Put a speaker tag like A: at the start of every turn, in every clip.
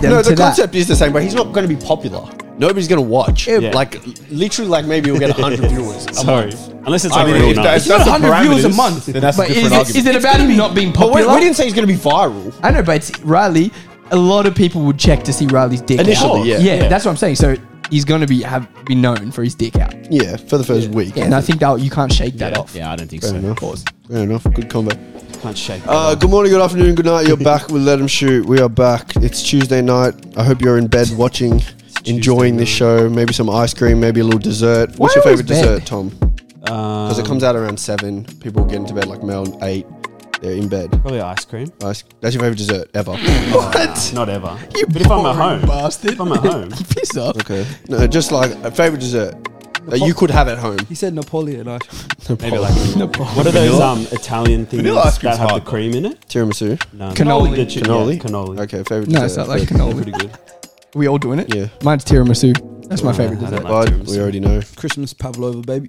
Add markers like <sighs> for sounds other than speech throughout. A: them
B: no,
A: to
B: the
A: that.
B: concept is the same, but he's not going to be popular. Nobody's going to watch.
A: Yeah.
B: Like literally, like maybe we'll get hundred viewers. a
C: Sorry,
B: month.
C: unless it's
B: I
C: like
B: mean,
C: real
B: if
C: nice.
B: that's- that's the
A: 100 viewers a
B: parameters,
A: month.
D: then that's a
A: but
D: different
A: is,
D: argument.
A: is it
B: It's
A: about
B: gonna
A: him
B: be-
A: not being
B: But we,
A: popular?
B: we didn't say he's going to be viral.
A: I know, but it's Riley. A lot of people would check to see Riley's dick
B: Initially,
A: out.
B: yeah.
A: yeah,
C: Yeah.
A: that's what I'm saying. So he's going to be have be known for his dick out.
B: Yeah, for the first week.
A: Yeah, and I think that you can't shake that off. <laughs>
C: I don't think
B: Fair
C: so.
B: enough. Fair enough. Good combo.
C: Can't shake.
B: Uh, good morning, good afternoon, good night. You're back with Let 'Em Shoot. We are back. It's Tuesday night. I hope you're in bed watching, enjoying this show. Maybe some ice cream, maybe a little dessert. What's your
A: always
B: favorite
A: bed?
B: dessert, Tom? Because
C: Um,
B: it comes out around seven. People get into bed like around eight. They're in bed.
C: Probably ice cream.
B: Ice. That's your favorite dessert ever. what?
C: Not ever. but if I'm at home,
A: bastard.
C: if I'm at home,
A: Piss off.
B: Okay. No, just like a favorite dessert that you could have at home.
E: He said Napoleon. I <laughs>
C: maybe like what are those um Italian things
D: Vanilla ice
C: that
D: cream's
C: have the
D: hard.
C: cream in it?
B: Tiramisu.
C: No,
A: Cannoli.
C: Get you- yeah,
B: Cannoli.
C: cannoli.
B: Okay. Favorite.
A: No,
B: dessert.
A: it's not like
B: Favorite-
C: They're
A: cannoli.
C: pretty good.
A: <laughs> We all doing it?
B: Yeah.
A: Mine's tiramisu. That's my favorite
C: I
A: dessert. <laughs>
C: don't like
B: Bud, we
C: tiramisu.
B: already know.
E: Christmas Pavlova, baby.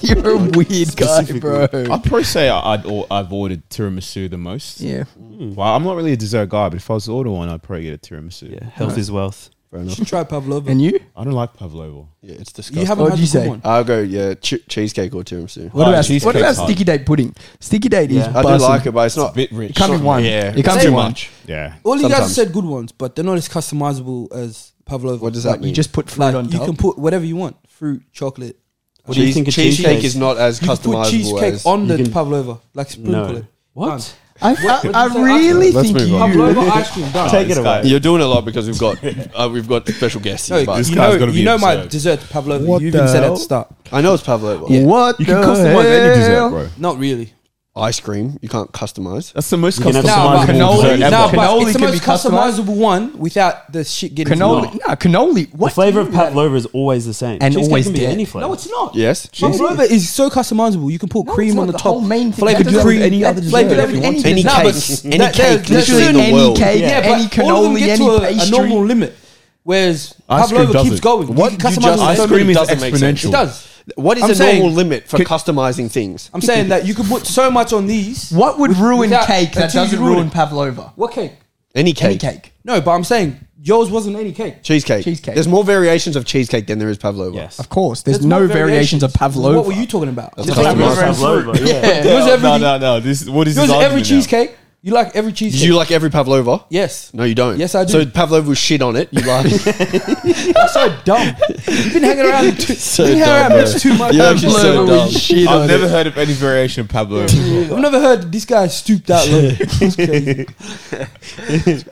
A: You're a weird guy, bro.
D: I'd probably say I, I'd, or- I've ordered tiramisu the most.
A: Yeah.
D: Well, I'm not really a dessert guy, but if I was to order one, I'd probably get a tiramisu.
C: Yeah, health is wealth.
B: Fair
E: You
B: enough.
E: should try Pavlova.
A: And you?
D: I don't like pavlova.
B: Yeah, it's disgusting.
E: you haven't
A: What
E: had
A: did you
E: the
A: say?
E: good one.
B: I'll go. Yeah, che- cheesecake or tiramisu.
A: What
D: Oh,
A: about
D: cheesecake's
A: what about
D: hard.
A: sticky date pudding? Sticky date
C: Yeah.
A: is.
B: I do
A: bussin'.
B: like it, but it's not.
D: A bit rich.
A: It can't be one.
D: Yeah.
A: It can't
E: Say
A: be
E: one.
A: one.
D: Yeah.
E: All you guys
B: Sometimes.
E: said good ones, but they're not as customizable as Pavlova.
B: What does that
A: Like
B: mean?
A: you just put fruit
E: Like,
A: on
E: you
A: top.
E: can put whatever you want: fruit, chocolate.
C: What do you think a
B: cheesecake
C: cheesecake
B: is not as
E: You can
B: customizable
E: put cheesecake
B: as
E: on the
C: You can-
E: Pavlova, like sprinkle
C: No.
E: it.
C: What?
A: I,
E: what
A: I,
E: does
A: I
E: that
A: really
B: Let's
A: think
B: move
A: you.
B: on.
E: Pavlova ice cream. Done.
C: Take it away.
B: You're doing a lot because we've
A: <laughs>
B: got uh, we've got special guests.
E: No,
B: here, but
D: This
E: you
D: guy's
E: know,
D: gotta be
E: you know my
D: observed.
E: dessert, Pavlova.
A: What
E: you even
A: the
E: said at
A: hell?
E: the start.
B: I know it's Pavlova.
A: What?
D: You can
A: the
D: customize any
A: hell?
D: dessert, bro.
E: Not really.
B: Ice cream you can't customize.
D: That's the most
C: You can have
A: customizable
C: some
A: cannoli.
C: cannoli.
A: Nah,
E: No,
A: Apple.
E: but
A: Cannoli
E: it's the
A: can be
E: most
A: customized.
E: customizable one without the shit getting to
A: Cannoli.
E: you.
A: Nah, cannoli. What?
C: The flavor
A: do
C: of
A: you-
C: pavlova is always the same.
A: And
C: Cheesecake
A: always
C: can be
A: dead.
C: any flavor.
E: No, it's not.
B: Yes.
E: Pavlova is so customizable. You can put
A: No, it's
E: cream
A: not.
E: on the,
A: The
E: top.
A: whole main thing.
E: Flavor
A: You can do that with
E: cream,
A: any other
E: flavor
A: dessert if you
E: everything.
A: want to. Any
E: Nah, but
B: cake, any
E: that-
B: cake,
E: that-
B: literally in the
A: any
B: world.
A: cake,
E: Yeah,
A: any
E: but all of them
A: cannoli,
E: get
A: any
E: to a, a
A: pastry.
E: normal limit. Whereas
D: Ice cream
E: Pavlova
D: doesn't.
E: keeps going.
B: What
E: you
B: you
E: can
B: just-
E: customize it.
B: ice
E: so
B: cream
E: many-
B: is
D: doesn't make sense.
B: exponential.
E: It does.
B: What is
E: I'm
B: a
E: saying-
B: normal limit for customizing things?
E: I'm saying that you could put so much on these.
A: What would ruin
E: without-
A: cake that
E: until you
A: doesn't
E: ruin
A: ruin
E: it.
A: pavlova?
E: What cake?
B: Any cake.
A: Any cake.
E: No, but I'm saying yours wasn't any cake.
B: Cheesecake.
A: Cheesecake.
B: There's more variations of cheesecake than there is pavlova.
C: Yes.
A: Of course, there's,
E: There's
A: no
E: more
A: variations of pavlova.
E: What were you talking about?
B: That's
E: Just
B: what
E: like
B: I'm
E: yours
B: talking
C: Pavlova, yeah.
E: Yeah. Yours every,
D: No, no, no. This what is
E: yours
D: this
E: every
D: argument now?
E: cheesecake. You like every cheesecake.
B: Do you like every pavlova?
E: yes.
B: No, you don't.
E: Yes, I do.
B: So pavlova shit on it. You
A: <laughs>
B: like?
E: That's so dumb. You've been hanging
B: <laughs>
E: around. Too,
B: So
E: been hanging around
B: dumb,
E: much too much.
B: You're actually so
A: Pavlova
B: dumb. Oh,
A: with shit
D: I've
A: on
D: never
A: it.
D: heard of any variation of pavlova. <laughs> before.
E: I've never heard this guy stoop that
B: <laughs>
E: low. It's crazy.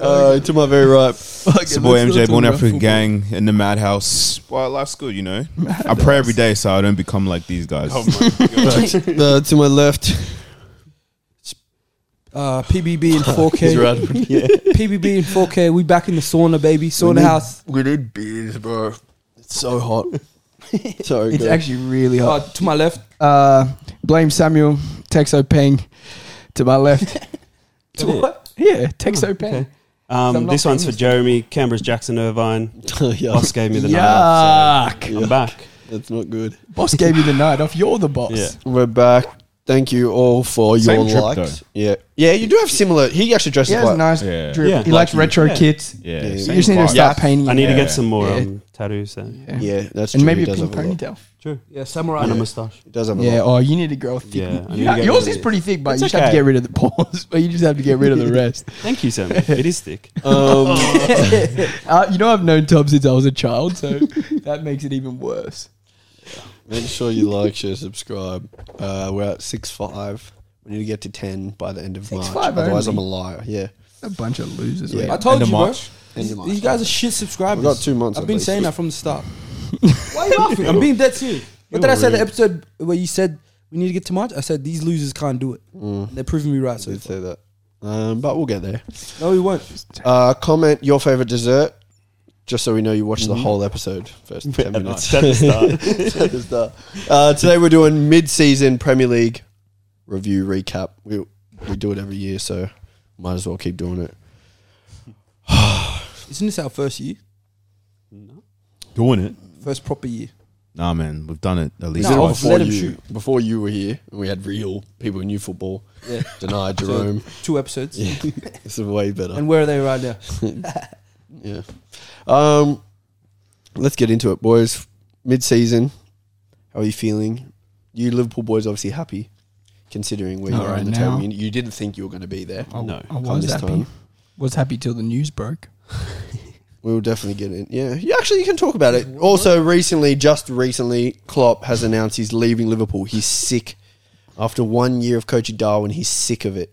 B: Uh, to my very right.
D: It's your boy
E: let's
D: MJ,
E: not talk
D: born
E: about
D: African
E: football.
D: gang in the madhouse. Well, life's good, you know. Oh I pray every day so I don't become like these guys.
B: Uh, to my
A: <laughs>
B: left.
E: Uh, PBB in 4K.
B: He's around.
E: PBB in 4K. We back in the sauna, baby. Sauna house.
B: We need beers, bro. It's so
A: <laughs>
B: hot. Sorry,
A: It's actually really
E: Uh,
A: hot.
E: to
B: <laughs>
E: my left.
A: Uh, blame Samuel, Texo Peng, to my left.
E: To what?
A: yeah, Texo Peng.
C: okay. Um,
A: not
C: this one's for
A: famous.
C: Jeremy. Canberra's Jackson Irvine.
B: <laughs> yeah,
C: Boss gave me the night off.
A: Yuck!
C: So I'm back.
B: that's not good.
A: Boss gave you the night off. You're the boss.
C: Yeah.
B: We're back. Thank you all for
D: Same
B: your
D: trip,
B: likes.
D: though.
B: Yeah, yeah. You do have similar. He actually
A: He
B: dresses
A: has
B: like.
A: nice
D: Yeah.
A: drip.
C: Yeah.
A: He likes retro kits.
D: <laughs>
B: Yeah,
D: Yeah, same
A: You just need to
D: vibe.
A: start
B: Yeah.
A: painting.
C: I need to
D: Yeah.
C: get some more
A: Yeah.
C: um, tattoos. So.
B: Yeah, that's true.
A: and
B: He
A: maybe a
B: does
A: pink
B: have a lot.
A: ponytail.
C: True.
E: Yeah, samurai.
C: And a moustache.
B: He does have a
A: Yeah,
B: lot.
A: or you need to grow a thick.
C: Yeah, I need
A: you
C: to
A: ha-
C: get
A: yours
C: rid
A: is
C: of
A: pretty thick, but
C: It's
A: you just have to
C: okay.
A: get rid of the paws. <laughs> But you just have to get rid of the <laughs> rest.
C: Thank you, Sam. <laughs> it is thick.
B: Um,
A: Uh, you know, I've known Tom since I was a child, so that makes it even worse.
B: make sure you like, share, subscribe. Uh, we're at six five. We need to get to ten by the end of March.
A: 6'5"
B: Otherwise,
A: only.
B: I'm a liar. Yeah,
A: A bunch of losers.
B: Yeah.
A: we
E: I
A: are.
E: told
D: End of
E: you, bro.
D: March.
B: End of March.
E: These guys are shit subscribers.
B: We've got two months
E: I've
B: at
E: been
B: least.
E: saying that from
B: <laughs>
E: the start. Why are you laughing? I'm being dead serious. What did I say the episode where you said we need to get to March? I said these losers can't do it.
B: Mm.
E: And They're proving me right. So
B: did
E: far.
B: say that. Um, but we'll get there.
E: no, we won't.
B: Uh, comment your favorite dessert, just so we know you watched the whole episode. First ten minutes.
C: At
B: <laughs>
C: the start.
B: At the start. uh, today we're doing mid-season Premier League review recap. We we do it every year, so might as well keep doing it.
E: Isn't this our first year?
D: Doing it.
E: First proper year.
D: Nah, man, we've done it at least
E: No,
D: twice.
E: Let 'em
B: you,
E: shoot.
B: before you were here, and we had real people who knew football.
E: Yeah.
B: Deny
E: So,
B: Jerome.
E: two episodes.
B: Yeah. this is way better.
E: And where are they right now?
B: Yeah. Um, let's get into it, boys. Mid season, how are you feeling? You Liverpool boys obviously happy, considering where you
A: Not
B: are
A: right
B: on the
A: now.
B: table. You, you didn't think you were going to be there.
A: I,
C: No,
A: I was
B: this
A: happy.
B: time.
A: Was happy till the news broke.
B: We will definitely get in. Yeah, you actually you can talk about it. Also, recently, just recently, Klopp has announced he's leaving Liverpool. He's sick. After one year of coaching Darwin, he's sick of
A: <laughs>
B: it,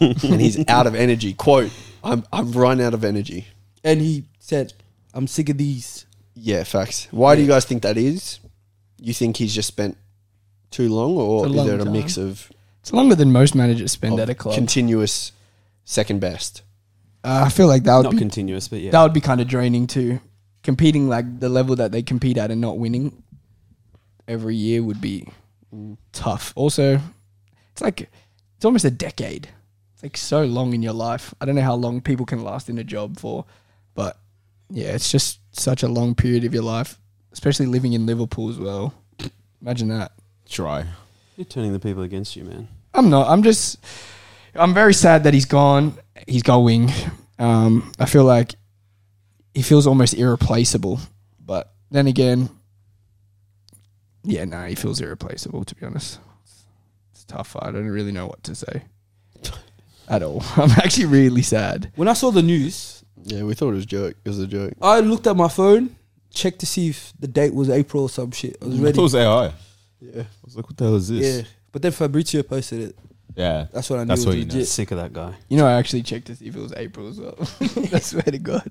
B: and he's out of energy. "Quote: I'm I'm run out of energy."
E: And he said, I'm sick of these.
B: Yeah, facts. Why do you guys think that is? You think he's just spent too long, or
A: It's a
B: is
A: long
B: there a
A: time.
B: mix of,
A: It's longer than most managers spend
B: of
E: Oh,
A: at a club.
B: continuous second best?
A: uh, I feel like that would
C: Not
A: be
C: continuous, but yeah.
A: that would be kind of draining too. Competing like the level that they compete at and not winning every year would be tough. Also, it's like it's almost a decade. It's like so long in your life. I don't know how long people can last in a job for, but yeah, it's just such a long period of your life, especially living in Liverpool as well. Imagine that.
D: Try.
C: You're turning the people against you, man.
A: I'm not. I'm just. I'm very sad that he's gone. He's going. Um, I feel like he feels almost irreplaceable. But then again, yeah, no, he feels irreplaceable. To be honest, it's tough. I don't really know what to <laughs> say at all. <laughs> I'm actually really sad.
E: When I saw the news,
B: Yeah, we thought it was a joke. It was a joke.
E: I looked at my phone, checked to see if the date was April or some shit. I was
D: I thought it
E: ready.
D: was AI. I
B: Yeah,
D: was like, what the hell is
E: Yeah.
D: this?
E: But then Fabrizio posted it.
D: Yeah.
E: That's what I knew
D: That's
E: it was
D: what you know.
E: legit.
C: Sick of that guy.
A: You know, I actually checked to see if it was April as well. <laughs> I swear to God.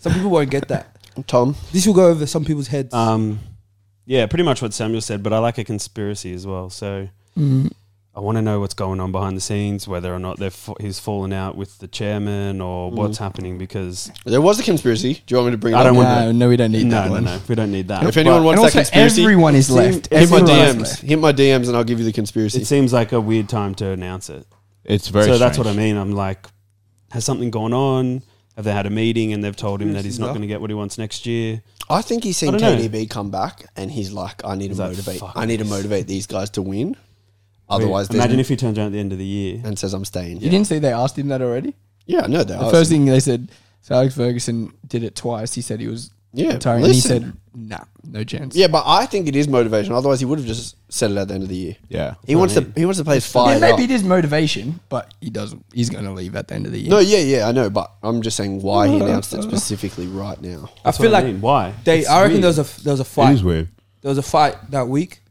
E: Some people won't get that.
B: Tom.
E: This will go over some people's heads.
A: Uh,
C: Um, yeah, pretty much what Samuel said, but I like a conspiracy as well. So
A: Mm.
C: I want to know what's going on behind the scenes, whether or not they've fa- he's fallen out with the chairman or what's happening. Because
B: There was a conspiracy. Do you want me to bring it
C: I
B: up?
C: don't want
A: No, no, we don't need
C: no,
A: that
C: no,
A: one.
C: no, we don't need that.
B: If anyone
C: But
B: wants
A: and
B: that
A: also
B: conspiracy,
A: everyone is left.
B: Hit my
A: Everyone is
B: DMs.
A: left.
B: Hit my DMs, and I'll give you the conspiracy.
C: it seems like a weird time to announce it.
D: It's very.
C: so that's what
D: strange.
C: I mean. I'm like, has something gone on? Have they had a meeting and they've told him that he's
E: Conspiracies
C: not
E: are-
C: going to get what he wants next year?
B: I think he's seen
C: I don't know.
B: Tony B come back, and he's like, "I need to
C: like,
B: motivate.
C: "Fuck
B: I need to
C: this."
B: motivate these guys to win. Otherwise, there's
C: imagine if he turns around at the end of the year.
B: and says I'm staying.
A: You
B: Yeah,
A: didn't see they asked him that already?
B: yeah no, that
D: Oh,
A: The first thing they said, so Alex Ferguson did it twice. He said he was
B: Yeah,
D: Uh,
A: retiring. And he
B: listen.
A: said, nah, no chance.
B: Yeah, but I think it is motivation. Otherwise, he would have just said it at the end of the year.
D: Yeah.
B: He wants to. He wants to play his
A: Yeah,
B: fire.
A: maybe it is motivation, but he doesn't. He's going to leave at the end of the year.
B: No, yeah, yeah, I know, but I'm just saying why he announced it specifically right now.
E: I
C: That's
E: feel
C: what
E: like
C: mean. why
E: they.
C: It's
E: I reckon
C: weird.
E: there was a there was a
D: It
E: fight.
D: is weird.
E: There was a fight that week,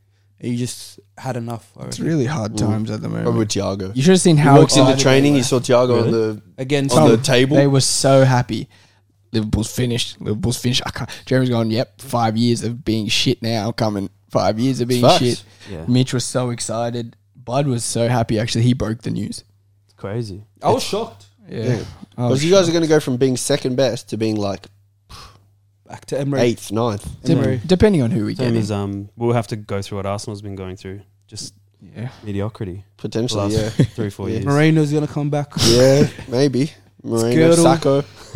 E: and you just had enough. I
A: It's
E: reckon.
A: really hard times at the moment.
B: Or with Thiago,
A: you should have seen
B: Oh, he
A: how
B: walks into
A: excited
B: training.
A: they
B: He saw Thiago on the
E: Again,
B: on the
E: some-
A: were.
B: table.
A: They were so happy. Liverpool's finished. Liverpool's finished. I can't. Jeremy's going, yep, five years of being shit now coming. Five years of being
B: Facts.
A: shit.
C: Yeah.
A: Mitch was so excited. Bud was so happy, actually. He broke the news.
C: It's crazy.
E: I was shocked.
A: Yeah. Oh,
B: Because you guys are going to go from being second best to being like
E: Back to Emery.
B: eighth, ninth.
A: Dep-
E: Emery.
A: depending on who we get.
C: Same
A: in.
C: as um, we'll have to go through what Arsenal's been going through. Just
A: Yeah.
C: mediocrity. The
B: Potentially,
C: last
B: yeah.
C: <laughs> three, four
B: Yeah.
C: years.
E: Moreno's gonna come back. <laughs>
B: yeah, maybe. Moreno,
E: Skirtle.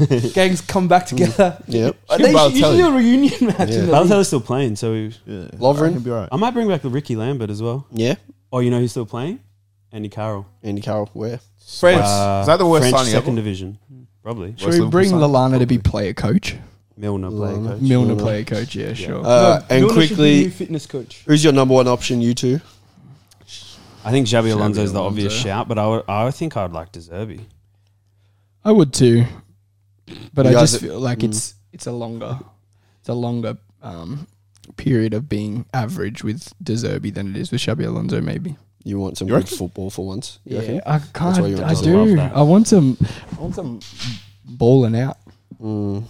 B: Sacco.
E: <laughs> Gangs come back together.
B: Yep.
E: Uh, They
D: About
E: should, you should
D: telling.
E: do a reunion match.
B: Yeah.
E: in the league.
C: Balotelli's still playing, so
D: Yeah.
B: Lovren.
D: Can be alright.
C: I might bring back the Ricky Lambert as well.
B: Yeah.
C: Oh, you know who's still playing? Andy Carroll.
B: Andy Carroll, where?
E: France.
C: Uh,
D: Is that the worst
C: French
D: signing
C: second
D: ever?
C: division? Probably.
A: Should we
D: Liverpool
A: bring
D: sign?
A: Lalana to be player coach?
C: Milner playing
B: Milner.
C: coach.
A: Milner
B: Milner.
A: player coach, yeah, sure.
B: Uh,
E: No,
B: and
E: Milner should be
B: quickly,
E: new fitness coach.
B: who's your number one option, you two?
C: I think Xabi Alonso's the
A: Alonso.
C: obvious shout, but I, would, I think I'd like Deserby.
A: I would too, but
B: You
A: I
B: guys
A: just
B: are- Mm.
A: feel like it's it's a longer, it's a longer um, period of being average with Deserbi than it is with Xabi Alonso. Maybe.
B: You want some
D: You
B: good
D: reckon?
B: football for once? You
A: Yeah,
B: reckon?
A: I
B: why you
A: can't.
B: want
A: I
B: to
C: love
A: do.
C: that.
A: I want some. I want some balling out.
B: Mm.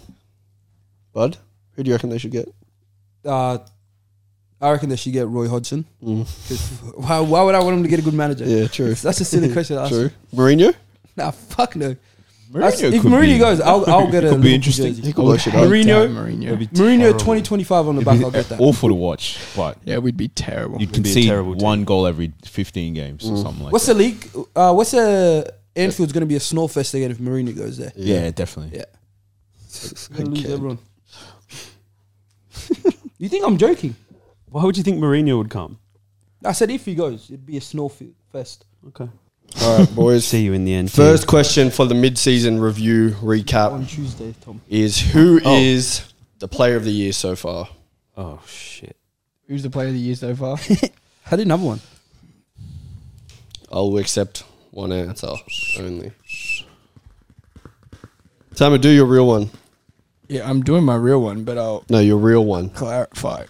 B: Bud, who do you reckon they should get?
E: Uh, I reckon they should get Roy Hodgson.
B: Mm.
E: 'Cause <laughs> Why, why would I want him to get a good manager?
B: Yeah,
E: <laughs>
B: true.
E: It's- That's a silly question to ask.
B: True. Mourinho?
E: Nah, fuck no. That's-
D: Mourinho
E: if
D: could
E: Mourinho
D: be-
E: goes, I'll, I'll get a.
D: Could
E: Liverpool
D: be interesting.
E: jersey.
B: He
A: I
B: could
A: would
B: work it up.
A: hate to have
E: Mourinho?
A: Oh, Mourinho.
E: Mourinho
C: Terrible.
E: 2025 on the
D: It'd
E: back.
D: be
E: I'll get
D: <laughs>
E: that.
D: Awful to watch, but
A: Yeah, we'd be terrible.
D: you'd
C: It'd be a
D: concede
C: terrible team.
D: one goal every 15 games or something like
E: What's
D: that.
E: the league? Uh, what's the Anfield's going to be a snore fest again if Mourinho goes there.
D: Yeah, definitely.
E: Yeah. We're gonna lose
B: Okay.
E: everyone. <laughs> you think I'm joking?
C: Why would you think Mourinho would come?
E: I said if he goes, it'd be a snore fe- fest.
C: Okay.
B: All right, boys.
C: <laughs> See you in the end.
B: First question for the mid-season review
D: Uh,
E: on
B: recap
E: Tuesday, Tom.
B: is who is
C: Oh.
B: the player of the year so far?
C: Oh shit.
A: Who's the player of the year so far?
E: I did another one.
B: I'll accept one answer only. Simon, do your real one.
A: <laughs> yeah, I'm doing my real one, but I'll
B: No, your real one. <laughs>
A: clarify.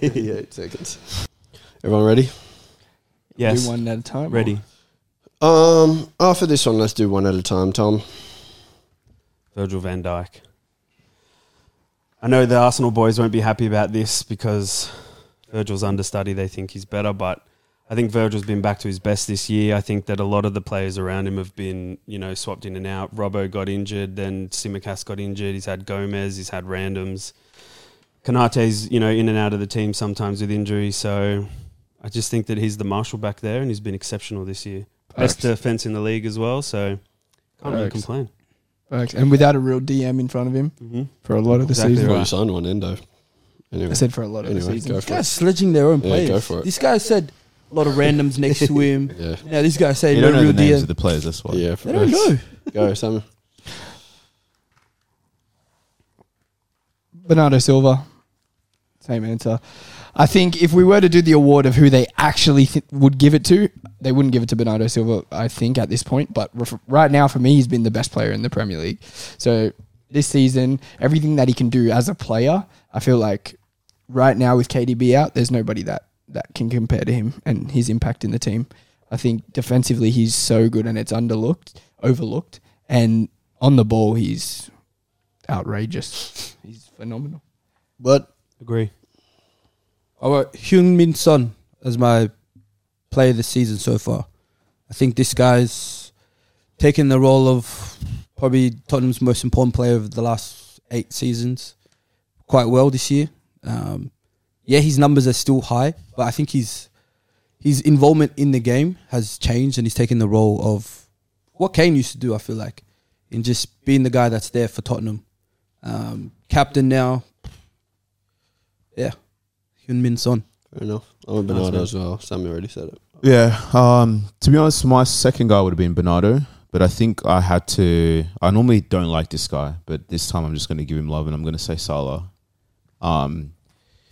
B: Eight seconds. Everyone ready?
C: Yes.
A: Do one at a time.
C: Ready.
B: Um, after this one, let's do one at a time. Tom,
C: Virgil van Dijk. I know the Arsenal boys won't be happy about this because Virgil's understudy. They think he's better, but I think Virgil's been back to his best this year. I think that a lot of the players around him have been, you know, swapped in and out. Robbo got injured, then Simicast got injured. He's had Gomez, he's had randoms. Kanate's, you know, in and out of the team sometimes with injury. So I just think that he's the marshal back there and he's been exceptional this year. Best defense in the league as well. So can't really
A: Facts.
C: complain.
A: Facts. And without a real DM in front of him
C: Mm-hmm.
A: for a lot of the
C: Exactly
A: season.
B: well,
C: right.
B: you signed one, Endo. Anyway,
A: I said for a lot of the
B: anyway,
A: season.
B: go
E: This
B: for
E: guy's
B: it.
E: sledging their own
B: Yeah,
E: players.
B: go for it.
E: This guy said a lot of randoms next to him.
D: <laughs>
B: Yeah,
E: Now this guy said
D: You
E: no
D: don't know
E: real
D: the names
E: deal.
D: of the players. That's why.
B: yeah.
E: They don't know.
B: Go, Simon.
A: Bernardo Silva. Same answer. I think if we were to do the award of who they actually th- would give it to, they wouldn't give it to Bernardo Silva, I think, at this point. But ref- right now, for me, he's been the best player in the Premier League. So this season, everything that he can do as a player, I feel like right now with KDB out, there's nobody that, that can compare to him and his impact in the team. I think defensively, he's so good and it's underlooked, overlooked. And on the ball, he's outrageous. He's phenomenal.
E: But
C: Agree.
E: I got Hyung Min Son as my player this season so far. I think this guy's taken the role of probably Tottenham's most important player of the last eight seasons quite well this year. Um, yeah, his numbers are still high, but I think his his involvement in the game has changed and he's taken the role of what Kane used to do, I feel like, in just being the guy that's there for Tottenham. Um, captain now. Yeah. Hyun Min Son.
B: Fair enough. I'm a Bernardo as well. Simon already said it.
D: Yeah. Um, to be honest, my second guy would have been Bernardo, but I think I had to. I normally don't like this guy, but this time I'm just going to give him love and I'm going to say Salah. Um,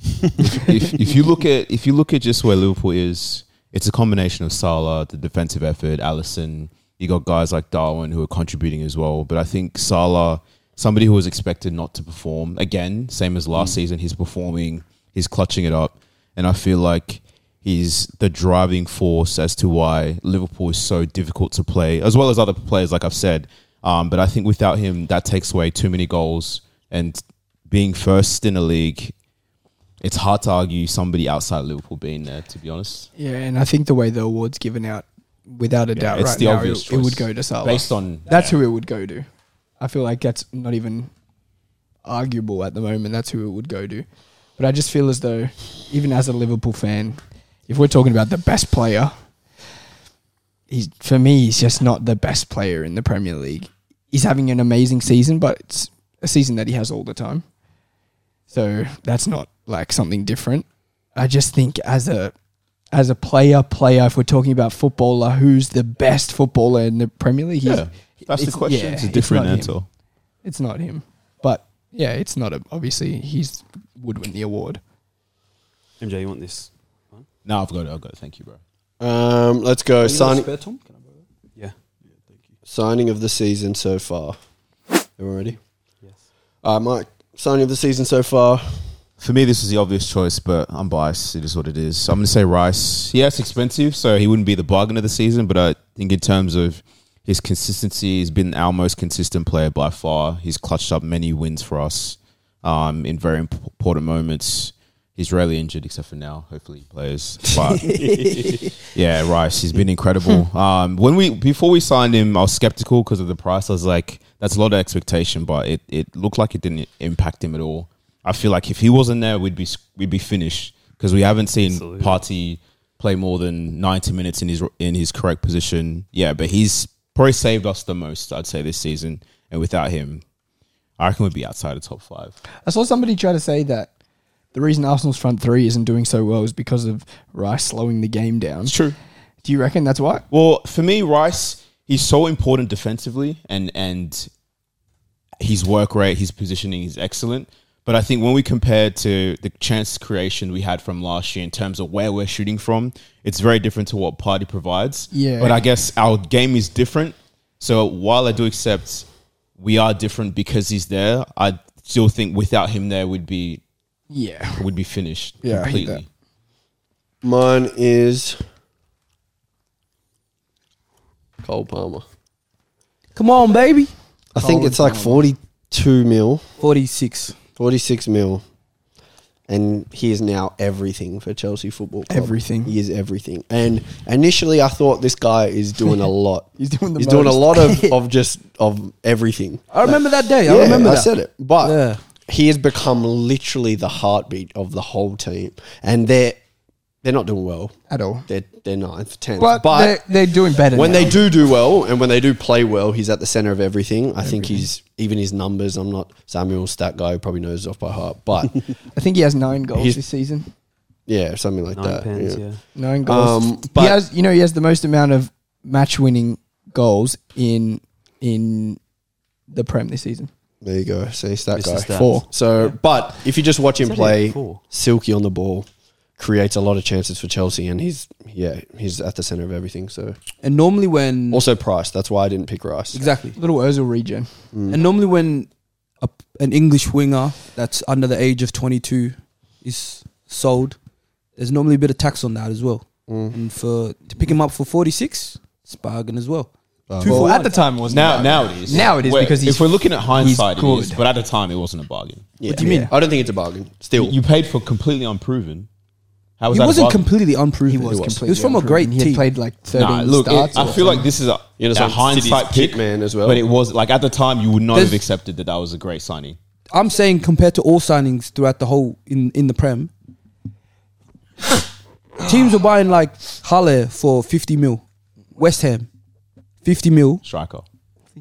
D: if, if if you look at if you look at just where Liverpool is, it's a combination of Salah, the defensive effort, Allison. You got guys like Darwin who are contributing as well, but I think Salah, somebody who was expected not to perform again, same as last season, he's performing, he's clutching it up, and I feel like he's the driving force as to why Liverpool is so difficult to play, as well as other players, like I've said. Um, but I think without him, that takes away too many goals, and being first in the league it's hard to argue somebody outside Liverpool being there, to be honest.
A: Yeah, and I think the way the award's given out, without a
D: Yeah,
A: doubt,
D: it's
A: right
D: the
A: now,
D: obvious
A: it, it would
D: choice.
A: go to Salah.
D: Based on
A: that's who it would go to. I feel like that's not even arguable at the moment. That's who it would go to. But I just feel as though, even as a Liverpool fan, if we're talking about the best player, he's for me, he's just not the best player in the Premier League. He's having an amazing season, but it's a season that he has all the time. So that's not like something different. I just think as a as a player, player, if we're talking about footballer, who's the best footballer in the Premier League? He's-
D: yeah, that's the
A: it's-
D: question.
A: yeah,
D: it's a different
A: not him.
D: answer.
A: It's not him, but yeah, it's not a. Obviously, he's would win the award.
C: MJ, you want this?
D: No, I've got it. I've got it. Thank you, bro.
B: Um, let's go. Signing
C: Yeah.
B: signing of the season so far. Everyone ready?
C: Yes.
B: Uh, Mike, signing of the season so far.
D: For me, this is the obvious choice, but I'm biased. It is what it is. I'm going to say Rice. Yeah, it's expensive, so he wouldn't be the bargain of the season. But I think in terms of his consistency, he's been our most consistent player by far. He's clutched up many wins for us um, in very imp- important moments. He's rarely injured, except for now. Hopefully, he plays. <laughs> But Yeah, Rice. He's been incredible. um, when we before we signed him, I was skeptical because of the price. I was like, that's a lot of expectation, but it, it looked like it didn't impact him at all. I feel like if he wasn't there, we'd be s- we'd be finished because we haven't seen
C: Absolutely.
D: Party play more than ninety minutes in his in his correct position. Yeah, but he's probably saved us the most, I'd say, this season. And without him, I reckon we'd be outside the top five.
A: I saw somebody try to say that the reason Arsenal's front three isn't doing so well is because of Rice slowing the game down.
D: It's true.
A: Do you reckon that's why?
D: Well, for me, Rice, he's so important defensively, and and his work rate, his positioning is excellent. But I think when we compare to the chance creation we had from last year in terms of where we're shooting from, it's very different to what Party provides.
A: Yeah.
D: But I guess our game is different. So while I do accept we are different because he's there, I still think without him there would be
A: Yeah.
D: would be finished
A: Yeah, I hate
D: completely.
A: that.
B: Mine is Cole Palmer.
E: Come on, baby.
B: I think
A: Cole
B: it's like
A: Palmer.
B: 42 mil,
E: 46.
B: 46 mil. And he is now everything for Chelsea Football Club.
A: Everything.
B: He is everything. And initially, I thought this guy is doing a lot.
A: He's doing the
B: He's doing a
A: most.
B: lot of, of just of everything.
E: I remember that day. I
B: Yeah,
E: remember that.
B: I said it. But
E: Yeah.
B: he has become literally the heartbeat of the whole team, and they're they're not doing well.
A: At all.
B: They're they're ninth, tenth.
A: But,
B: But,
A: they're, they're doing better
B: when
A: now.
B: they do do well, and when they do play well, he's at the center of everything. I think he's even his numbers. I'm not Samuel stat guy. who Probably knows off by heart,
E: <laughs>
B: but
A: I think he has nine goals
B: He's-
A: this season.
B: yeah, something like
C: Nine
B: that.
C: pens,
B: yeah.
C: yeah.
A: Nine goals.
B: Um,
A: he
B: but-
A: has, you know, he has the most amount of match-winning goals in in the Prem this season.
B: There you go. See stat
C: Mr.
B: guy
C: Stats.
B: four. So, but if you just watch him
C: It's only
B: play,
C: four.
B: silky on the ball. Creates a lot of chances for Chelsea, and he's yeah he's at the center of everything. So
E: And normally when
B: also price. That's why I didn't pick Rice.
E: exactly.
A: Little Ozil regen.
E: And normally when a, an English winger that's under the age of 22 is sold, there's normally a bit of tax on that as well. And for to pick him up for 46, it's a bargain as well. Two for
A: Uh, Well,
E: one.
A: at the time, it was
D: Now, now it is.
A: Now it is
D: Well,
A: because he's-
D: if we're looking at hindsight, it is.
A: good.
D: But at the time, it wasn't a bargain.
B: Yeah.
E: What do you mean?
B: I don't think it's a bargain. Still,
D: You paid for completely unproven. How was
E: he
D: that a
E: wasn't
D: bargain?
E: completely unproven.
A: he was completely.
E: He was from a
A: unproven.
E: great
A: He had
E: team.
A: played like thirteen
D: Nah, look, it-
A: starts.
D: I
A: or
D: feel like this is a,
B: You
D: a
B: understand,
D: hindsight
B: City's
D: pick,
B: kit man as well.
D: But it was like at the time you would not
E: There's-
D: have accepted that that was a great signing.
E: I'm saying compared to all signings throughout the whole in, in the Prem, teams were buying like Halle for 50 mil, West Ham 50 mil,
D: Striker.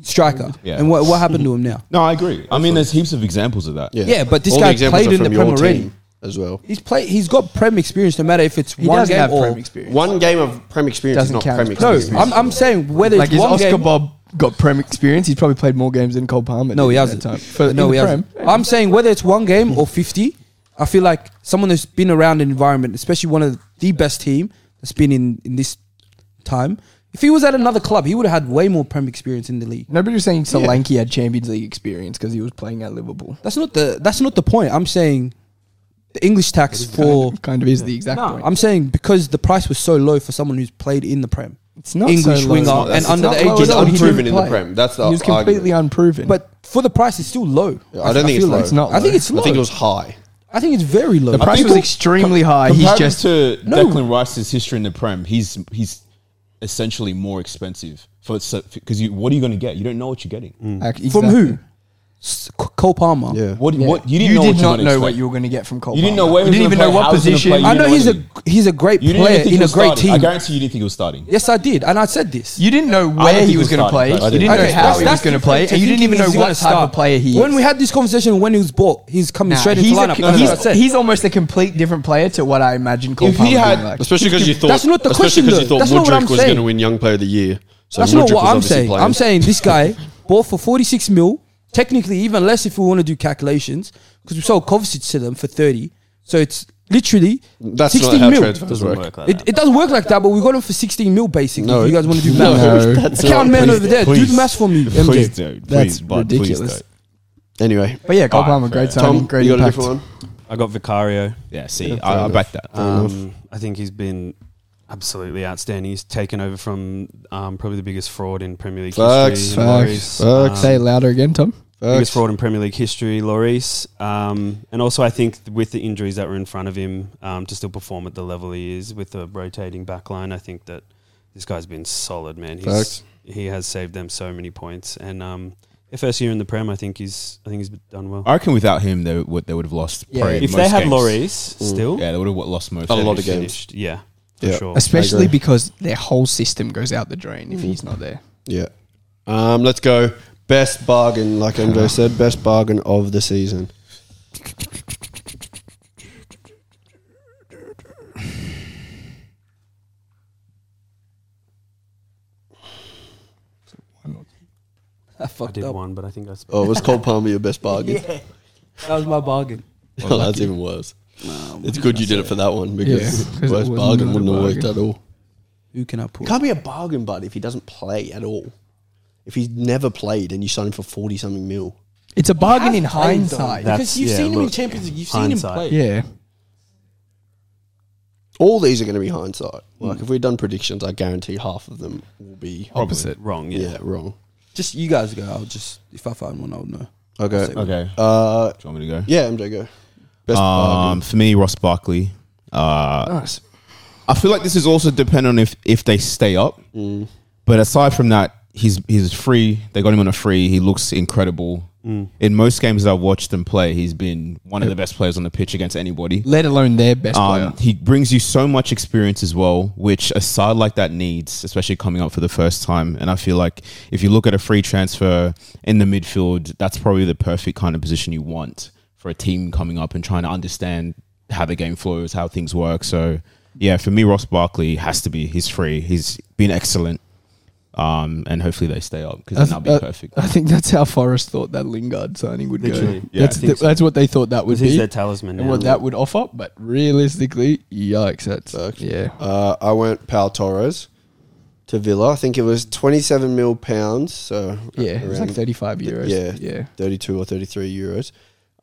E: striker.
D: Yeah.
E: And what, what happened to him now?
D: No, I agree. I mean, there's heaps of examples of that.
E: Yeah, but this guy
B: examples
E: played
B: are
E: in the
B: from your
E: Prem already.
B: team as well.
E: He's play. He's got prem experience, no matter if it's
A: he
E: one
A: does
E: game
A: have
E: or
A: Prem experience.
B: One game of prem experience
A: Doesn't
B: is not
A: count
B: prem
A: as prem
E: no.
B: experience.
E: I'm, I'm saying whether
A: like
E: it's
A: is
E: one
A: Oscar
E: game.
A: Bob got Prem experience? He's probably played more games than Cole Palmer.
E: no,
A: did
E: he
A: at
E: hasn't. <laughs>
A: that time. For-
E: no,
A: in
E: he
A: the Prem.
E: hasn't. I'm saying whether it's one game or fifty. I feel like someone that's been around an environment, especially one of the best team that's been in in this time. If he was at another club, he would have had way more prem experience in the league.
A: Nobody was saying Solanke had Champions League experience because he was playing at Liverpool.
E: That's not the. That's not the point. I'm saying the English tax for.
A: kind of, kind of is the exact
C: No,
A: point.
E: I'm saying because the price was so low for someone who's played in the prem.
A: It's not
E: English
A: so low.
E: winger
A: It's not-
E: and
A: it's
E: under
A: not
E: the age
A: low at
E: of
A: all. He
E: 22
B: unproven
A: didn't
B: in the
A: play.
B: prem. That's the
A: He was completely unproven.
E: But for the price, it's still low.
B: I don't think
E: feel
B: it's low.
E: like
A: it's not
E: I think
A: low.
E: it's low.
B: I think it was high.
E: I think it's very low.
A: the price
D: think
A: was
D: com-
A: extremely high. He's
D: Comparative
A: just
D: to
E: No.
D: Declan Rice's history in the Prem, he's he's essentially more expensive for because you what are you going to get? You don't know what you're getting.
A: Ac-
E: from
A: exactly.
E: who? S- C- Cole Palmer.
B: Yeah.
D: What
A: Yeah.
D: what you didn't know
A: did
D: what
A: not know what
D: you were gonna expect.
A: you were going to get from Cole.
D: You didn't know
A: Palmer.
D: where he
A: you
D: was
A: didn't even
D: gonna
A: know
D: play,
A: what
D: how he was
A: position.
D: gonna play, you
E: I
D: didn't
E: know
D: know
E: he's a
D: anything.
E: he's a great
D: You didn't even
E: player
D: think he
E: in a
D: was
E: great
D: starting. I
E: team.
D: guarantee you didn't think he was starting.
E: Yes, I did, and I said this.
A: You didn't know
D: don't
A: where
D: think
A: he
D: he
A: was
D: was
A: going to
D: starting.
A: play.
D: I didn't.
A: You didn't know
E: Okay,
A: how
E: that's-
A: he was
E: that's
A: going to
E: different
A: play,
E: to
A: and you didn't even
E: thinking
A: know
E: he's
A: what
E: gonna
A: type
E: start.
A: of player he is.
E: When we had this conversation, when he was bought, he's coming
A: Nah,
E: straight into
A: he's, a,
E: lineup. That's
A: he's,
E: what I said.
A: he's almost a complete different player to what I imagine Cole
D: If he
A: Palmer
D: had-
A: being like.
B: Especially because you thought
E: That's not the
B: especially
E: question,
B: 'cause
E: though. That's
B: you
E: not what
B: thought
E: I'm
B: Mudrick was
E: saying.
B: going to win Young Player of the Year. So
E: That's
B: Mudrick
E: not what
B: was
E: I'm
B: obviously
E: saying.
B: playing.
E: I'm saying this guy <laughs> bought for 46 mil. Technically, even less if we want to do calculations, because we sold Kovacic to them for 30. So it's literally
B: that's
E: 16
B: not how
E: mil.
B: transfers
C: Doesn't
B: work.
C: work like
E: It,
C: that.
E: it doesn't work like that, but we got him for 16 mil basically.
B: <laughs> No.
E: if you guys want to do math.
A: No.
E: <laughs>
B: that's not-
E: Count man
B: please
E: over there, do the maths for me, MJ.
D: Please don't.
A: That's
D: Please, bud, please
A: ridiculous.
D: don't.
B: don't. Anyway,
A: But yeah, Cole
D: Alright,
A: Palmer,
D: fair.
A: great signing,
B: Tom,
A: great
B: you got a
A: impact.
B: different one.
C: I got Vicario.
D: Yeah, see, I, I back that.
C: Um, I think he's been absolutely outstanding. He's taken over from um, probably the biggest fraud in Premier League
B: Facts,
C: history. in
A: Facts.
C: Lloris.
A: Facts. Say it louder again, Tom.
C: biggest fraud in Premier League history, Lloris. Um, and also, I think th- with the injuries that were in front of him um, to still perform at the level he is with the rotating back line, I think that this guy's been solid, man. He's,
B: Facts.
C: he has saved them so many points. And um, their first year in the Prem, I think he's I think he's done well.
D: I reckon without him, they would they would have lost.
A: Yeah.
D: probably
C: If
D: most
C: they had
D: games.
C: Lloris still,
D: yeah, they would have lost most.
B: A lot of
D: games.
B: games.
C: finished. Yeah, for
B: Yeah.
C: sure.
A: Especially
B: agree.
A: because their whole system goes out the drain if he's not there.
B: Yeah. Um, let's go. Best bargain, like Andre said, best bargain of the season.
E: I
C: I
E: fucked
C: did
E: up.
C: one, but I think I spent.
B: Oh, it was Cold Palmer your best bargain. <laughs>
E: Yeah. That was my bargain.
B: Oh, that's even worse. It's good you did it for that one because
A: 'cause it
B: worst
A: wasn't
B: bargain
A: a
B: wouldn't have worked
A: bargain.
B: at all.
E: Who can I pull?
B: Can't be a bargain, bud, if he doesn't play at all. If he's never played and you sign him for forty something mil,
A: It's a bargain in
E: played, though.
A: hindsight.
C: That's-
E: because you've
C: yeah,
E: seen him in
C: look,
E: Champions League. You've
C: hindsight.
E: seen him play.
A: yeah.
B: all these are going to be hindsight.
A: Hmm.
B: Like if we've done predictions, I guarantee half of them will be
C: probably
A: Opposite.
C: wrong. Yeah.
B: yeah, wrong.
E: Just you guys go. I'll just if I find one, I'll know.
B: Okay.
E: Same.
D: Okay.
B: Uh,
D: Do you want me to
B: yeah, MJ go. Best
D: go? Um,
B: bargain.
D: for me, Ross Barkley. Uh,
A: Nice.
D: I feel like this is also dependent on if if they stay up. But aside from that, he's he's free. They got him on a free. He looks incredible. In most games that I've watched him play, he's been one of the best players on the pitch against anybody.
A: Let alone their best player.
D: Um, he brings you so much experience as well, which a side like that needs, especially coming up for the first time. And I feel like if you look at a free transfer in the midfield, that's probably the perfect kind of position you want for a team coming up and trying to understand how the game flows, how things work. So, yeah, for me, Ross Barkley has to be. He's free. He's been excellent. Um, and hopefully they stay up because then that'll be
A: I-
D: perfect.
A: I think that's how Forest thought that Lingard signing would
C: Literally.
A: go.
D: Yeah,
A: that's
D: I think
A: th- that's what they thought that would
C: Because he's
A: be
C: their talisman
A: and
C: now.
A: what that would offer. But realistically, yikes! That's
B: Sucks.
A: yeah.
B: Uh, I went Pal Torres to Villa. I think it was twenty-seven mil pounds. So
A: Yeah, it's like
B: around-
A: 35 euros.
B: Yeah.
A: Yeah.
B: 32 or 33 euros.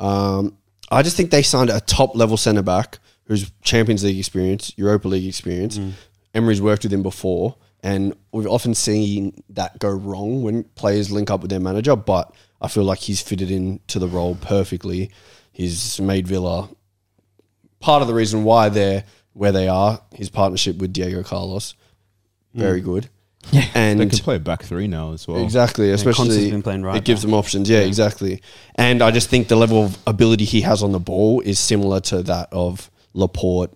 B: Um, I just think they signed a top level centre back who's Champions League experience, Europa League experience.
A: Mm.
B: Emery's worked with him before, and we've often seen that go wrong when players link up with their manager. But I feel like he's fitted into the role perfectly. He's made Villa part of the reason why they're where they are. His partnership with Diego Carlos, very good.
A: Mm. Yeah.
B: and
D: They can play back three now as well.
B: Exactly, especially
C: Conte's been playing right
B: it gives
C: back.
B: them options. Yeah, exactly. And I just think the level of ability he has on the ball is similar to that of Laporte.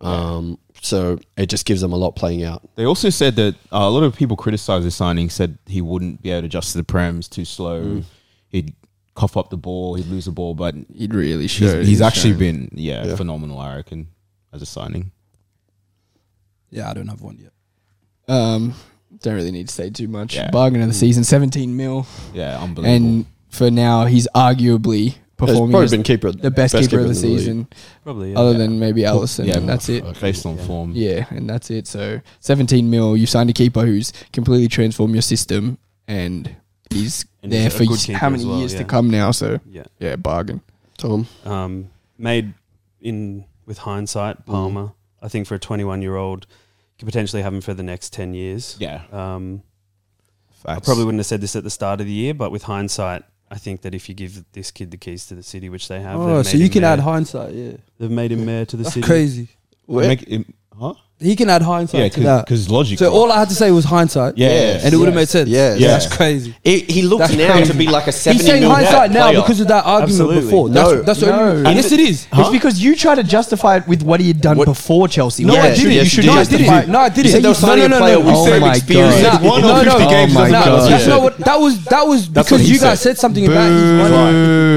B: Um, so it just gives them a lot playing out.
D: They also said that uh, a lot of people criticized his signing, said he wouldn't be able to adjust to the prem, he's too slow,
A: Mm.
D: he'd cough up the ball, he'd lose the ball, but he's,
A: It really shows.
D: he's actually been, yeah,
B: Yeah.
D: phenomenal, I reckon, as a signing.
E: Yeah, I don't have one yet.
A: Um, don't really need to say too much.
D: Yeah.
A: Bargain of the season, 17 mil,
D: Yeah, unbelievable.
A: and for now he's arguably
B: He's
A: performing
B: probably
A: as
B: been keeper,
A: the best, keeper of
B: in
A: the
B: league.
A: season,
C: Probably. Yeah.
A: other than maybe Allison.
D: Yeah. um,
A: and that's it.
D: Based on form.
A: Yeah, and that's it. So 17 mil, you've signed a keeper who's completely transformed your system and he's
C: And
A: there
C: he's a
A: for
C: good
A: y-
C: keeper
A: how many
C: as well,
A: years to
C: yeah.
A: come now. So,
C: yeah.
A: yeah, bargain.
B: Tom,
C: um, made in with hindsight, Palmer. I think for a 21 year old, you could potentially have him for the next 10 years.
D: Yeah.
C: Um, I
D: Facts.
C: probably wouldn't have said this at the start of the year, but with hindsight, I think that if you give this kid the keys to the city, which they have,
E: Oh,
C: they've
E: so
C: made
E: you
C: him
E: can
C: mayor.
E: add hindsight. Yeah,
C: They've made him mayor to the
E: that's
C: city.
E: crazy.
D: Make him- huh?
E: He can add hindsight
D: Yeah,
E: to that.
D: because logic.
E: So all I had to say was hindsight.
D: Yeah.
E: and it would have made sense.
B: Yeah.
D: Yeah.
E: that's crazy.
B: he, he looks
E: That's
B: now
E: <laughs> crazy.
B: to be like a
E: He's
B: seventy.
E: saying
B: mil
E: hindsight now
B: player.
E: because of that argument
C: Absolutely.
E: before.
B: No.
E: that's, that's the only-
A: No.
E: yes, it is.
A: It's because you try to justify it with what he had done before Chelsea.
B: No,
A: Yeah.
B: I didn't.
A: You
B: Yes,
A: should
B: you
E: No, I
B: did.
A: justify-
E: didn't. No, I
B: You
E: didn't.
B: said they were
E: no,
B: signing
E: no,
B: a
E: no,
B: player
E: no.
B: with
A: Oh
B: certain
A: my
B: experience.
A: God.
E: Nah,
D: One
E: no,
D: or
E: no,
D: 50
E: oh
D: games
E: my
D: doesn't
E: God.
D: count.
E: That's
D: Yeah.
E: not what. That was. That was
D: That's
E: because
D: what he
E: you guys
D: said.
E: said something about. His money.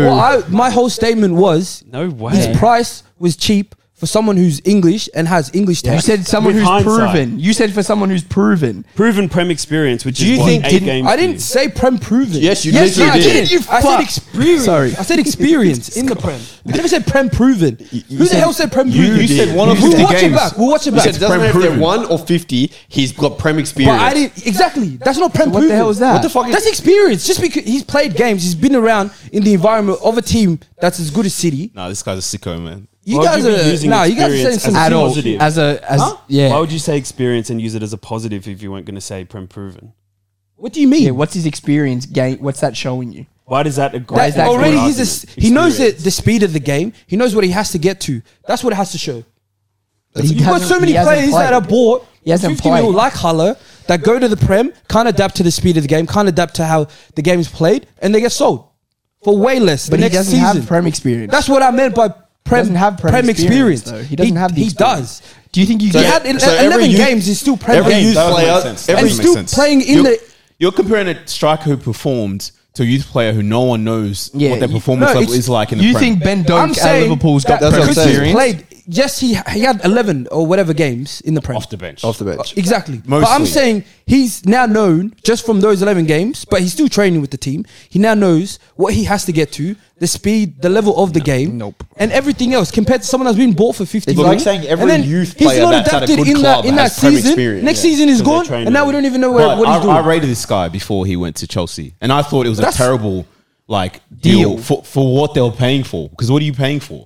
E: Well, I, my whole statement was
C: No way.
E: his price was cheap for someone who's English and has English
A: You
E: taste.
A: said someone
C: With
A: who's
C: hindsight.
A: proven. You said for someone who's proven.
C: Proven Prem experience, which
B: Do
C: is
B: you
C: what,
B: think-
C: eight
B: didn't-
C: games
E: I
C: for
E: didn't
C: you.
E: say Prem proven.
B: Yes, you
E: yes,
B: literally
E: I
B: did.
E: did.
A: You
E: I
A: fuck.
E: said experience.
A: Sorry.
E: I said experience in the Prem. I never said Prem proven.
B: you
E: Who the
B: said-
E: hell said Prem
D: You-
E: proven?
D: you said one of
E: We'll
D: 50
E: watch it
D: games.
E: back. We'll watch it
B: He
E: back.
B: said it doesn't matter if they're
D: Prem
B: one or fifty. He's got prem
E: But
B: experience.
E: I didn't exactly. That's not prem.
A: what the
E: proven.
A: hell is that? What the
B: fuck is-
E: that's experience. Just because he's played games, he's been around in the environment of a team that's as good as City.
D: Nah, this guy's a sicko, man.
E: You
C: Why
E: guys
C: would you be
E: are
C: using
E: nah. You guys are saying
C: experience
E: some
C: as a
A: At all.
C: positive.
A: As a, as,
E: Huh?
A: yeah.
C: Why would you say experience and use it as a positive if you weren't going to say Prem proven?
E: What do you mean?
A: yeah, what's his experience gain? What's that showing you?
C: Why does that agree?
A: Why is
E: That-
A: that
E: already
A: good
E: he's a, s- he knows the, the speed of the game. He knows what he has to get to. That's what it has to show.
A: He
E: You've got
A: hasn't-
E: so many
A: he hasn't
E: players
A: played.
E: that are bought.
A: He hasn't
E: 50 mil
A: played.
E: like Haller that go to the Prem, can't adapt to the speed of the game, can't adapt to how the game is played, and they get sold for way less.
A: But
E: the
A: he
E: next
A: doesn't
E: season.
A: have prem experience.
E: That's what I meant by prem,
A: doesn't have prem experience, though. He doesn't have the
E: He
A: experience.
E: does.
A: Do you think you
E: He
A: get
E: had ele-
B: so every
E: eleven
B: youth-
E: games. He's still prem.
B: every
E: games.
B: youth
D: That would
B: player-
D: make sense. That
E: and
B: every
D: would
E: he's
D: make
E: still
D: sense.
E: playing in
D: you're,
E: the.
D: You're comparing a striker who performed to a youth player who no one knows
A: Yeah,
D: what their
A: you-
D: performance
E: no,
D: level
E: it's-
D: is like in the
A: you
D: Prem.
A: think Ben
E: I'm
A: Doak at
E: saying
A: Liverpool's got
E: that
B: That's what
A: prem
B: I'm
E: because he's
A: experience?
E: played yes, he he had eleven or whatever games in the Prem.
F: off the bench.
B: off the bench.
E: Exactly. But
D: Mostly.
E: I'm saying he's now known just from those 11 games, but he's still training with the team. He now knows what he has to get to, the speed, the level of the game,
A: Nope.
E: and everything else compared to someone that's been bought for 50
F: It's
E: million.
F: like saying every
E: And then
F: youth
E: he's
F: player
E: not
F: that's at a
E: adapted
F: good
E: in
F: club
E: that, in that
F: has prem
E: season.
F: experience.
E: Next season is
C: So they
E: gone,
C: train
E: and now we
C: with
E: don't even know
D: But
E: what, what
D: I,
E: he's doing.
D: I rated this guy before he went to Chelsea, and I thought it was
E: That's-
D: a terrible like deal,
E: Deal.
D: for, for what they were paying for. Because what are you paying for?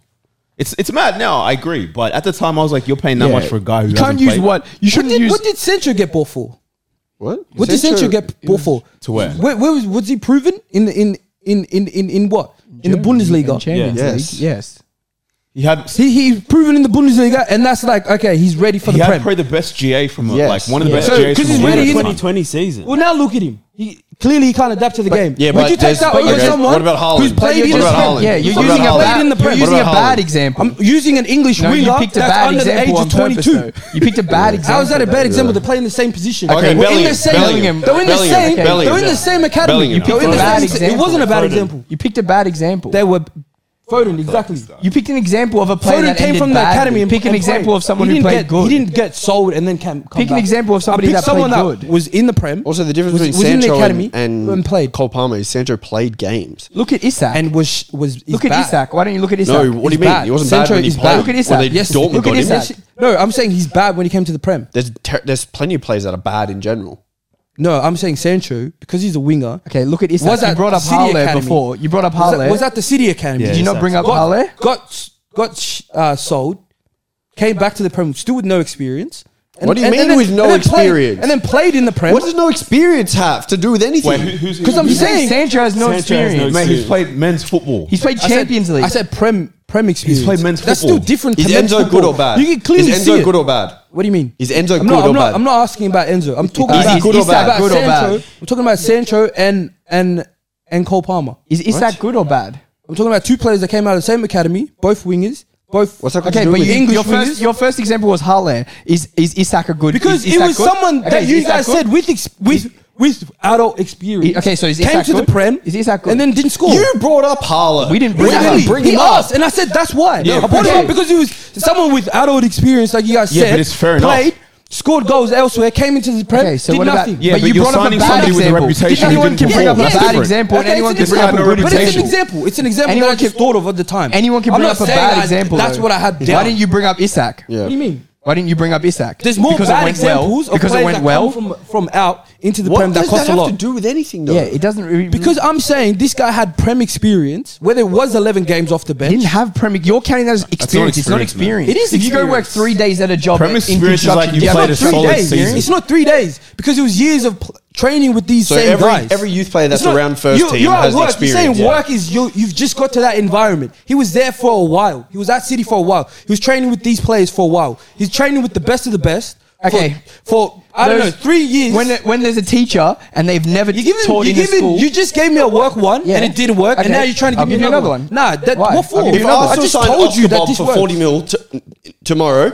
D: It's it's mad now. I agree, but at the time I was like, you're paying that
A: Yeah.
D: much for a guy who
A: you can't
D: hasn't
A: use
D: played-
A: what you
E: what,
A: shouldn't
E: did,
A: use.
E: what did Sancho get bought for?
B: What?
E: What did Sancho get bought for?
D: To where?
E: Where, where was, was he proven? In, in, in, in, in, in what? In the
A: Germany and
E: Bundesliga.
A: Champions
B: Yeah.
A: League,
B: Yes.
A: yes.
D: He had
E: He, he's proven in the Bundesliga, and that's like, okay, he's ready for
D: he
E: the
D: had
E: Prem.
D: probably the best GA from
B: Yes.
D: like one of the
A: Yeah.
D: best
A: So,
D: GAs
E: 'cause
D: from
E: he's
D: a long
E: really in-
D: time.
C: 2020 season.
E: Well, now look at him. He clearly he can't adapt to the game.
B: yeah,
E: Would
B: but
E: you take
B: there's-
E: that over
B: okay,
E: someone
B: what about Haaland?
E: who's played
B: What
E: in
B: about
E: the
B: Haaland?
E: Prem?
A: Yeah, you're
B: What
A: using a
B: about
A: bad,
B: Haaland?
E: in the
A: you're
E: Prem.
A: using a
B: What about
A: bad
B: Haaland?
A: example.
E: I'm using an English
A: no,
E: winger
A: you picked a
E: that's
A: bad
E: under the age
A: example on
E: of
A: purpose.
E: 22.
A: Though. You picked a bad example.
E: How is that a bad
A: though.
E: example? They play in the same position.
B: Okay,
E: They're in
B: Bellingham,
E: the same.
B: Bellingham,
E: They're in the
B: Bellingham,
E: same. They're in
B: Bellingham.
E: the same academy.
D: Bellingham. You
E: They're in
A: picked a bad
E: the same. It
A: example.
E: wasn't a bad
C: Foden.
E: example.
A: You picked a bad example.
E: They were Foden exactly.
A: you picked an example of a player
E: Foden
A: that
E: came
A: ended
E: from the
A: badly.
E: academy. and-
A: Pick an
E: and
A: example
E: played.
A: of someone who
E: He didn't
A: played
E: get-
A: good.
E: He didn't get sold and then came.
A: Pick an example of somebody that
E: someone
A: played
E: that
A: good.
E: was in the prem.
B: Also, the difference
E: was-
B: between
E: was in the
B: Sancho
E: academy
B: and, and
E: and played
B: Cole Palmer is Sancho played games.
A: Look at Isak.
E: and was was he's
A: look at
E: bad.
A: Isak. Why don't you look at Isak?
B: No, what do you mean?
E: He's bad.
B: He wasn't
E: Sancho
B: bad when he
E: is
B: played.
E: bad.
A: Look at
B: Well,
A: Isak.
B: they
A: Yes,
B: Dortmund
A: look
B: got
A: at
B: him.
A: Isak.
E: Yes, No, I'm saying he's bad when he came to the Prem.
B: There's ter- there's plenty of players that are bad in general.
E: No, I'm saying Sancho because he's a winger.
A: Okay, look at Isak.
E: Was
A: you
E: that
A: brought up
E: City
A: Halle
E: Academy?
A: before. You brought up
E: Was
A: Halle.
E: that, was that the City Academy?
C: Yeah.
A: Did you not bring up
E: Got
A: Halle?
E: got got uh, sold, came back to the Prem, still with no experience. And,
B: What do you mean with no
E: then played-
B: experience?
E: and then played in the Prem.
B: What does no experience have to do with anything?
D: Wait, who, who's
E: Because I'm
A: You say
E: saying
A: Sancho has no
C: Sancho has no
A: experience.
C: experience.
D: mate? Who's played men's football?
A: He's played
E: I said-
A: Champions League.
E: I said Prem Prem experience.
D: played men's
E: That's
D: football.
E: still different.
B: is
E: to men's
B: Enzo
E: football.
B: good or bad?
E: You can clearly
B: is Enzo
E: see it.
B: good or bad?
E: What do you mean?
B: Is Enzo
E: I'm
B: good
E: not,
B: or
E: I'm
B: bad?
E: Not, I'm not asking about Enzo. I'm talking
B: Is he
E: about
B: good or
E: Isak,
B: bad?
E: about
A: Good or
E: Sancho.
A: bad?
E: I'm talking about Sancho and and and Cole Palmer.
A: Is Isak good or bad?
E: I'm talking about two players that came out of the same academy, both wingers, both.
B: What's that got to
A: Okay,
B: do
A: but
B: with
A: you,
B: it?
E: English
A: your first
E: wingers?
A: your first example was Halle. Is is Isak a good?
E: Because
A: is
E: it
A: Isak
E: was
A: good?
E: someone
A: Okay,
E: that
A: is
E: you
A: Isak
E: guys
A: good?
E: said with ex- with with adult experience.
A: I- okay, so is
E: came
A: Isak
E: to
A: good?
E: the prem.
A: Is Isak good?
E: And then didn't score.
B: You brought up Haaland.
A: We didn't bring him
E: Exactly.
A: up.
B: Bring
E: he
B: him up.
E: asked, and I said that's why.
D: Yeah,
E: I brought
D: okay.
E: him up because he was someone with adult experience, like you guys
D: Yeah,
E: said.
D: but it's fair enough.
E: played, scored goals elsewhere, came into the prem,
A: Okay, so
E: did
A: what
E: nothing.
A: about?
D: Yeah, but
A: you
D: you're
A: brought up a
D: signing
A: bad
D: somebody with a
A: example.
D: reputation who
A: Anyone
D: didn't
A: can bring up a
D: perform.
A: bad
D: That's different.
A: example, and
E: Okay,
A: anyone
E: it's an
A: can bring up a
D: example,
A: good
E: But it's an
A: example.
E: example. It's an example
A: Anyone
E: that I just
A: can-
E: thought of at the time.
A: Anyone can
E: I'm
A: bring
E: not
A: up a
E: saying
A: bad
E: I-
A: example.
E: That's
A: though.
E: what I had down.
A: Why didn't you bring up Isak?
E: What do you mean?
A: Why didn't you bring up Isak?
E: There's more
A: because
E: bad
A: it went
E: examples
A: well.
E: of
A: Because
E: players
A: it went
E: that
A: well.
E: come from, from out into the prem
B: What
E: that
B: does that
E: cost a
B: have
E: lot.
B: to do with anything though?
A: yeah, it doesn't really
E: Because I'm saying this guy had prem experience, whether it was 11 games off the
A: He
E: bench.
A: didn't have Premier. You're counting that as experience. It's not experience.
D: experience, man.
E: It is
A: If you go work
E: experience.
A: three days at a job,
D: Premier
A: in
D: experience is like
A: construction,
D: you
A: yeah,
D: played
A: but
D: a
A: three
D: solid
A: days.
D: season.
E: It's not three days because it was years of pl- training with these
B: So
E: same
B: every
E: guys.
B: every youth player that's
E: It's not-
B: around first
E: you-
B: team
E: you're at
B: has
E: work.
B: experience.
E: You're saying
B: yeah.
E: work is you, you've just got to that environment. He was there for a while. He was at City for a while. He was training with these players for a while. He's training with the best of the best. for-
A: Okay.
E: for, I don't know
A: Those-
E: three years.
A: When when there's a teacher and they've never
E: you give him,
A: taught
E: you,
A: in a
E: give him-
A: school,
E: you just gave me a work one
A: Yeah.
E: and it didn't work,
A: Okay.
E: and now you're trying to
A: I'll
E: give me
A: give you
E: another
A: another
E: one.
A: one.
E: Nah, that,
A: Why?
E: what for?
A: I'll give
B: If
A: you another
E: I
A: one.
B: Arsenal
E: just
B: signed
E: told you
B: Oscar
E: that
B: Bob
E: this
B: for
E: works.
B: forty mil t- tomorrow,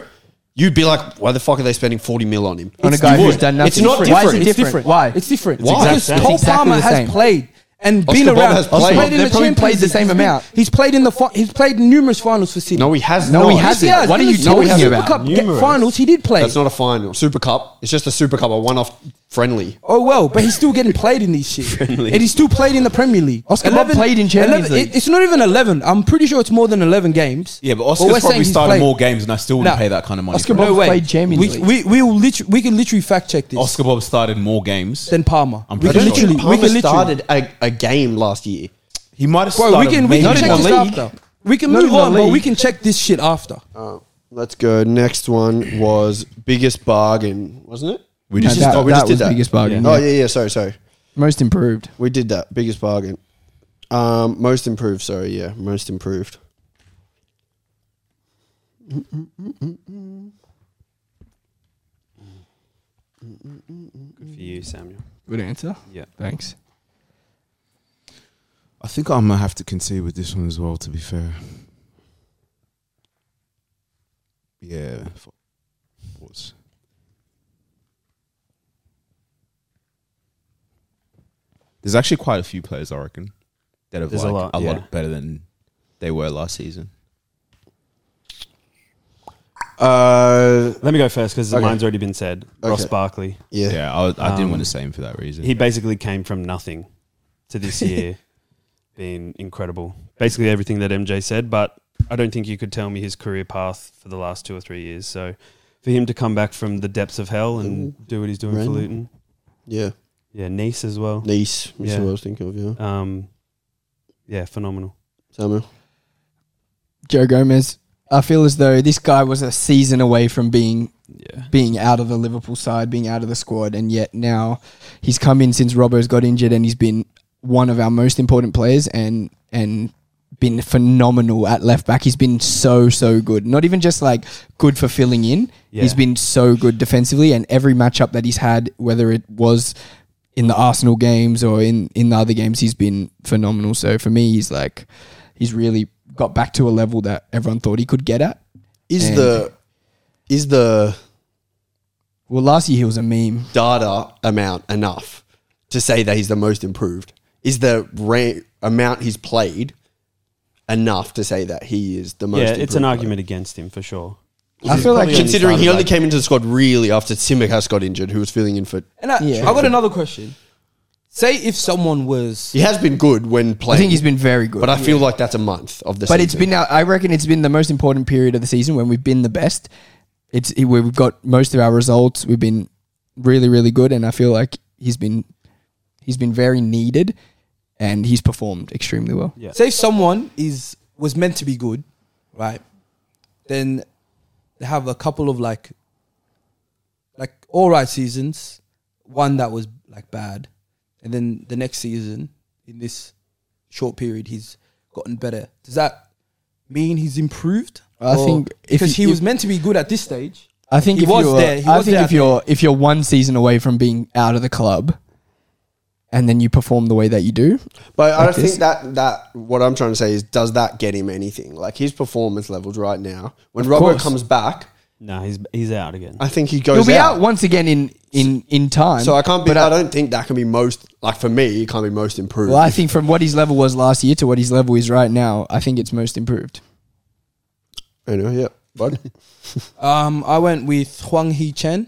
B: you'd be like, "Why the fuck are they spending forty mil on him?"
A: on a guy
B: you
A: who's
B: would.
A: done nothing.
B: It's not
A: Why is
B: different.
A: it
E: It's
A: different?
E: different.
A: Why?
E: It's different.
B: Why?
E: Because
C: Exactly.
E: Cole
A: It's exactly
E: Palmer
A: the
E: has
A: same.
E: played and been
B: Bob
E: around.
B: has
E: He's
B: played.
E: in
A: They've
E: the
A: probably
E: Champions
A: played the
E: League.
A: same
E: He's been-
A: amount.
E: He's played in the fi- he's played in numerous finals for City.
B: No, he has
A: No,
B: not.
A: he
E: Yes,
A: hasn't.
E: has.
A: What are
E: In
A: you
E: the
A: talking
E: Super
A: about?
E: Cup
C: Numerous.
E: finals, he did play.
B: That's not a final. Super Cup. It's just a Super Cup, a one-off friendly.
E: Oh well, but he's still getting played in these shit, and he's still played in the Premier League.
A: Oscar Bob played in Champions
E: 11
A: League.
E: it- it's not even eleven. I'm pretty sure it's more than eleven games.
D: Yeah, but
E: we're
D: Oscar's
E: saying
D: probably
E: he's
D: started
E: played.
D: more games, and I still wouldn't
E: Nah.
D: pay that kind of money.
A: Oscar
D: for him.
A: Bob-
E: No way.
A: played Champions
E: we,
A: League.
E: we we will literally we can literally fact check this.
D: Oscar Bob started more games.
E: than Palmer.
D: I'm
E: we
D: pretty
E: can
D: sure.
E: literally we
B: Palmer
E: can literally
B: started a, a game last year.
D: He might have started.
E: Bro, we can we can
D: maybe
E: check
D: one
E: this
D: league.
E: after. We can
A: Not
E: move
A: in the
E: on, but
A: league.
E: we can check this shit after.
B: Let's go. Next one was biggest bargain, wasn't it?
D: We just
A: No, that-
B: oh, we
A: that
B: just did
A: was
B: that.
A: biggest bargain,
B: Oh
A: yeah.
B: yeah, yeah. Sorry, sorry.
A: Most improved.
B: We did that. Biggest bargain. Um, most improved. Sorry, yeah, most improved.
C: Good for you, Samuel.
A: Good answer.
C: Yeah.
A: Thanks.
D: I think I'm gonna have to concede with this one as well. To be fair, yeah. F- Pause. There's actually quite a few players I reckon that have
C: There's a
D: like a
C: lot,
D: lot,
C: yeah.
D: better than they were last season.
B: Uh,
C: Let me go first because
B: Okay.
C: mine's already been said. Ross
B: Okay.
C: Barkley.
B: yeah.
D: Yeah, I, I didn't
C: Um,
D: want to say him for that reason.
C: He basically came from nothing to this year being incredible. Basically everything that MJ said, but I don't think you could tell me his career path for the last two or three years. So for him to come back from the depths of hell and do what he's doing
B: Random.
C: for Luton.
B: Yeah.
C: Yeah, Nice as well.
B: Nice. That's
C: Yeah.
B: what I was thinking of. Yeah.
C: Um, yeah, phenomenal.
B: Samuel.
A: Joe Gomez. I feel as though this guy was a season away from being
C: Yeah.
A: being out of the Liverpool side, being out of the squad, and yet now he's come in since Robbo's got injured, and he's been one of our most important players, and and been phenomenal at left back. He's been so so good. Not even just like good for filling in.
C: Yeah.
A: He's been so good defensively, and every matchup that he's had, whether it was in the Arsenal games or in in the other games, he's been phenomenal. So for me, he's like he's really got back to a level that everyone thought he could get at.
B: Is
A: And-
B: the is the
A: Well, last year he was a meme.
B: data amount enough to say that he's the most improved? Is the ra- amount he's played enough to say that he is the most?
C: yeah, it's an
B: improved?
C: argument against him for sure.
A: I feel like
C: Probably only
B: Considering he
C: started,
B: only
C: like-
B: came into the squad really after Simicast got injured, who was filling in for.
E: And I,
A: Yeah.
E: I got another question. Say if someone was
B: He has been good when playing.
A: I think he's been very good.
B: but I feel like that's a month of the.
A: But it's
B: season.
A: been, our- I reckon it's been the most important period of the season when we've been the best. It's it- we've got most of our results. We've been really, really good, and I feel like he's been he's been very needed, and he's performed extremely well.
C: Yeah.
E: say if someone is was meant to be good, right? Then they have a couple of like like all right seasons, one that was like bad, and then the next season in this short period he's gotten better. Does that mean he's improved?
A: I think if
E: because
A: you-
E: he
A: if-
E: was meant to be good at this stage.
A: I think
E: He
A: if
E: was
A: you're,
E: there. He
A: I
E: was
A: think
E: there, I
A: if you're if you're one season away from being out of the club, and then you perform the way that you do,
B: But I
A: Like
B: don't
A: this?
B: think that that what I'm trying to say is does that get him anything? Like his performance levels right now, when
A: Of
B: Robbo
A: course.
B: comes back,
C: No, he's he's out again.
B: I think he
A: you'll
B: goes
A: be out.
B: out.
A: once again in in in time.
B: So I can't be.
A: But
B: I, don't think that can be most like for me. It can't be most improved.
A: Well, I think from what his level was last year to what his level is right now, I think it's most improved.
B: Anyway, yeah, but
E: Um, I went with Huang Hee Chen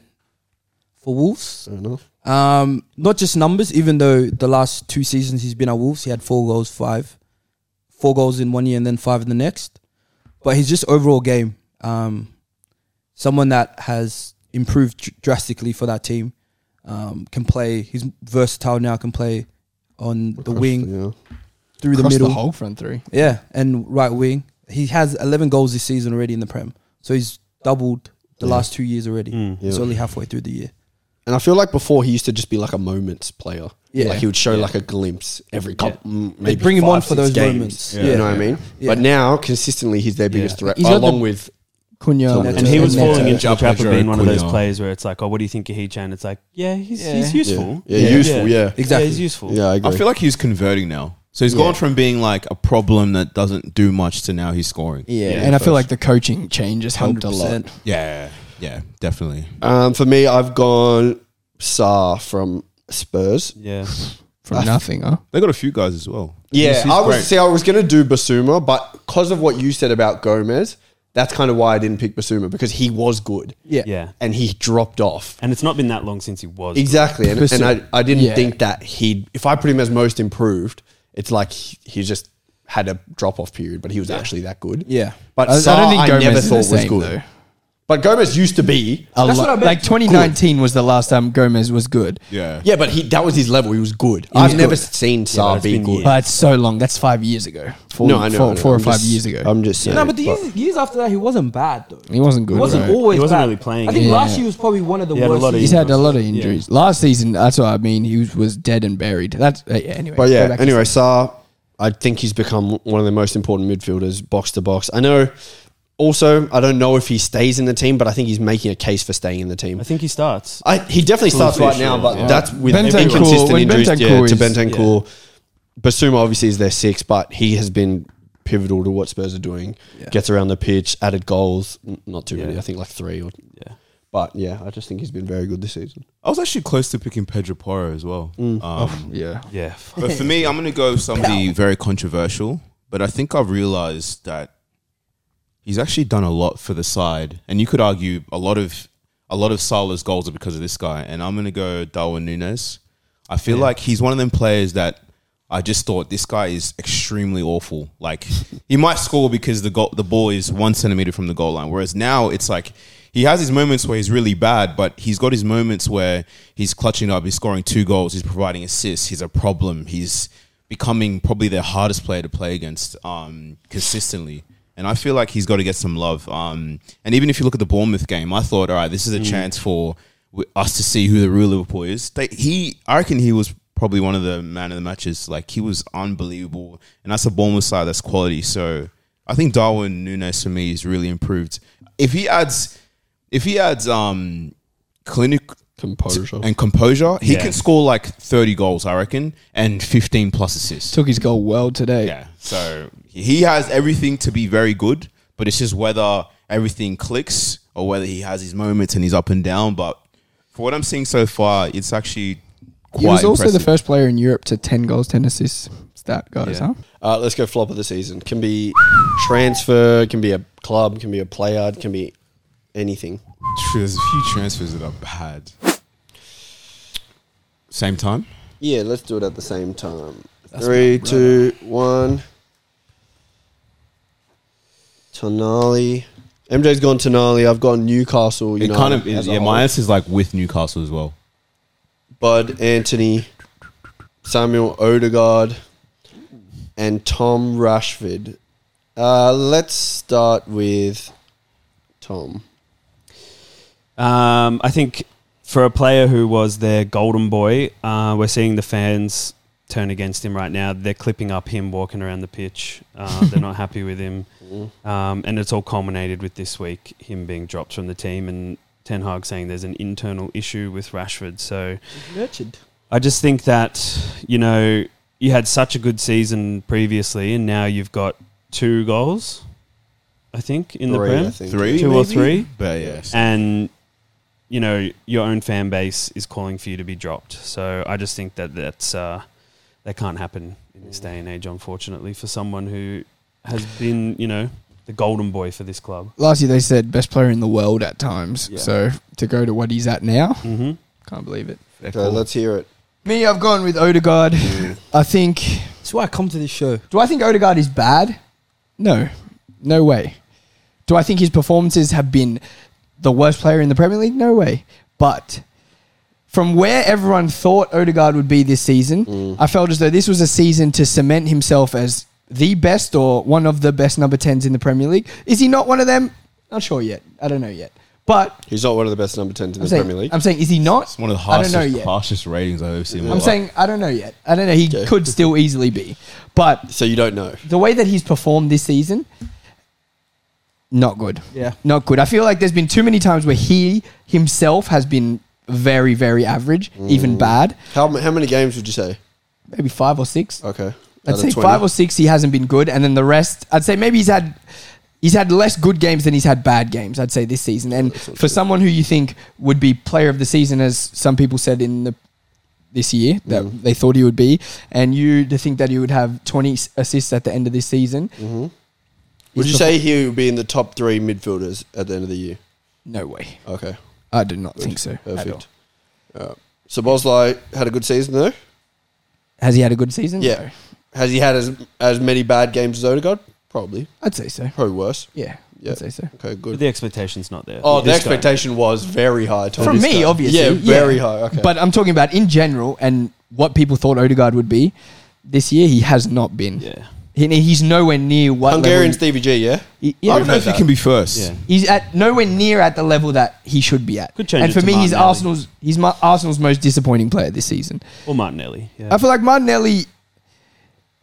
E: for Wolves.
B: I don't know.
E: Um, not just numbers, even though the last two seasons he's been at Wolves, he had four goals, five, four goals in one year and then five in the next. But his just overall game, um, someone that has improved dr- drastically for that team, um, can play. He's versatile now. Can play on the wing,
B: Yeah.
E: through the middle,
A: whole front three.
E: yeah, and right wing. He has eleven goals this season already in the Prem, so he's doubled the
B: Yeah.
E: last two years already.
C: Mm.
E: It's
B: Yeah.
E: only halfway through the year.
B: And I feel like before he used to just be like a moments player.
E: Yeah.
B: like he would show like a glimpse every couple. mm, Maybe
E: bring him
B: five,
E: on for
B: six
E: those
B: games.
E: moments.
B: You
E: Yeah.
B: know what I mean?
E: Yeah.
B: But now consistently, he's their biggest threat,
A: He's got
B: along
A: the-
B: with
A: Cunha
B: And
C: and he was
A: Neto.
C: falling into the
D: Jump
C: trap of
D: Pedro
C: being one of those
D: Cunha.
C: players where it's like, oh, what do you think of He Chan? It's like, yeah, he's
A: Yeah.
C: he's
B: yeah,
C: useful.
B: yeah,
A: Yeah.
B: useful. Yeah, yeah,
E: Exactly.
C: Yeah, he's useful.
B: I
D: I
B: agree.
D: feel like he's converting now. So he's
B: Yeah.
D: gone from being like a problem that doesn't do much to now he's scoring.
A: Yeah,
C: Yeah,
A: and I feel
B: first.
A: like the coaching change has helped a lot.
E: 100%.
D: Yeah, yeah, definitely.
B: um, for me, I've gone Sar from Spurs.
C: Yeah.
A: From nothing, huh?
D: They got a few guys as well.
B: Yeah,
D: He's- he's
B: I was
D: great.
B: see. I was gonna do Basuma, but because of what you said about Gomez, that's kind of why I didn't pick Basuma because he was good.
A: Yeah.
C: <sighs> Yeah.
B: and he dropped off.
C: And it's not been that long since he was.
B: Exactly, and, and I, I didn't
A: Yeah.
B: think that he. If I put him as most improved, it's like he, he just had a drop off period, but he was actually that good.
A: Yeah,
B: but
A: I,
B: I,
A: I don't think Gomez
B: I never
A: is
B: thought
A: the
B: was
A: same,
B: good.
A: though.
B: But Gomez used to be.
A: A
E: That's
A: lo-
E: what I meant.
A: Like 2019 was the last time Gomez was good.
D: Yeah.
B: Yeah, but he that was his level. He was good. I've
A: was
B: never
A: good.
B: seen Saar
C: it's
B: be
C: been
B: good.
C: years.
A: But it's so long. That's five years ago. Four,
B: No, I know.
A: four,
B: I know.
A: four or
B: I'm
A: five
B: just-
A: years ago.
B: I'm just saying.
E: No, but the
B: but-
E: years, years after that, he wasn't bad though.
A: he wasn't good.
E: He wasn't
A: bro.
E: always.
C: He wasn't
E: bad.
C: really playing.
E: I think
A: Yeah.
E: last year was probably one of the
C: He had a
E: worst.
C: lot of
E: years.
A: He's had a lot of
C: Yeah.
A: injuries. Last season, that's what I mean. He was- was dead and buried. That's uh, yeah, anyway.
B: But
A: go
B: yeah,
A: back to
B: anyway, Saar, I think he's become one of the most important midfielders, box to box. I know. Also, I don't know if he stays in the team, but I think he's making a case for staying in the team.
C: I think he starts.
B: I, he definitely starts right now, but
C: Yeah.
B: that's with
A: Bentancur,
B: inconsistent
A: when
B: injuries
A: Bentancur
B: yeah, to
A: is-
B: Bentancur. Basuma obviously is their six, but he has been pivotal to what Spurs are doing. Gets around the pitch, added goals, n- not too many,
C: Yeah.
B: I think like three. Or,
C: Yeah.
B: but yeah, I just think he's been very good this season.
D: I was actually close to picking Pedro Porro as well.
B: Mm.
D: Um,
B: Oh, Yeah,
C: Yeah. f-
D: But for me, I'm going to go with somebody very controversial. But I think I've realized that he's actually done a lot for the side, and you could argue a lot of a lot of Salah's goals are because of this guy. And I'm going to go Darwin Nunes. I feel like he's one of them players that I just thought this guy is extremely awful. Like he might score because the goal, the ball is one centimeter from the goal line, whereas now it's like he has his moments where he's really bad, but he's got his moments where he's clutching up, he's scoring two goals, he's providing assists, he's a problem, he's becoming probably their hardest player to play against um, consistently. And I feel like he's got to get some love. Um, and even if you look at the Bournemouth game, I thought, all right, this is a chance for w- us to see who the real Liverpool is. They, he, I reckon he was probably one of the man of the matches. Like he was unbelievable, and that's a Bournemouth side that's quality. So I think Darwin Nunes for me is really improved. If he adds, if he adds um, clinic
B: Composure.
D: and composure, he
C: Yeah.
D: can score like thirty goals, I reckon, and fifteen plus assists.
A: Took his goal well today.
D: Yeah. So he has everything to be very good, but it's just whether everything clicks or whether he has his moments and he's up and down. But for what I'm seeing so far, it's actually quite.
A: he was also
D: impressive.
A: the first player in Europe to ten goals, ten assists. Stat guys,
D: Yeah.
A: huh?
B: Uh, let's go flop of the season. Can be transfer, can be a club, can be a playard, can be anything.
D: There's a few transfers that are bad. Same time.
B: Yeah, let's do it at the same time. Three, two, one. Tonali. MJ's gone Tonali. I've gone Newcastle.
D: It
B: United
D: kind of is.
B: as a
D: Yeah,
B: whole.
D: my answer is like with Newcastle as well.
B: Bud Anthony, Samuel Odegaard, and Tom Rashford. Uh, let's start with Tom.
C: Um, I think for a player who was their golden boy, uh, we're seeing the fans turn against him right now. They're clipping up him walking around the pitch. Uh, they're <laughs> not happy with him, um, and it's all culminated with this week him being dropped from the team and Ten Hag saying there's an internal issue with Rashford. So
B: Nurtured.
C: I just think that you know you had such a good season previously, and now you've got two goals. I think
B: Three,
C: in the Prem
B: I think.
D: Three,
C: Two or
D: maybe?
C: three?
D: But yes,
C: and you know your own fan base is calling for you to be dropped. So I just think that that's uh, that can't happen in this day and age, unfortunately, for someone who has been you know the golden boy for this club.
A: Last year they said best player in the world at times.
C: Yeah.
A: So to go to what he's at now,
C: Mm-hmm.
A: can't believe it.
B: So let's hear it.
A: Me, I've gone with Odegaard.
B: <laughs>
A: I think.
E: That's why I come to this show.
A: Do I think Odegaard is bad? No, no way. Do I think his performances have been the worst player in the Premier League? No way. But from where everyone thought Odegaard would be this season,
B: Mm.
A: I felt as though this was a season to cement himself as the best or one of the best number 10s in the Premier League. Is he not one of them? Not sure yet. I don't know yet. But
B: He's not one of the best number 10s in
A: I'm
B: the
A: saying,
B: Premier League.
A: I'm saying, is he not?
D: it's one of the
A: I don't
D: harshest,
A: know yet.
D: harshest ratings I've ever seen. in my
A: I'm
D: life.
A: saying, I don't know yet. I don't know. He
B: Okay.
A: could still easily be. But
B: so you don't know.
A: the way that he's performed this season, not good.
E: Yeah.
A: Not good. I feel like there's been too many times where he himself has been very, very average, even bad.
B: How, m- how many games would you say?
A: Maybe five or six.
B: Okay.
A: I'd
B: Out of
A: say
B: 20?
A: five or six he hasn't been good, and then the rest I'd say maybe he's had he's had less good games than he's had bad games, I'd say this season. And for someone who you think would be player of the season, as some people said in the this year that
B: Mm.
A: they thought he would be, and you to think that he would have twenty s- assists at the end of this season.
B: Mm-hmm. Would you
A: He's
B: say he would be in the top three midfielders at the end of the year?
A: No way.
B: Okay.
A: I do not think so. at all.
B: Perfect. Uh, so Bosley had a good season though.
A: Has he had a good season?
B: Yeah.
A: No.
B: Has he had as as many bad games as Odegaard? Probably.
A: I'd say so.
B: Probably worse.
A: Yeah.
B: Yeah.
A: I'd say so.
B: Okay,
C: But
B: good.
C: the expectation's not there.
B: oh,
C: With
B: the
C: this guy.
B: expectation was very high. Tom.
A: From
B: This
A: me,
B: guy.
A: obviously.
B: Yeah, very high. Okay.
A: But I'm talking about in general and what people thought Odegaard would be. This year, he has not been.
C: Yeah.
A: He- he's nowhere near what
B: Hungarian
A: level.
B: Stevie G, yeah?
A: He,
D: I
A: yeah.
D: don't know if he
B: that.
D: can be first.
C: Yeah.
A: He's at nowhere near at the level that he should be at.
C: Could change
A: and
C: it
A: for
C: to
A: me, he's
C: Martinelli.
A: Arsenal's he's my, Arsenal's most disappointing player this season.
C: Or Martinelli. Yeah.
A: I feel like Martinelli.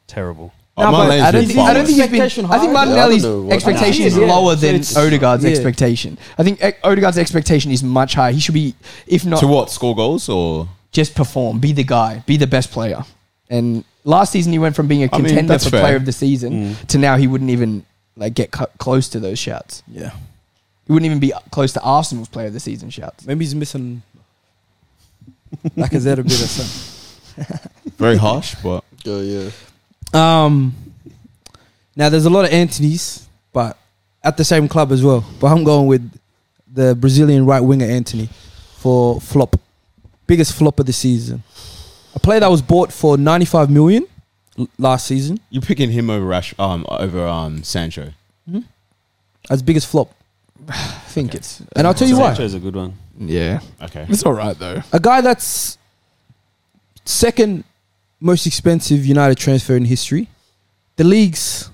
C: Terrible.
D: Oh,
A: No,
D: my
A: but
D: lane's
A: I don't
D: been
A: think, I
D: far
A: don't think
D: worse.
A: he's been.
E: Expectation
A: I think
E: high.
A: Martinelli's
B: Yeah, I don't know what-
A: expectation
E: Nah,
A: is
E: yeah.
A: lower
E: So
A: than
E: it's-
A: Odegaard's
E: yeah.
A: expectation. I think eh, Odegaard's expectation is much higher. He should be, if not
D: To what score goals or?
A: just perform, be the guy, be the best player. And last season, he went from being a
D: I mean,
A: contender
D: that's
A: for
D: fair.
A: player of the season to now he wouldn't even like get cu- close to those shouts.
E: Yeah.
A: He wouldn't even be close to Arsenal's player of the season shouts.
E: Maybe he's <laughs> missing Lacazette a bit or something.
D: Very harsh, but
B: Yeah, yeah.
E: Um, now, there's a lot of Anthony's, but at the same club as well. But I'm going with the Brazilian right winger Anthony for flop, biggest flop of the season. A player that was bought for 95 million l- last season
D: You're picking him over Rash, um, over um, Sancho.
E: as biggest flop, <sighs>
A: I think it's
E: and I'll tell you why.
C: Sancho's a good one.
A: yeah.
D: Okay.
A: It's all right though.
E: A guy that's second most expensive United transfer in history. The league's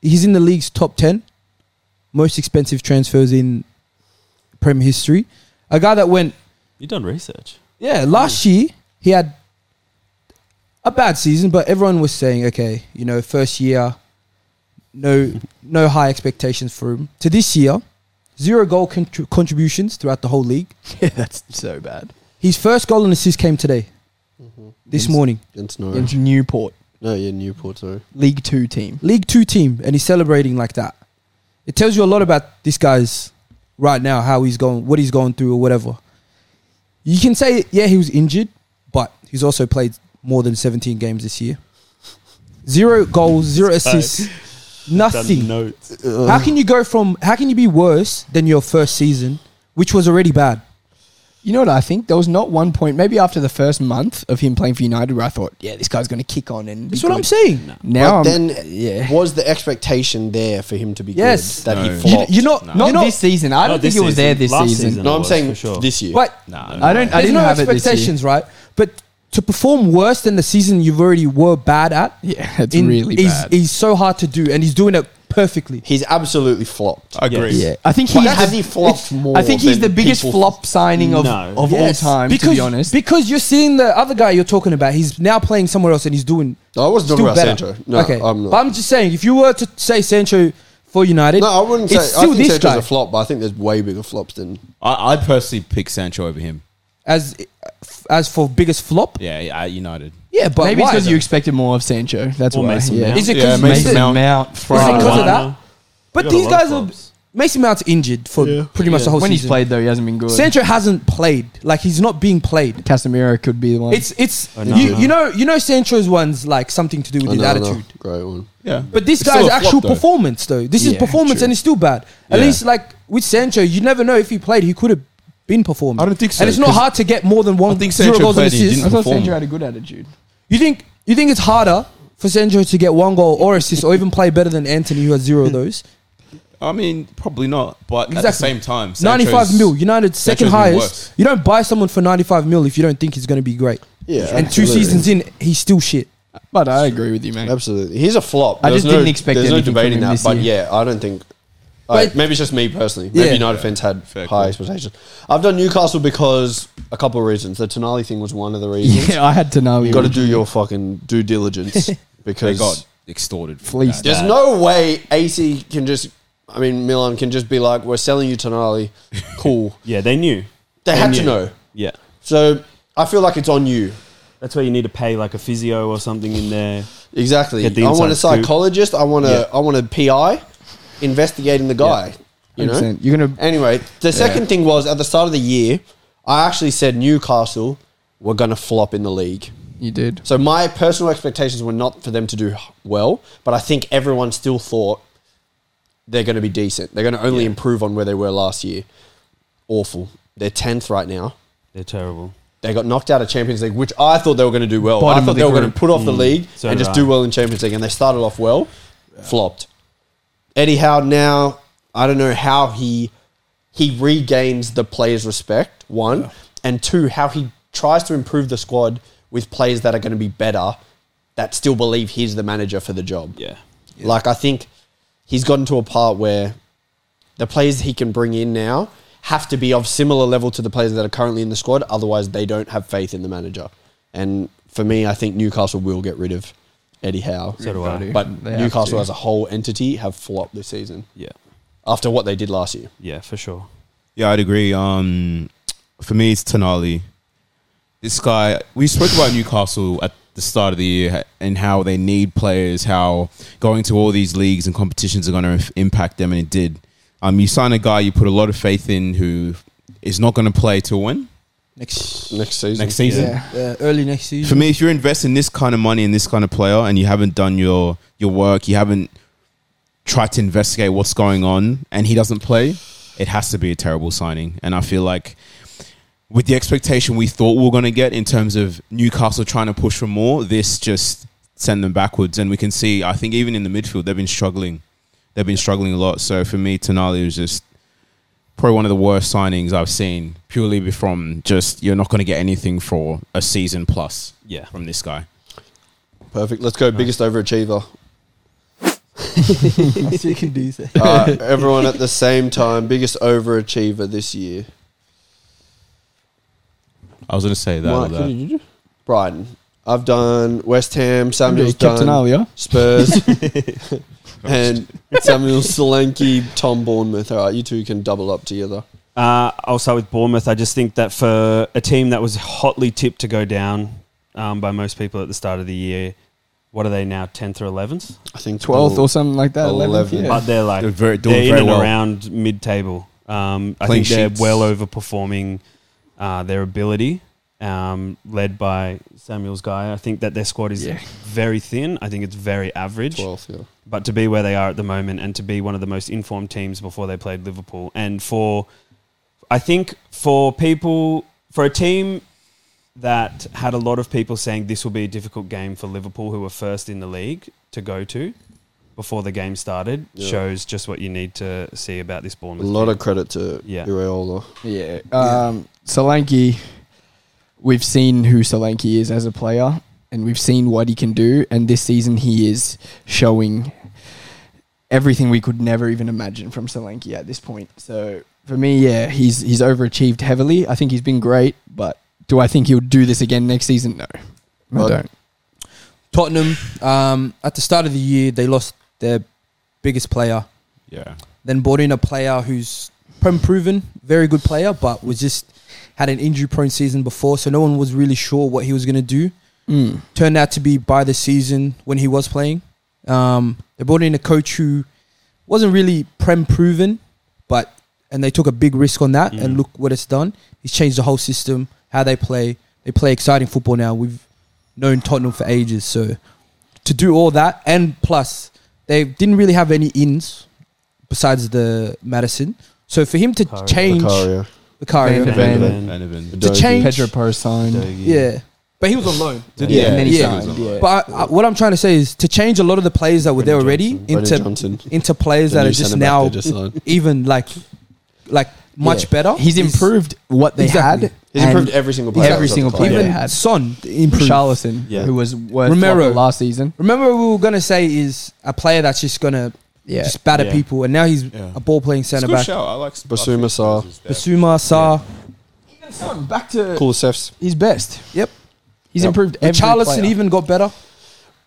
E: he's in the league's top ten most expensive transfers in Prem history. A guy that went
C: You done research.
E: yeah last year he had a bad season, but everyone was saying okay, you know, first year, no no high expectations for him. To this year, zero goal contr- contributions throughout the whole league.
A: Yeah, that's <laughs> so bad.
E: His first goal and assist came today, this
B: Against-
E: morning.
B: Against Norwich.
A: It's Newport
B: No, yeah, Newport, sorry.
A: League Two team.
E: League Two team, and he's celebrating like that. It tells you a lot about this guy's right now, how he's going, what he's going through, or whatever. You can say, yeah, he was injured, but he's also played more than 17 games this year. Zero goals, zero assists, nothing.
C: Done notes.
E: How can you go from? How can you be worse than your first season, which was already bad?
A: You know what I think? There was not one point, maybe after the first month of him playing for United, where I thought, yeah, this guy's going to kick on and. be
E: That's what I'm
A: good.
E: saying.
A: Now,
B: but
A: I'm-
B: then,
A: yeah,
B: was the expectation there for him to be
E: Yes.
B: good? That
D: No.
B: he
A: you,
B: flopped?
A: you're not
D: No.
A: not
E: You're not-
A: this season. I
C: Not
A: don't
C: this
A: think it was
C: season,
A: there this
C: last
A: season.
C: season.
B: no, I'm
C: was,
B: saying
C: for sure.
B: this year.
E: But
D: Nah,
A: I don't. I
E: there's
A: didn't
E: no
A: have it this year.
E: expectations, right? But to perform worse than the season you've already were bad at,
A: <laughs> Yeah, it's
E: in-
A: really
E: he's,
A: bad.
E: He's so hard to do, and he's doing it perfectly.
B: He's absolutely flopped.
D: I agree.
A: yeah, I think
B: But
A: he's
B: has he flopped
A: it's-
B: more
A: I think he's the
B: than
A: biggest
B: people-
A: flop signing of
C: No.
A: of
E: Yes,
A: all time.
E: Because,
A: to be honest,
E: because you're seeing the other guy you're talking about. He's now playing somewhere else, and he's doing
B: No, I wasn't
E: still
B: talking about
E: better.
B: Sancho. No,
E: okay,
B: I'm not.
E: But I'm just saying, if you were to say Sancho for United,
B: no, I wouldn't say.
E: it's
B: I
E: still
B: think
E: this
B: Sancho's
E: guy
B: a flop, but I think there's way bigger flops than.
D: I, I'd personally pick Sancho over him.
E: as as for biggest flop.
D: Yeah, yeah, at United.
E: Yeah, but
A: maybe
E: why?
A: it's because you expected more of Sancho. That's
C: Or
A: why.
C: Mason
A: yeah. Uh,
C: Mount.
E: Is it
D: Yeah,
E: because
D: Mason Mount.
E: Is it
A: Right.
E: because of
C: Lana.
E: that?
C: We got
E: But
C: a
E: these
C: lot of
E: guys are
C: flops.
E: Mason Mount's injured for pretty much the whole
A: When he's
E: season.
A: played though, he hasn't been good.
E: Sancho hasn't played. Like he's not being played.
A: Casemiro could be the one.
E: It's it's
C: I know.
E: you, you know you know Sancho's one's like something to do with
B: I
E: his
B: know, I know.
E: attitude.
B: Great one.
D: Yeah.
E: But this
D: It's
E: guy's
D: still a flop,
E: actual
D: though.
E: performance, though, this is
A: Yeah,
E: performance
A: true.
E: and it's still bad. At
D: Yeah.
E: least, like with Sancho, you never know if he played, he could have been performing.
D: I don't think so,
E: And it's not
D: 'cause
E: hard to get more than one
D: I think
E: zero
D: Sancho
E: goals and
D: played, he
E: assists.
A: I
D: didn't-
A: thought
D: perform.
A: Sancho had a good attitude.
E: You think you think it's harder for Sancho to get one goal or assist or even play better than Anthony, who has zero of those?
D: I mean, probably not. But at the
E: Exactly.
D: same time, Sancho's-
E: Ninety-five mil, United's second
D: Sancho's been
E: highest.
D: worse.
E: You don't buy someone for ninety-five mil if you don't think he's going to be great.
B: Yeah,
E: and two
B: absolutely.
E: seasons in, he's still shit.
A: But I agree with you, mate.
B: Absolutely, he's a flop.
A: I just
B: There's no-
A: didn't expect
B: There's no
A: anything from
B: debating
A: him
B: that,
A: this
B: but
A: year.
B: yeah, I don't think.
E: But-
B: Like, maybe it's just me personally. Maybe
E: Yeah.
B: United fans had
D: Fair
B: high
D: call.
B: expectations. I've done Newcastle because a couple of reasons. The Tonali thing was one of
A: <laughs>
B: the reasons.
A: <laughs> Yeah, I had to know.
B: you got to do your fucking due
A: <laughs>
B: diligence
D: They
B: because
D: got extorted. for
A: Fleeced.
D: that.
B: There's no way AC can just. I mean, Milan can just be like, "We're selling you
A: <laughs>
B: Tonali." Cool.
C: Yeah, they knew.
B: They had to
C: knew.
B: know.
C: Yeah.
B: So I feel like it's on you.
C: That's why you need to pay like a physio or something in there.
B: Exactly.
C: Get the
B: I want
C: inside
B: a
C: scoop.
B: psychologist. I want a.
C: Yeah.
B: I want a PI investigating the guy. You know.
A: 100%. You're gonna
B: Anyway, the second thing was at the start of the year, I actually said Newcastle were going to flop in the league.
A: You did.
B: So my personal expectations were not for them to do well, but I think everyone still thought they're going to be decent. They're going to only improve on where they were last year. Awful. They're 10th right now.
C: They're terrible.
B: They got knocked out of Champions League, which I thought they were going to do well.
A: Bottom
B: I
A: of
B: thought
A: the
B: they were going
A: group.
B: to put off the league
C: So
B: and
C: did
B: just
C: I.
B: do well in Champions League, and they started off well, flopped. Eddie Howe now, I don't know how he he regains the players' respect. One and two, how he tries to improve the squad with players that are going to be better that still believe he's the manager for the job.
C: Yeah.
B: Like I think he's gotten to a part where the players he can bring in now have to be of similar level to the players that are currently in the squad. Otherwise, they don't have faith in the manager. And for me, I think Newcastle will get rid of Eddie Howe.
C: So do I.
B: But
A: They have
B: Newcastle
A: to.
B: as a whole entity have flopped this season
C: Yeah.
B: after what they did last year.
C: Yeah, for sure.
D: Yeah, I'd agree. Um, for me, it's Tonali. This guy, we spoke about Newcastle at the start of the year and how they need players, how going to all these leagues and competitions are going to inf- impact them, and it did. Um, you sign a guy you put a lot of faith in who is not going to play till when
E: Next,
B: Next season.
D: next season.
A: Yeah.
E: uh, early next
D: For
E: season.
D: me, if you're investing this kind of money in this kind of player and you haven't done your your work, you haven't try to investigate what's going on and he doesn't play, it has to be a terrible signing. And I feel like with the expectation we thought we were going to get in terms of Newcastle trying to push for more, this just send them backwards. And we can see, I think even in the midfield, they've been struggling. They've been struggling a lot. So for me, Tonali was just probably one of the worst signings I've seen, purely be- from just you're not going to get anything for a season plus
C: Yeah.
D: from this guy.
B: Perfect. Let's go. Biggest
A: <laughs>
B: overachiever.
E: you can do that.
B: Uh, everyone at the same time. Biggest overachiever this year.
D: I was going to say that. uh,
B: Mike, who did you do? Brighton. I've done West Ham. Samuel's
A: Captain
B: done
A: Ali, yeah? <laughs>
B: Spurs. and Samuel Solanke, Tom Bournemouth. All right, you two can double up together.
C: Uh, I'll start with Bournemouth. I just think that for a team that was hotly tipped to go down um, by most people at the start of the year, what are they now, 10th or 11th?
B: I think
A: 12th
B: they'll-
A: or something like that. 11th,
B: Eleven.
A: yeah.
C: But they're like
D: They're very- doing
C: they're in
D: very
C: and
D: well.
C: around mid-table. Um, I
D: Clean
C: think they're
D: sheets.
C: well overperforming uh, their ability, um, led by Samuel's guy. I think that their squad is
A: Yeah.
C: very thin. I think it's very average.
B: 12th, yeah.
C: But to be where they are at the moment and to be one of the most informed teams before they played Liverpool, and for I think for people for a team that had a lot of people saying this will be a difficult game for Liverpool, who were first in the league to go to before the game started,
B: Yeah.
C: shows just what you need to see about this Bournemouth.
B: A lot
C: team.
B: of credit to
C: Yeah.
B: Iraola.
A: Yeah. Um, Solanke, we've seen who Solanke is as a player, and we've seen what he can do. And this season, he is showing everything we could never even imagine from Solanke at this point. So for me, yeah, he's he's overachieved heavily. I think he's been great, but do I think he'll do this again next season? No,
B: Well,
A: I don't.
E: Tottenham, um, at the start of the year, they lost their biggest player.
D: yeah.
E: Then brought in a player who's prem proven, very good player, but was just had an injury prone season before, so no one was really sure what he was going to do.
A: Mm.
E: Turned out to be by the season when he was playing. Um, they brought in a coach who wasn't really prem proven, but and they took a big risk on that.
B: Mm.
C: Mhm.
E: And look what it's done. He's changed the whole system, how they play. They play exciting football now. We've known Tottenham for ages, so to do all that and plus they didn't really have any ins besides the Madison. So for him to
C: Lukaku.
E: change
B: Lucario.
E: Lukaku,
A: Van-
B: Van-
A: Van-
E: to change,
A: Pedro Porro signed.
E: yeah, but he was on loan.
D: Did
A: Yeah,
D: he?
A: and then he
E: Yeah.
A: signed. Yeah.
E: But I, I, what I'm trying to say is to change a lot of the players that were there already
B: Brennan
E: into
B: Johnson.
E: into players
B: The
E: that
B: new
E: are just
B: centre-back
E: now
B: they just signed.
E: even like like much
A: Yeah.
E: better.
A: He's improved what they
E: Exactly.
A: had.
B: He's
A: and
B: improved every single player.
A: every
B: that's on
A: single
B: the club.
A: player.
E: Even
A: Yeah.
E: Son improved.
A: Richarlison,
C: Yeah.
A: who was worth
E: Romero.
A: Romero last season.
E: Remember, what we were gonna say is a player that's just gonna
A: Yeah.
E: just batter
C: Yeah.
E: people, and now he's
D: Yeah.
E: a ball playing
D: It's a
E: centre
D: good
E: back.
D: shout. I like
B: Basuma Sarr.
E: Basuma, Sar,
A: Even Son, back to
B: Kulusevs.
A: his best.
E: Yep.
A: He's
B: Yep.
A: improved every
E: Richarlison
A: player.
E: even got better.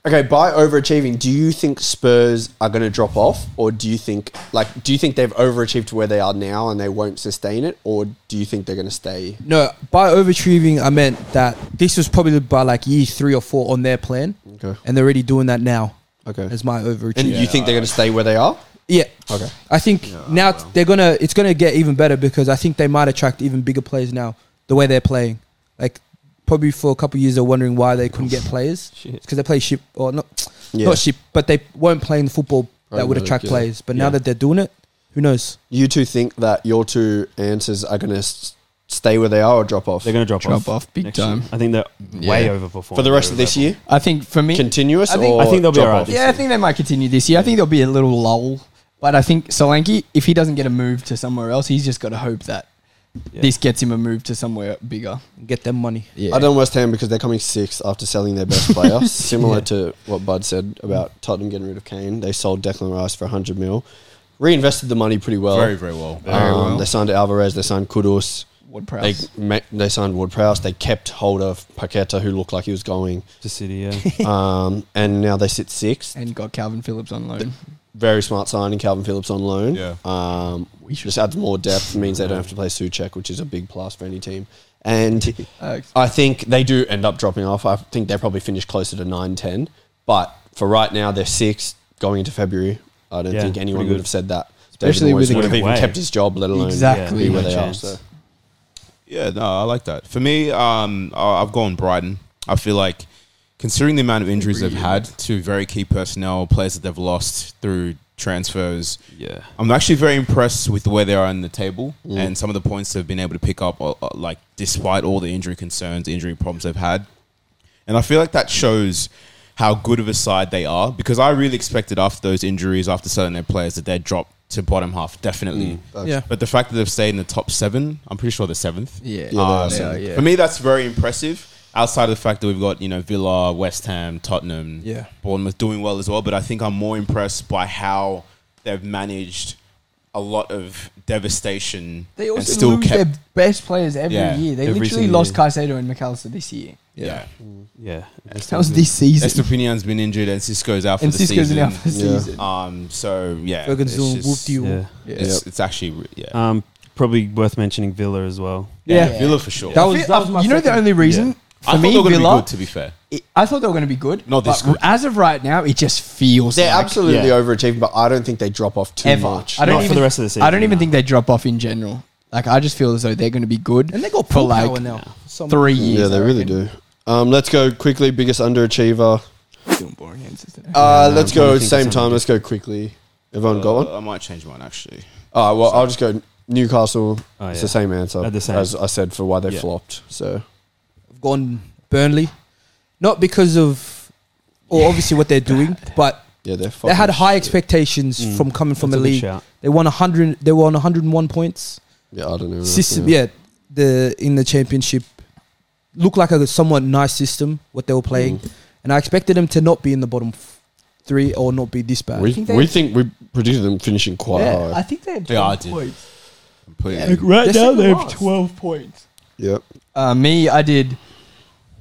B: Okay, by overachieving, do you think Spurs are going to drop off, or do you think like do you think they've overachieved to where they are now and they won't sustain it, or do you think they're going to stay?
E: No, by overachieving, I meant that this was probably by like year three or four on their plan,
B: Okay,
E: and they're already doing that now.
B: okay.
E: As my overachieving.
B: And you think they're going to stay where they are?
E: Yeah.
B: Okay.
E: I think now they're gonna it's gonna get even better because I think they might attract even bigger players now the way they're playing. Like probably for a couple of years they're wondering why they couldn't get players
C: Shit.
E: because they play ship or not
B: Yeah.
E: not ship but they weren't playing the football that would
B: Pragmatic,
E: attract
B: yeah.
E: players. But now
C: Yeah.
E: that they're doing it, who knows?
B: You two think that your two answers are going to s- stay where they are or drop off
C: They're going to drop,
A: drop
C: off.
A: off big
C: next
A: time.
C: year. I think they're way
A: Yeah.
C: overperforming
B: for the rest of this
C: Liverpool.
B: year?
A: I think for me,
B: Continuous?
A: I think-
B: or
A: I
C: think they'll be
B: drop
C: alright
B: off?
C: this
A: yeah, I think they might continue this year. I think there'll be a little lull, but I think Solanke, if he doesn't get a move to somewhere else, he's just got to hope that
C: Yeah.
A: this gets him a move to somewhere bigger.
E: Get them money.
A: Yeah,
B: I done West Ham because they're coming sixth after selling their best
A: <laughs>
B: player. Similar to what Bud said about Tottenham getting rid of Kane, they sold Declan Rice for 100 mil, reinvested the money pretty well.
D: Very, very well.
B: Um, They signed Alvarez, they signed Kudos,
A: Ward
B: they
A: Prowse.
B: ma- they signed Ward Prowse, they kept hold of Paqueta, who looked like he was
A: <laughs>
B: going,
C: To City, yeah.
B: um, and now they sit sixth.
A: and got Calvin Phillips on loan.
B: Very smart signing, Calvin Phillips on loan.
D: Yeah.
B: Um, just adds more depth, means they don't have to play Suchek, which is a big plus for any team. And
A: Uh,
B: I think they do end up dropping off. I think they probably finish closer to 9 10. But for right now, they're six going into February. I don't
C: Yeah,
B: think anyone
C: pretty
B: would
C: good.
B: have said that.
A: Especially
B: David Moyes
A: with a
B: would have
C: good
B: even
C: way.
B: kept his job, let alone
A: Exactly.
B: be where
C: No
B: they
C: chance.
B: are. So.
D: Yeah, no, I like that. For me, um, I- I've gone Brighton. I feel like considering the amount of injuries they've had to very key personnel, players that they've lost through transfers.
C: Yeah.
D: I'm actually very impressed with where they are in the table and some of the points they've been able to pick up, uh, uh, like despite all the injury concerns, injury problems they've had. And I feel like that shows how good of a side they are because I really expected after those injuries, after selling their players, that they'd drop to bottom half,
B: Mm,
D: definitely.
E: Yeah.
D: But the fact that they've stayed in the top seven, I'm pretty sure they're seventh.
A: Yeah.
B: Yeah, they are
D: Um,
A: seventh. Yeah.
D: For me, that's very impressive. Outside of the fact that we've got you know Villa, West Ham, Tottenham,
E: Yeah.
D: Bournemouth doing well as well, but I think I'm more impressed by how they've managed a lot of devastation
A: They
D: and
A: also
D: still
A: lose
D: kept
A: their best players every
D: Yeah,
A: year. They
C: every
A: literally
C: single
A: lost
C: year.
A: Caicedo and McAllister this year.
D: yeah.
C: Yeah.
A: That was this season.
D: Estepinian's been injured and Cisco's out for
A: And
D: the
A: Cisco's
D: season.
A: now for the
B: Yeah.
A: season.
D: Um, so yeah,
E: Ferguson's doing
D: just-
E: whoop-de-whoop.
C: Yeah.
D: It's, it's actually re- yeah.
C: Um, probably worth mentioning Villa as well.
A: Yeah.
D: Villa for sure.
E: That
A: I
E: was-
A: feel-
E: that was my
A: you know the
E: second-
A: only reason
C: Yeah.
D: I
A: for
D: thought
A: me
D: they were going to be
A: Villa.
D: good. To be fair,
A: it- I thought they were going to be good.
D: Not this
A: but
D: good.
A: As of right now, it just feels
B: They're
A: like
B: absolutely
C: Yeah.
B: overachieving, but I don't think they drop off too
A: ever.
B: much.
A: I don't
C: Not for
A: even,
C: the rest of the season,
A: I don't even
C: no.
A: think they drop off in general. Like I just feel as though they're going to be good.
E: And they got
A: for
E: pull
A: like
E: power now. Some-
A: three years.
B: yeah, they
A: I
B: really
A: reckon.
B: do. Um, let's go quickly. Biggest underachiever.
A: Doing boring answers today.
B: Uh, let's
C: no, I'm trying
B: go
C: to think of
B: same
C: something.
B: time. Let's go quickly. Everyone got one?
D: Uh, I might change mine actually.
B: All right, well, I'll just go Newcastle.
C: Oh,
B: It's
C: yeah.
B: the same answer
C: Uh, the same.
B: as I said for why they
C: Yeah.
B: flopped. So
E: I've gone Burnley, not because of, or obviously what
B: <laughs>
E: they're doing, but
B: yeah, they're
E: they had
B: fucking
E: high
B: shit.
E: expectations
C: Mm.
E: from coming from
C: That's
E: the
C: a good
E: league.
C: shout.
E: They won hundred. They won one hundred and one points.
B: Yeah, I don't know.
E: System, yeah, the in the championship looked like a somewhat nice system what they were playing,
C: Mm.
E: and I expected them to not be in the bottom f- three or not be this bad.
B: We think,
A: think they-
B: we think we predicted them finishing quite
A: yeah,
B: high.
A: I think they had
D: Yeah, I
A: 12
D: did.
A: points.
D: Completely.
A: They're
C: right
A: now they have second last. 12
C: points.
B: Yep.
A: Uh, me, I did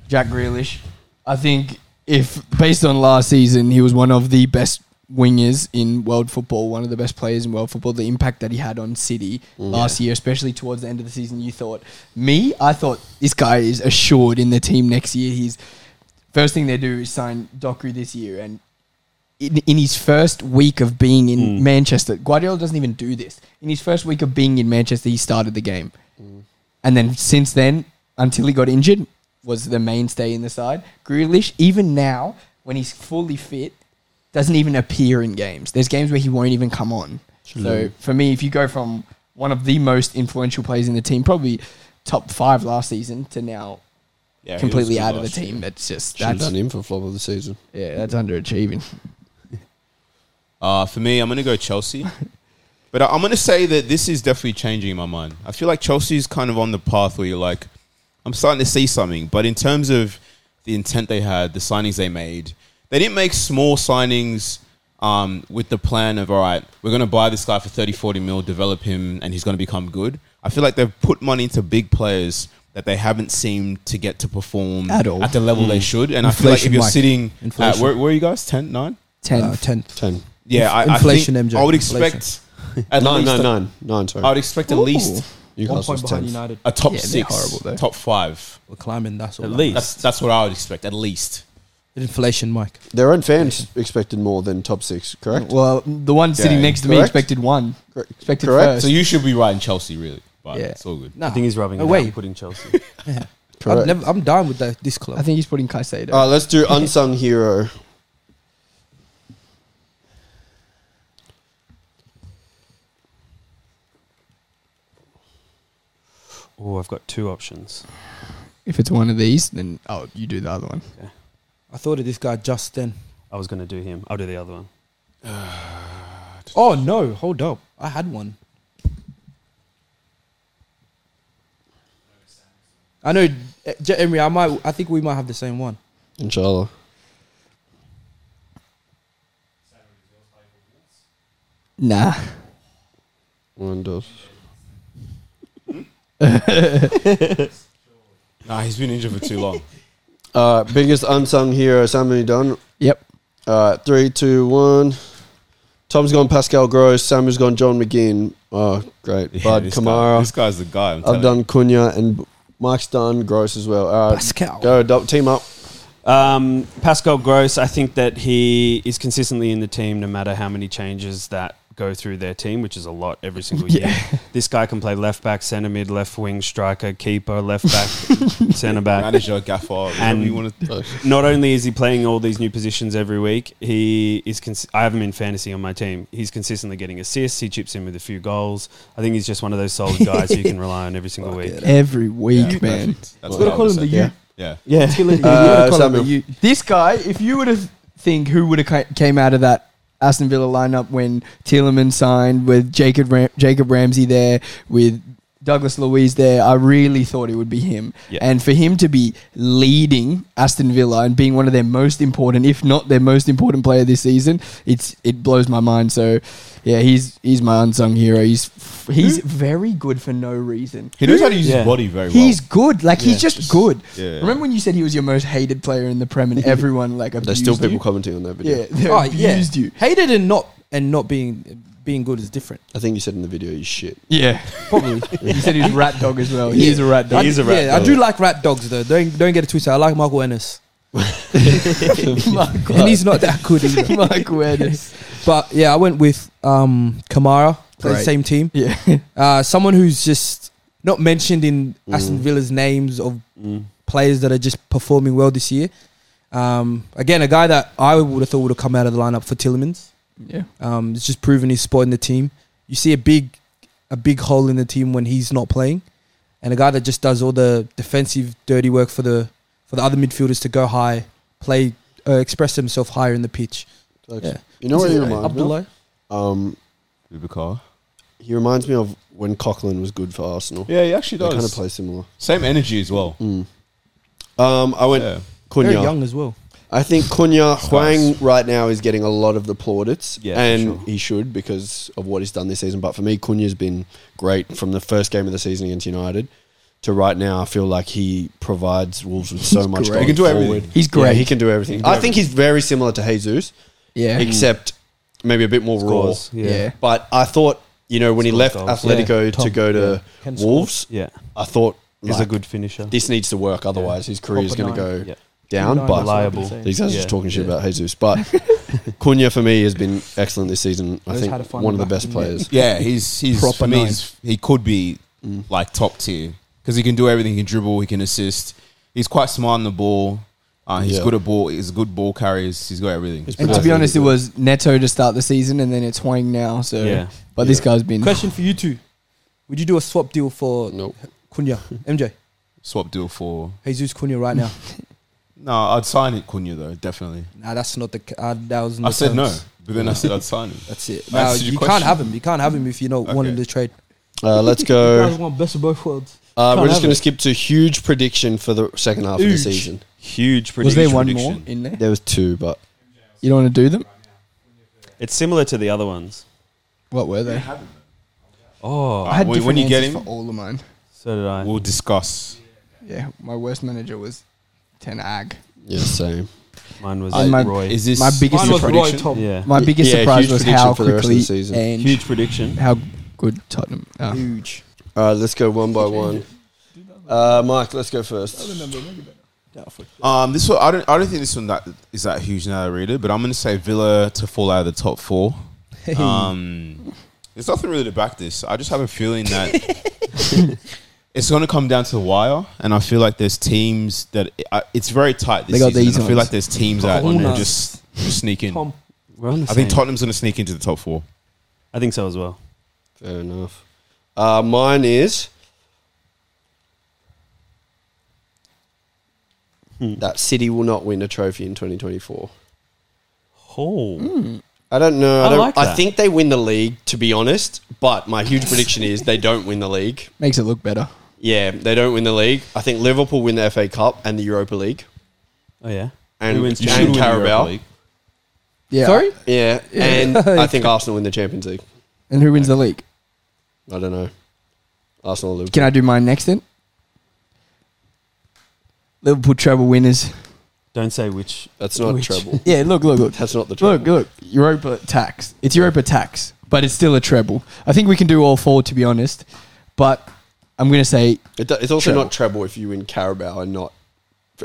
A: Jack Grealish. I think if based on last season, he was one of the best wingers in world football, one of the best players in world football. The impact that he had on City last year, especially towards the end of the season, you thought me, I thought this guy is assured in the team next year. He's first thing they do is sign Doku this year and. In, in his first week of being in
C: Mm.
A: Manchester, Guardiola doesn't even do this. In his first week of being in Manchester, he started the game. And then since then, until he got injured, was the mainstay in the side. Grealish, even now, when he's fully fit, doesn't even appear in games. There's games where he won't even come on. So for me, if you go from one of the most influential players in the team, probably top five last season, to now
D: Yeah, he was
A: completely
D: good
A: out of the
D: last year.
A: team, that's just
B: Should have
A: that's
B: done him for flop of the season.
A: yeah, that's underachieving.
D: Uh, for me, I'm going to
E: <laughs>
D: go Chelsea. but I- I'm going to say that this is definitely changing in my mind. I feel like Chelsea's kind of on the path where you're like, I'm starting to see something. But in terms of the intent they had, the signings they made, they didn't make small signings um, with the plan of, all right, we're going to buy this guy for 30, 40 mil, develop him, and he's going to become good. I feel like they've put money into big players that they haven't seemed to get to perform
A: At all.
D: the level they should. And I feel like if
E: Mm. Inflation,
D: you're
E: Mike.
D: sitting at,
E: Inflation.
D: where, where are you guys? 10, 9?
A: Ten.
E: Uh, tenth.
B: Ten.
D: Yeah, I,
E: Inflation,
D: I think
E: MJ.
D: I would
E: Inflation.
D: expect at
B: Nine,
D: least Oh,
B: nine,
D: a-
B: nine. Nine,
D: I would
B: sorry.
D: expect at least
B: Newcastle's tenth.
D: a top
A: Yeah, they're
D: six,
A: horrible, though.
D: top five.
E: We're climbing. That's all.
C: At
E: that
C: least.
D: That's that's what I would expect at least.
E: matters. inflation, Mike.
B: Their own fans expected more than top six, correct?
A: Well, the one sitting
D: Yeah.
A: next to me
B: Correct?
A: expected one.
B: Correct.
A: Expected
B: Correct.
A: first.
D: So you should be right in Chelsea, really. But
E: Yeah.
D: it's all good.
E: No,
C: I think he's rubbing
E: No
C: it
E: way.
C: out and putting Chelsea.
E: I'm,
B: Correct.
E: never, I'm down with that, this club.
A: I think he's putting Caicedo.
D: Uh,
B: All right, let's do unsung hero.
C: oh, I've got two options.
A: if it's one of these, then oh, you do the other one.
E: I thought of this guy just then.
C: I was going to do him. I'll do the other one.
E: Oh no! Hold up. I had one. I know, eh, J- Emery. I might. I think we might have the same one.
B: Inshallah.
A: Nah.
B: One does.
D: Nah, he's been injured for too <laughs> long.
B: Uh, biggest unsung hero, Samuel Dunn.
A: Yep.
B: Uh, three, two, one. Tom's gone Pascal Gross. Samuel's gone John McGinn. Oh, great.
D: Yeah,
B: Bud
D: this guy- this
B: Kamara.
D: guy's the guy. I'm
B: I've
D: telling
B: done Cunha and Mike's done Gross as well. All right.
E: Pascal.
B: Go, double, team up.
C: Um, Pascal Gross, I think that he is consistently in the team no matter how many changes that go through their team, which is a lot every single year.
A: Yeah.
C: This guy can play left back, centre mid, left wing, striker, keeper, left back, centre back.
D: manager, gaffer, and
C: And-
D: you want to.
C: Not only is he playing all these new positions every week, he is. Cons- I have him in fantasy on my team. He's consistently getting assists. He chips in with a few goals. I think he's just one of those solid guys you can rely on every single week.
A: Every week, man.
D: That's
A: Gotta call him the
D: yeah.
A: you.
D: <laughs> Yeah.
A: Yeah.
B: Uh, Samuel.
A: This guy, if you would have think who would have came out of that Aston Villa lineup when Tielemans signed with Jacob Ram- Jacob Ramsey there with Douglas Louise there, I really thought it would be him.
C: Yeah.
A: And for him to be leading Aston Villa and being one of their most important, if not their most important player this season, it's it blows my mind. So, yeah, he's he's my unsung hero. He's he's very good for no reason.
D: He knows how to use
C: Yeah.
D: his body very well.
A: He's good. Like
D: Yeah,
A: he's just,
D: just-
A: good.
D: yeah.
A: Remember when you said he was your most hated player in the Prem
D: <laughs>
A: and everyone like abused
B: There's still people
A: you?
B: commenting on that video.
A: Yeah, they
E: Oh, yeah.
A: abused you.
E: Hated and not and not being being good is different.
B: I think you said in the video you shit.
A: Yeah, probably. <laughs> he said he's a rat dog as well. He
E: Yeah.
A: is a rat dog.
C: He is a rat
E: yeah,
C: dog.
E: I do like rat dogs though. Don't don't get it twisted. I like Michael Ennis,
A: Mark <laughs>
E: and he's not that good either.
A: Mark Werdes.
E: But yeah, I went with um, Kamara, played the
A: Great.
E: same team.
A: Yeah,
E: Uh, someone who's just not mentioned in Aston
B: Mm.
E: Villa's names of
C: Mm.
E: players that are just performing well this year. Um, again, a guy that I would have thought would have come out of the lineup for Tillemans.
A: yeah.
E: Um, it's just proven his spot in the team. You see a big, a big hole in the team when he's not playing, and a guy that just does all the defensive dirty work for the for the other midfielders to go high, play, uh, express themselves higher in the pitch. Yeah.
B: You know what he reminds me of?
E: Abdullah.
B: Um,
D: Bubakar.
B: he reminds me of when Coughlin was good for Arsenal.
D: Yeah, he actually
B: they
D: does.
B: kind of play similar.
D: Same energy as well.
B: Mm. Um, I went
D: Yeah.
E: Very
B: Cunha.
E: young as well.
B: I think Cunha
D: Nice.
B: Huang right now is getting a lot of the plaudits,
C: Yeah, for
B: and
C: sure.
B: he should because of what he's done this season. But for me, Cunha's been great from the first game of the season against United to right now. I feel like he provides Wolves <laughs> with so much.
A: great.
B: going
A: He can
D: do everything.
B: forward.
A: He's great.
B: Yeah, he can do everything.
C: He can do
B: I think he's very similar to Jesus,
A: yeah,
B: except maybe a bit more raw.
C: Scores.
A: yeah.
C: Yeah.
B: But I thought, you know, when he
C: Scores
B: left
C: goals.
B: Atletico
E: Yeah,
B: to
E: Tom.
B: go to
E: Can score.
B: Wolves,
C: Yeah.
B: I thought
C: He's
B: like,
C: a good finisher.
B: This needs to work, otherwise his career is going
E: Proper
B: to go
E: nine.
C: Yeah.
B: down.
E: Nine,
B: But
E: that's what I've
C: Reliable.
E: been saying.
B: these guys are
C: Yeah.
B: just talking shit
E: Yeah.
B: about Jesus. But Cunha for me has been excellent this season. I
E: Knows how to
B: think
E: find
B: one of the
E: the back,
B: best
E: doesn't he?
B: players.
D: <laughs> Yeah, he's he's
A: Proper
D: for me.
A: nine.
D: He's, he could be like top tier because he can do everything. He can dribble. He can assist. He's quite smart on the ball. Uh, he's
B: Yeah.
D: good at ball. He's good ball carriers. He's got everything.
B: He's
A: And to be honest, it was Neto to start the season, and then it's Huang now. So,
C: Yeah.
A: but this
B: Yeah. <laughs>
A: guy's been
E: Question for you two: Would you do a swap deal for
B: Nope. <laughs>
E: Cunha, MJ,
D: Swap deal for
E: Jesus Cunha right now?
D: no. I'd sign it, Cunha though definitely.
E: nah, that's not the. c- Uh, that was.
D: I
E: not
D: said
E: the
D: no,
E: terms.
D: but then I said I'd sign it.
E: That's it.
D: I
E: Nah,
D: answered your
E: you can't
D: question.
E: have him. You can't have him if you're not
D: Okay.
E: wanting to trade.
B: Uh, let's
E: You
B: go.
E: <laughs> guys want best of both worlds.
B: Uh, we're
E: Can't
B: just
E: have
B: going to
E: it.
B: skip to huge prediction for the second half of the
E: Huge.
B: season.
A: <laughs>
C: Huge
A: Was
C: prediction.
A: there one
D: prediction.
A: more in there?
B: There was two, but
A: You don't want to do them?
C: It's similar to the other ones.
A: What were they?
C: Oh,
A: I had
D: When-
A: different
D: when you get
A: answers
D: him-
A: for all of mine.
C: so did I.
D: We'll discuss.
A: Yeah, my worst manager was Ten Hag.
B: yeah, same.
C: Mine was
A: I- my-
C: Roy.
D: Is this
A: My biggest
D: your
A: Mine was Roy
D: prediction?
E: Tom.
C: yeah.
A: My biggest
B: yeah,
A: surprise
B: huge
A: was
B: prediction
A: how
B: for the rest of the
A: quickly
B: season.
A: and
C: Huge prediction.
A: how good Tottenham are.
E: Huge.
B: Uh, let's go one by one. Uh, Mike, let's go first.
D: Um, this one I don't. I don't think this one that is that huge now. that I read it, but I'm going to say Villa to fall out of the top four. Um, there's nothing really to back this. I just have a feeling that it's going to come down to the wire, and I feel like there's teams that I, it's very tight this
A: They got
D: season.
A: these
D: and I feel
A: ones.
D: like there's teams that
E: Corners.
D: will just, just sneak in.
E: Tom.
C: We're on the
D: I think
C: same.
D: Tottenham's going to sneak into the top four.
C: I think so as well.
B: Fair enough. Uh, mine is
E: Hmm.
B: that City will not win a trophy in 2024.
C: Oh,
B: I don't know. I,
C: I
B: don't,
C: like
B: I
C: that.
B: think they win the league, to be honest. But my huge prediction is they don't win the league.
A: Makes it look better.
B: Yeah, they don't win the league. I think Liverpool win the FA Cup and the Europa League.
C: oh yeah.
B: And,
C: Who wins
B: and
C: the Champions League?
B: Carabao.
A: Yeah.
E: Sorry.
B: Yeah, and I think Arsenal win the Champions League.
A: And who wins the league?
B: I don't know. Arsenal or Liverpool.
A: Can I do mine next then? Liverpool treble winners.
C: Don't say which.
B: That's not
A: Which-
B: treble.
A: <laughs> Yeah, look, look, look.
B: That's not the treble.
A: Look, look. Europa tax. It's Europa tax, but it's still a treble. I think we can do all four, to be honest. But I'm going to say,
B: It do- it's also
A: Treble.
B: not treble if you win Carabao and not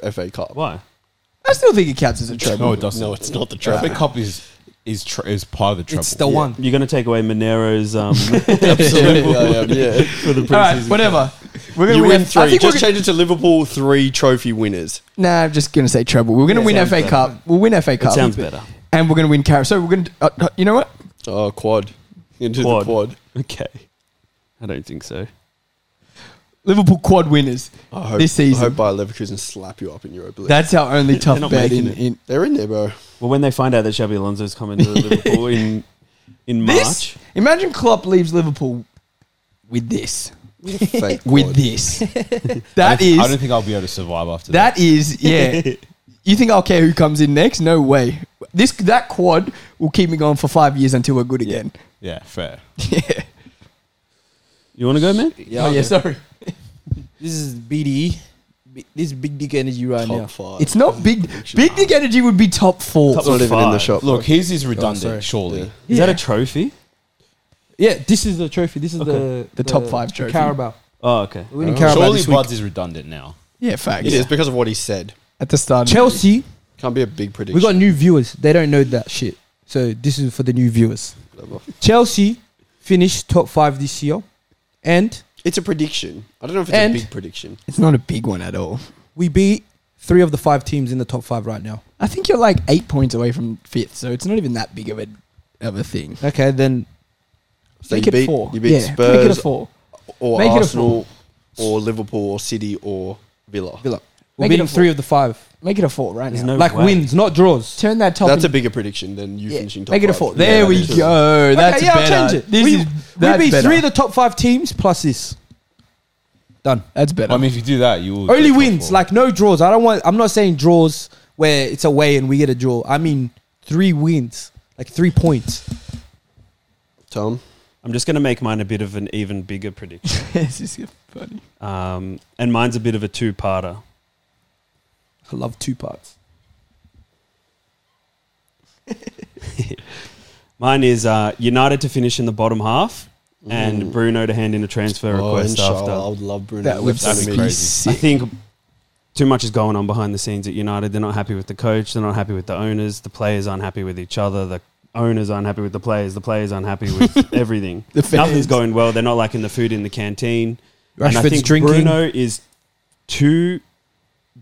B: f- FA Cup.
C: Why?
B: <laughs>
A: I still think it counts as a treble.
B: Oh,
D: No, it doesn't.
B: No, it's not the
D: The
B: treble.
D: FA Cup is is tr- is part of the trouble.
E: It's the one.
C: You're going to take away Monero's um,
B: Absolutely, I am. Yeah,
C: for the preseason.
A: All right, whatever. We're
B: you
A: win.
B: win
A: Uh, I
B: three.
A: think
B: Just
A: we're,
B: change it to Liverpool three trophy winners.
A: nah, I'm just gonna say treble. We're gonna
C: Yeah,
A: win
C: sounds
A: FA
C: better.
A: Cup. We'll win FA Cup.
C: sounds better.
A: And we're gonna win Carrot. So we're gonna. Uh, uh, you know what?
B: Oh, quad into
C: Quad.
B: the quad.
C: Okay. I don't think so.
A: Liverpool quad winners.
B: I hope
A: This season.
B: I hope Bayer Leverkusen slap you up in Europa League.
A: That's our only tough
C: not
A: bet
C: making
A: in,
C: it.
A: in
B: They're in there,
A: <laughs>
B: bro.
C: Well, when they find out that Xabi Alonso's coming to Liverpool in in
A: this.
C: March,
A: Imagine Klopp leaves Liverpool with this.
B: Fake
A: With
B: quad.
A: this,
D: I
A: that
D: don't, I
A: is
D: don't think I'll be able to survive after that.
A: That is, yeah. you think I'll care who comes in next? No way. This that quad will keep me going for five years until we're good again.
D: Yeah, fair.
A: Yeah.
C: you want to go, man?
A: oh yeah. Sorry.
E: This is BDE. B- This is big dick energy right now.
B: top five.
A: It's not big. Big Dick Energy would be top four.
B: It's not even in the
C: five.
B: shop.
D: Look, his is
E: redundant,
D: redundant, surely.
B: Yeah.
C: Is
A: Yeah.
C: that a trophy?
E: Yeah, this is the trophy. This is
C: Okay.
E: the,
A: The top five trophy.
E: Carabao.
C: Oh, okay.
E: We're winning
B: Oh.
E: Carabao
D: Surely
E: this week.
D: Buds is redundant now.
A: Yeah,
B: it
A: facts.
B: is because of what he said.
A: At the start.
E: Chelsea,
B: Can't be a big prediction.
E: we got new viewers. They don't know that shit. So this is for the new viewers. Chelsea finished top five this year, and
B: It's a prediction. I don't know if it's
E: And-
B: a big prediction.
A: It's not a big one at all.
E: we beat three of the five teams in the top five right now.
A: I think you're like eight points away from fifth, so it's not even that big of a of a thing.
E: Okay, then
B: So
A: make
B: you
A: it
B: beat,
A: four.
B: You beat
A: yeah, make it
B: Spurs
A: a four.
B: or
A: Make it a
B: Arsenal or Liverpool or City or Villa.
E: Villa. we're
A: Make it
E: beating
A: a four.
E: three of the five,
A: Make it a four right
C: There's
A: now.
C: no
E: like
C: way.
E: wins, not draws.
A: Turn that top.
B: That's a
A: in-
B: bigger prediction than you
A: yeah,
B: finishing top
A: Make it a
B: five.
A: four. There
B: Yeah,
A: we
B: that is-
A: go. That's
E: okay, yeah,
A: better.
E: I'll change it.
A: This
E: we,
A: is,
E: we
A: that's
E: beat
A: better.
E: three of the top five teams plus this. Done.
A: <laughs> That's better.
D: I mean, if you do that, you will
E: Only
D: get top
E: wins,
D: four.
E: like no draws. I don't want. I'm not saying draws where it's away and we get a draw. I mean three wins, like three points.
B: Tom.
C: I'm just going to make mine a bit of an even bigger prediction.
A: this is funny.
C: Um, and mine's a bit of a two-parter.
E: I love two parts.
C: Mine is uh, United to finish in the bottom half and Bruno to hand in a transfer
B: Oh,
C: request
B: inshallah, I
C: after.
B: would love Bruno.
A: That would
B: That'd
D: be
A: be
D: crazy.
C: I
A: sick.
C: think too much is going on behind the scenes at United. They're not happy with the coach. They're not happy with the owners. The players aren't happy with each other. The owners aren't happy with the players. The players aren't happy with everything.
A: The fans.
C: Nothing's going well. They're not liking the food in the canteen. and I
E: Rashford's
C: think
E: drinking.
C: Bruno is too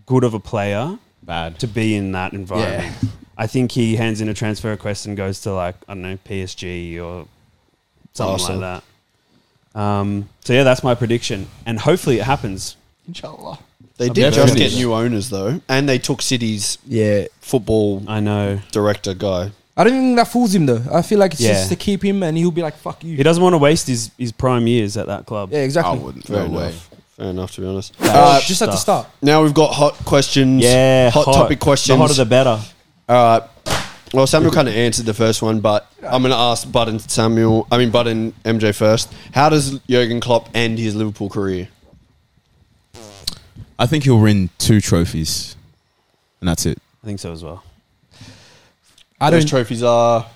C: good of a player
D: bad.
C: to be in that environment. <laughs> I think he hands in a transfer request and goes to like I don't know PSG or something
B: Arsenal.
C: like that. Um, so yeah, that's my prediction, and hopefully it happens.
A: Inshallah.
B: They
D: Yeah,
B: did just
D: finished.
B: get new owners though, and they took City's
A: Yeah.
B: football
C: I know
B: director guy.
E: I don't think that fools him though. I feel like it's
C: Yeah.
E: just to keep him and he'll be like, "Fuck
C: he
E: you."
C: doesn't want to waste his, his prime years at that club.
E: Yeah,
D: I
E: exactly.
D: wouldn't.
B: Fair
D: no
B: enough.
D: way.
B: Fair enough, to be honest.
E: Uh,
B: Uh,
E: just at the
C: stuff.
E: start.
B: now we've got hot questions.
C: Yeah,
B: hot, topic questions.
C: The hotter the better.
B: All right. Well, Samuel kind of answered the first one, but I'm going to ask Bud and Samuel. I mean, Bud and MJ first. How does Jurgen Klopp end his Liverpool career?
D: I think he'll win two trophies, and that's it.
C: I think so as well.
E: I
B: Those
E: don't.
B: trophies are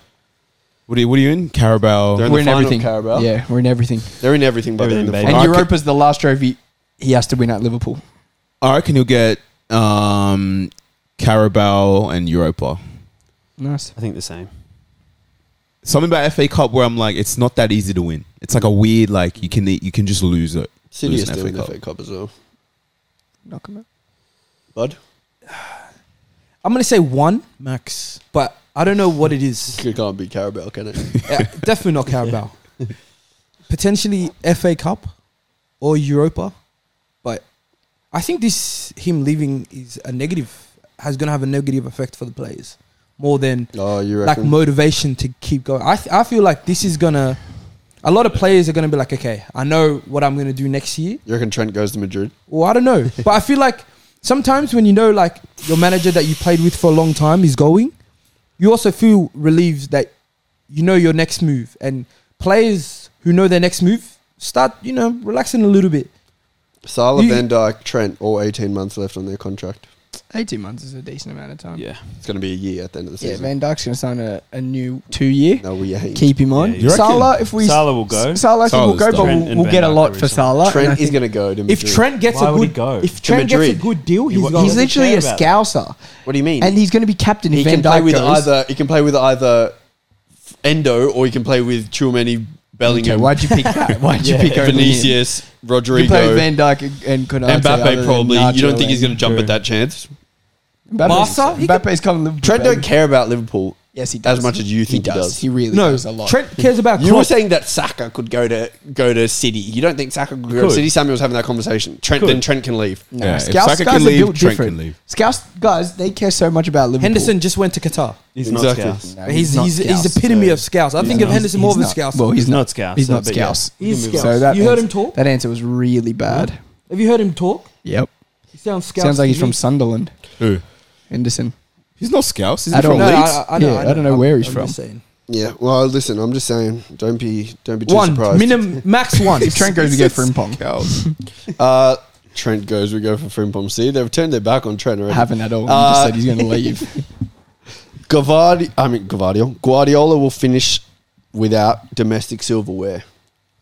D: What are you, what are you in? Carabao.
B: They're in
A: We're
B: the
A: in
B: final
A: everything.
B: Carabao.
A: Yeah, we're in everything.
B: they're in everything, but they're in the
C: Everything,
A: And
B: final. I
A: Europa's the last trophy he has to win at Liverpool.
D: I reckon he'll get um, Carabao and Europa.
A: Nice.
C: I think the same.
D: Something about FA Cup where I'm like, it's not that easy to win. It's like a weird, like you can you can just lose it.
B: could- City
D: Lose
B: is
D: an
B: still
D: FA
B: in the
D: Cup.
B: FA Cup as well.
A: Knock him out.
B: Bud,
E: I'm gonna say one max, but I don't know what it is.
B: it can't be Carabao, can it?
C: <laughs>
E: Yeah, definitely
B: <laughs>
E: not Carabao. Potentially FA Cup or Europa, but I think this him leaving is a negative. Has going to have a negative effect for the players more than
B: oh, you
E: like
B: reckon?
E: motivation to keep going. I th- I feel like this is gonna. A lot of players are gonna be like, okay, I know what I'm gonna do next year.
B: you reckon Trent goes to Madrid?
E: Well, I don't know, but I feel like sometimes when you know like your manager that you played with for a long time is going, you also feel relieved that you know your next move. And players who know their next move start, you know, relaxing a little bit.
B: Salah,
E: You-
B: Van Dijk, Trent, all 18 months left on their contract.
A: 18 months is a decent amount of time.
C: Yeah,
B: It's going to be a year at the end of the
A: Yeah,
B: season.
A: Van Dyke's going to sign a, a new two year.
B: No, we uh, ain't.
A: Keep him on.
C: Yeah, you reckon?
A: Salah, if we.
C: Salah will go.
A: S- Salah, I think will
D: Salah's
A: go, but we'll,
D: done.
C: Trent and
A: we'll
C: Van
A: get a
C: Dijk
A: lot
C: are
A: for Salah. and I
B: Trent is
A: think-
B: going to go to Madrid.
E: If Trent gets
C: Why
E: a
C: would he
E: good
C: go?
E: if Trent gets a
B: Madrid.
E: good deal, he's
B: He-
E: going.
A: He's literally a
C: care about
A: scouser.
B: what do you mean?
A: And he's going to be captain if
B: he
A: Van
B: can play
A: Dijk
B: with
A: goes.
B: either. He can play with either Endo, or you can play with Chilmany,
A: Okay,
B: Bellingham,
A: why'd you pick that? Why'd you
B: yeah,
A: pick only him?
B: Vinicius,
A: You
B: Rodrigo,
A: play Van Dyke and Konate. other
B: Mbappe.
A: than
B: Probably you don't
A: Nacho
B: think he's
A: and-
B: going to jump
C: True.
B: at that chance?
A: Mbappe's,
E: Barca? He could-
A: Mbappe's come Liverpool.
B: Trent don't
A: baby.
B: care about Liverpool
A: Yes, he does.
B: as much as you think he does.
A: He really
E: No,
A: does a lot.
E: Trent cares
B: <laughs>
E: about
B: You were
E: Klopp.
B: saying that Saka could go to go to City. You don't think Saka could go to
C: Could.
B: City? Samuel was having that conversation. Trent
C: Could.
B: then Trent can leave.
A: No,
D: Yeah, if
A: Scouts
D: Saka
A: guys
D: can
A: are
D: leave,
A: built
D: Trent can
A: different.
D: leave.
A: Scouts guys, they care so much about Liverpool.
E: Henderson just went to Qatar.
C: He's
B: Exactly.
C: not Scouse.
A: No,
E: He's
A: not
E: he's, he's,
A: Scouse.
E: epitome
C: so-
E: of scouts. I
A: He's
E: think
A: not-
E: of Henderson
A: he's
E: more of a
A: not-
E: scouse.
A: Well, he's,
C: He's
A: not,
C: not Scouse,
A: He's
C: so-
A: not
C: but yeah.
A: Scouse.
E: He's
C: You
E: scouts.
A: So that
E: you heard
A: answer-
E: him talk?
A: That answer was really bad.
E: Have you heard him talk?
A: Yep.
E: He sounds scouse.
A: Sounds like
E: to
A: he's from
E: me.
A: Sunderland.
D: Who?
A: Henderson.
D: He's not Scouse. He's
A: I don't
D: from
E: No,
A: know.
D: Leeds.
E: I, I, I know,
A: Yeah, I don't know
E: I'm-
A: where he's
E: I'm
A: from.
E: just saying.
B: Yeah. Well, listen, I'm just saying, don't be don't be too
E: One
B: surprised.
E: minimum
A: <laughs>
E: max one.
A: If Trent goes to get Frimpong,
D: Scouse.
B: uh, Trent goes. We go for Frimpong. See, they've turned their back on Trent
A: I
B: already.
A: haven't at all. He
B: Uh,
A: just said he's going to <laughs> leave.
B: Gavardi, I mean Guardiola. Guardiola will finish without domestic silverware.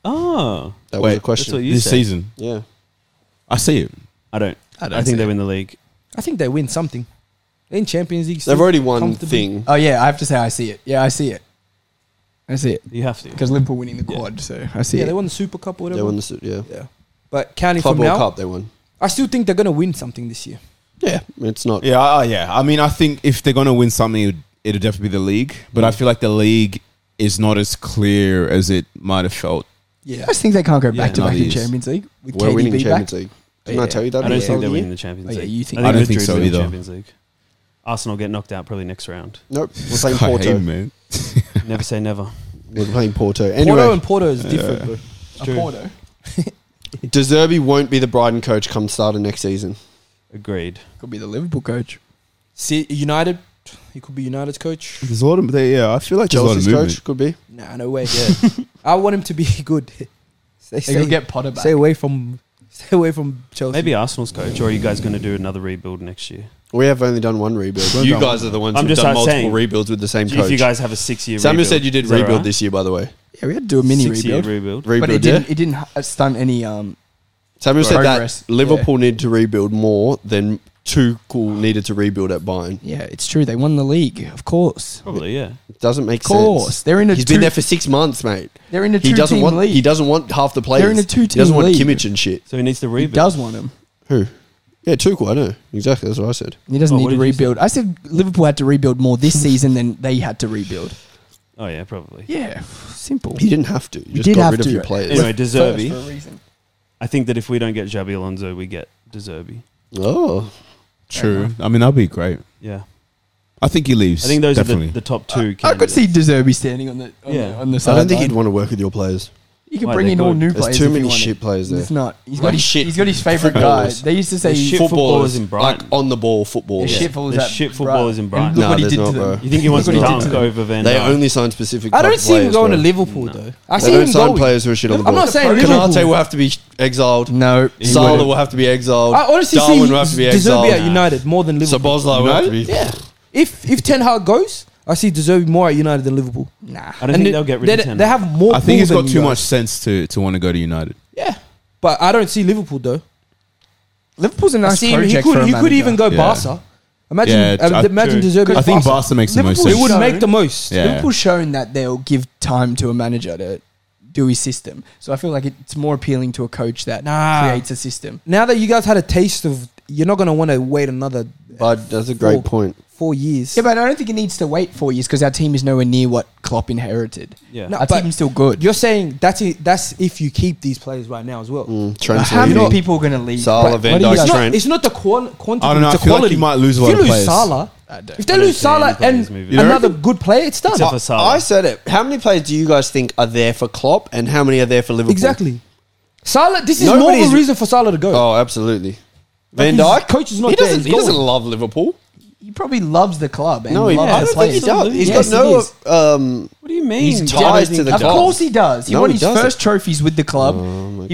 C: Oh,
B: That was
D: Wait,
B: the question.
C: that's what you
D: this
C: said.
D: season.
B: yeah.
D: I see it.
C: I don't.
A: I
C: I,
A: don't see
C: think they
A: it.
C: win the league.
E: I think they win something. They in Champions League.
B: They've
E: still
B: already won
E: comfortably.
B: thing.
A: oh yeah, I have to say I see it. Yeah, I see it. I see it
C: You have to.
A: because Liverpool winning the
C: Yeah.
A: quad, so I see
E: Yeah,
A: it.
E: they won the Super Cup or whatever.
B: They won the yeah.
E: yeah, but counting
B: Club
E: from
B: World
E: now,
B: Cup they won.
E: I still think they're gonna win something this year.
B: Yeah. It's not
D: Yeah, uh, yeah. I mean, I think if they're going to win something, it would, it would definitely be the league. But
B: Mm.
D: I feel like the league is not as clear as it might have felt.
A: I just think they can't go back to
D: no,
A: back in
D: these-
A: Champions League with
B: we're winning
A: KDB
B: Champions
A: back.
B: League. Didn't I
A: Yeah.
B: tell you that?
C: I don't
B: before
C: think
B: the
C: they're
B: year?
C: winning the Champions
A: Oh, yeah,
C: League.
A: you think-
D: I don't think
C: Madrid
D: so
C: win the
D: either.
C: Champions League. Arsenal get knocked out probably next round.
B: Nope. We're
D: <laughs>
B: playing
D: Sky,
B: Porto.
D: man.
C: Never say never.
B: We're playing Porto.
E: Porto
B: Anyway,
E: and Porto is different. bro.
A: A Porto.
B: De Zerbi won't be the Brighton coach come start of next season.
C: Agreed.
A: Could be the Liverpool coach.
E: See, United, he could be
A: <laughs>
E: United's coach.
D: There's a lot of they, yeah. I feel like
B: Chelsea's
D: there's a lot of movement.
B: coach could be.
E: Nah, no way. I want him to be <laughs> good. Stay,
A: They could get Potter back.
E: stay away from, <laughs> stay away from Chelsea.
C: Maybe Arsenal's coach, or are you guys going to do another rebuild next year?
B: We have only done one rebuild.
D: We've
B: you
D: done
B: guys are the ones
C: I'm
B: who've
C: just
B: done
C: like
B: multiple
C: saying,
B: rebuilds with the same coach.
C: If you guys have a six-year,
B: Samuel
C: rebuild,
B: said you did
C: Is that
B: rebuild
C: right?
B: this year, by the way.
A: yeah, we had to do a mini
C: Six-year
A: rebuild,
C: rebuild.
A: but it
B: Rebuild, yeah?
A: didn't. It didn't ha- stunt any. Um,
B: Samuel said
A: Progress,
B: that
A: yeah.
B: Liverpool need to rebuild more than Tuchel needed to rebuild at Bayern.
A: yeah, it's true. They won the league, of course.
C: Probably, yeah.
B: It doesn't make
A: Of course,
B: sense.
A: they're in a.
B: He's
A: two,
B: been there for six months, mate.
A: they're in a two
B: He doesn't
A: team
B: want.
A: league.
B: He doesn't want half the players.
A: in a two-team
B: He doesn't want
A: league.
B: Kimmich and shit.
C: So he needs to
A: He
C: rebuild.
A: does want him.
B: Who? Yeah, Tuchel. I know exactly. That's what I said.
A: He doesn't
C: Oh, what
A: need to
C: did you say?
A: rebuild. I said Liverpool had to rebuild more <laughs> this season than they had to rebuild.
C: Oh yeah, probably.
A: Yeah, simple.
B: He didn't have to. You just
A: did
B: got
A: have
B: rid
A: to.
B: of your players.
C: Anyway,
A: First
C: Deserby.
A: for a reason.
C: I think that if we don't get Xabi Alonso, we get Deserby.
B: Oh,
D: True. I mean, that'd be great.
C: Yeah,
D: I think he leaves.
C: I think those
D: definitely.
C: are the, the top two.
A: I could
C: candidates.
A: see Deserby standing on the on,
C: Yeah.
A: the, on the
B: I
A: side.
B: don't think he'd want to work with your players.
A: You can
C: Why,
A: bring
C: they're
A: in all
C: good.
A: new
B: There's
A: players.
B: too
A: if
B: many
A: you want
B: shit
A: it.
B: players there.
A: It's not. He's
B: Like
A: got his
B: shit
A: He's got his favorite guy.
B: footballers.
A: They used to say
C: There's shit
A: Football-
C: footballers in Brighton.
B: Like on the ball football.
A: there's
C: Yeah.
A: shit footballers. at
C: There's shit footballers in
A: And
C: Brighton.
A: Look
B: No,
A: what he
B: there's
A: did
B: not,
A: to
B: bro.
A: them.
C: you think he wants
A: Look
C: to
A: what he did
C: dunk
A: to them.
C: over Van
B: They
C: Dijk?
B: only sign specific.
E: I don't
B: type
E: see him
B: players,
E: going
B: bro.
E: to Liverpool
C: No.
E: though. I
B: They
E: see
B: don't
E: him
B: sign
E: going.
B: players who are shit on the
E: I'm
B: ball.
E: not saying
B: Canate
E: Liverpool.
B: will have to be exiled.
A: No, he
B: Salah
A: wouldn't.
B: will have to be exiled.
E: I honestly
B: Darwin
E: see
B: will have to be
E: Deserbi
B: exiled.
E: at United more than Liverpool.
B: Sabozla will have to be.
E: Yeah. If if Ten Hag goes, I see Deserbi more at United than Liverpool.
A: Nah.
C: I don't
E: And
C: think
E: they-
C: they'll get rid of
E: they-
C: Ten.
E: They have more.
D: I think
E: pull
D: he's
E: than
D: got
E: you
D: too
E: guys.
D: much sense to to want to go to United.
E: Yeah, but I don't see Liverpool though.
A: Liverpool's a
E: I
A: nice
E: see him.
A: project
E: He
A: for a
E: could he could
A: manager.
E: even go
D: Yeah.
E: Barca. Imagine
D: Yeah,
E: uh,
D: I-
E: imagine
C: true.
E: Deserbi.
D: I
E: at
D: think
E: Barca.
D: Barca makes the most
A: Liverpool-
E: It
D: sense.
E: would
A: So-
E: make the most.
D: Yeah.
A: Liverpool's shown that they'll give time to a manager to do his system. So I feel like it's more appealing to a coach that
E: Nah.
A: creates a system.
E: Now that you guys had a taste of, you're not gonna want to wait another
B: But that's a great
E: Four.
B: point.
E: four years.
A: Yeah, but I don't think it needs to wait four years because our team is nowhere near what Klopp inherited.
C: Yeah.
E: No,
A: our
E: but
A: team's still good.
E: You're saying that's it, that's if you keep these players right now as well.
B: Mm,
A: But
B: Trent's
A: How many
B: leaving.
A: people are going to leave?
B: Salah,
A: But
B: Van
A: what do you
B: Dijk,
E: It's
A: guys-
E: not,
B: Trent.
E: it's not the quan- quantity.
D: I don't know.
E: It's
D: I
E: the
D: feel like
E: quality.
D: you might lose a
E: if
D: lot
E: you
D: of
E: lose
D: players.
E: Salah,
A: I don't-
E: if they
C: I don't
E: lose
C: see
E: Salah
C: any
E: and
C: players moving. You
E: another good player, it's done.
C: Except for Salah.
B: I said it. How many players do you guys think are there for Klopp, and how many are there for Liverpool?
E: Exactly. Salah, this is more
B: Nobody's-
E: of a reason for Salah to go.
B: Oh, absolutely.
E: Like,
B: Van
E: his
B: Dijk,
E: coach is not
B: he
E: there,
B: doesn't,
E: he's
B: he doesn't
E: gone.
B: love Liverpool.
A: He probably loves the club and
B: No, he,
A: loves
B: I
A: the
B: don't think he
A: players.
B: does. He's
A: Yes,
B: got
A: he
B: no
A: is.
B: um,
C: What do you mean?
B: He's ties to the
A: Of
B: club.
A: course he does. He
B: No,
A: won
B: he
A: his
B: doesn't.
A: first trophies with the club. he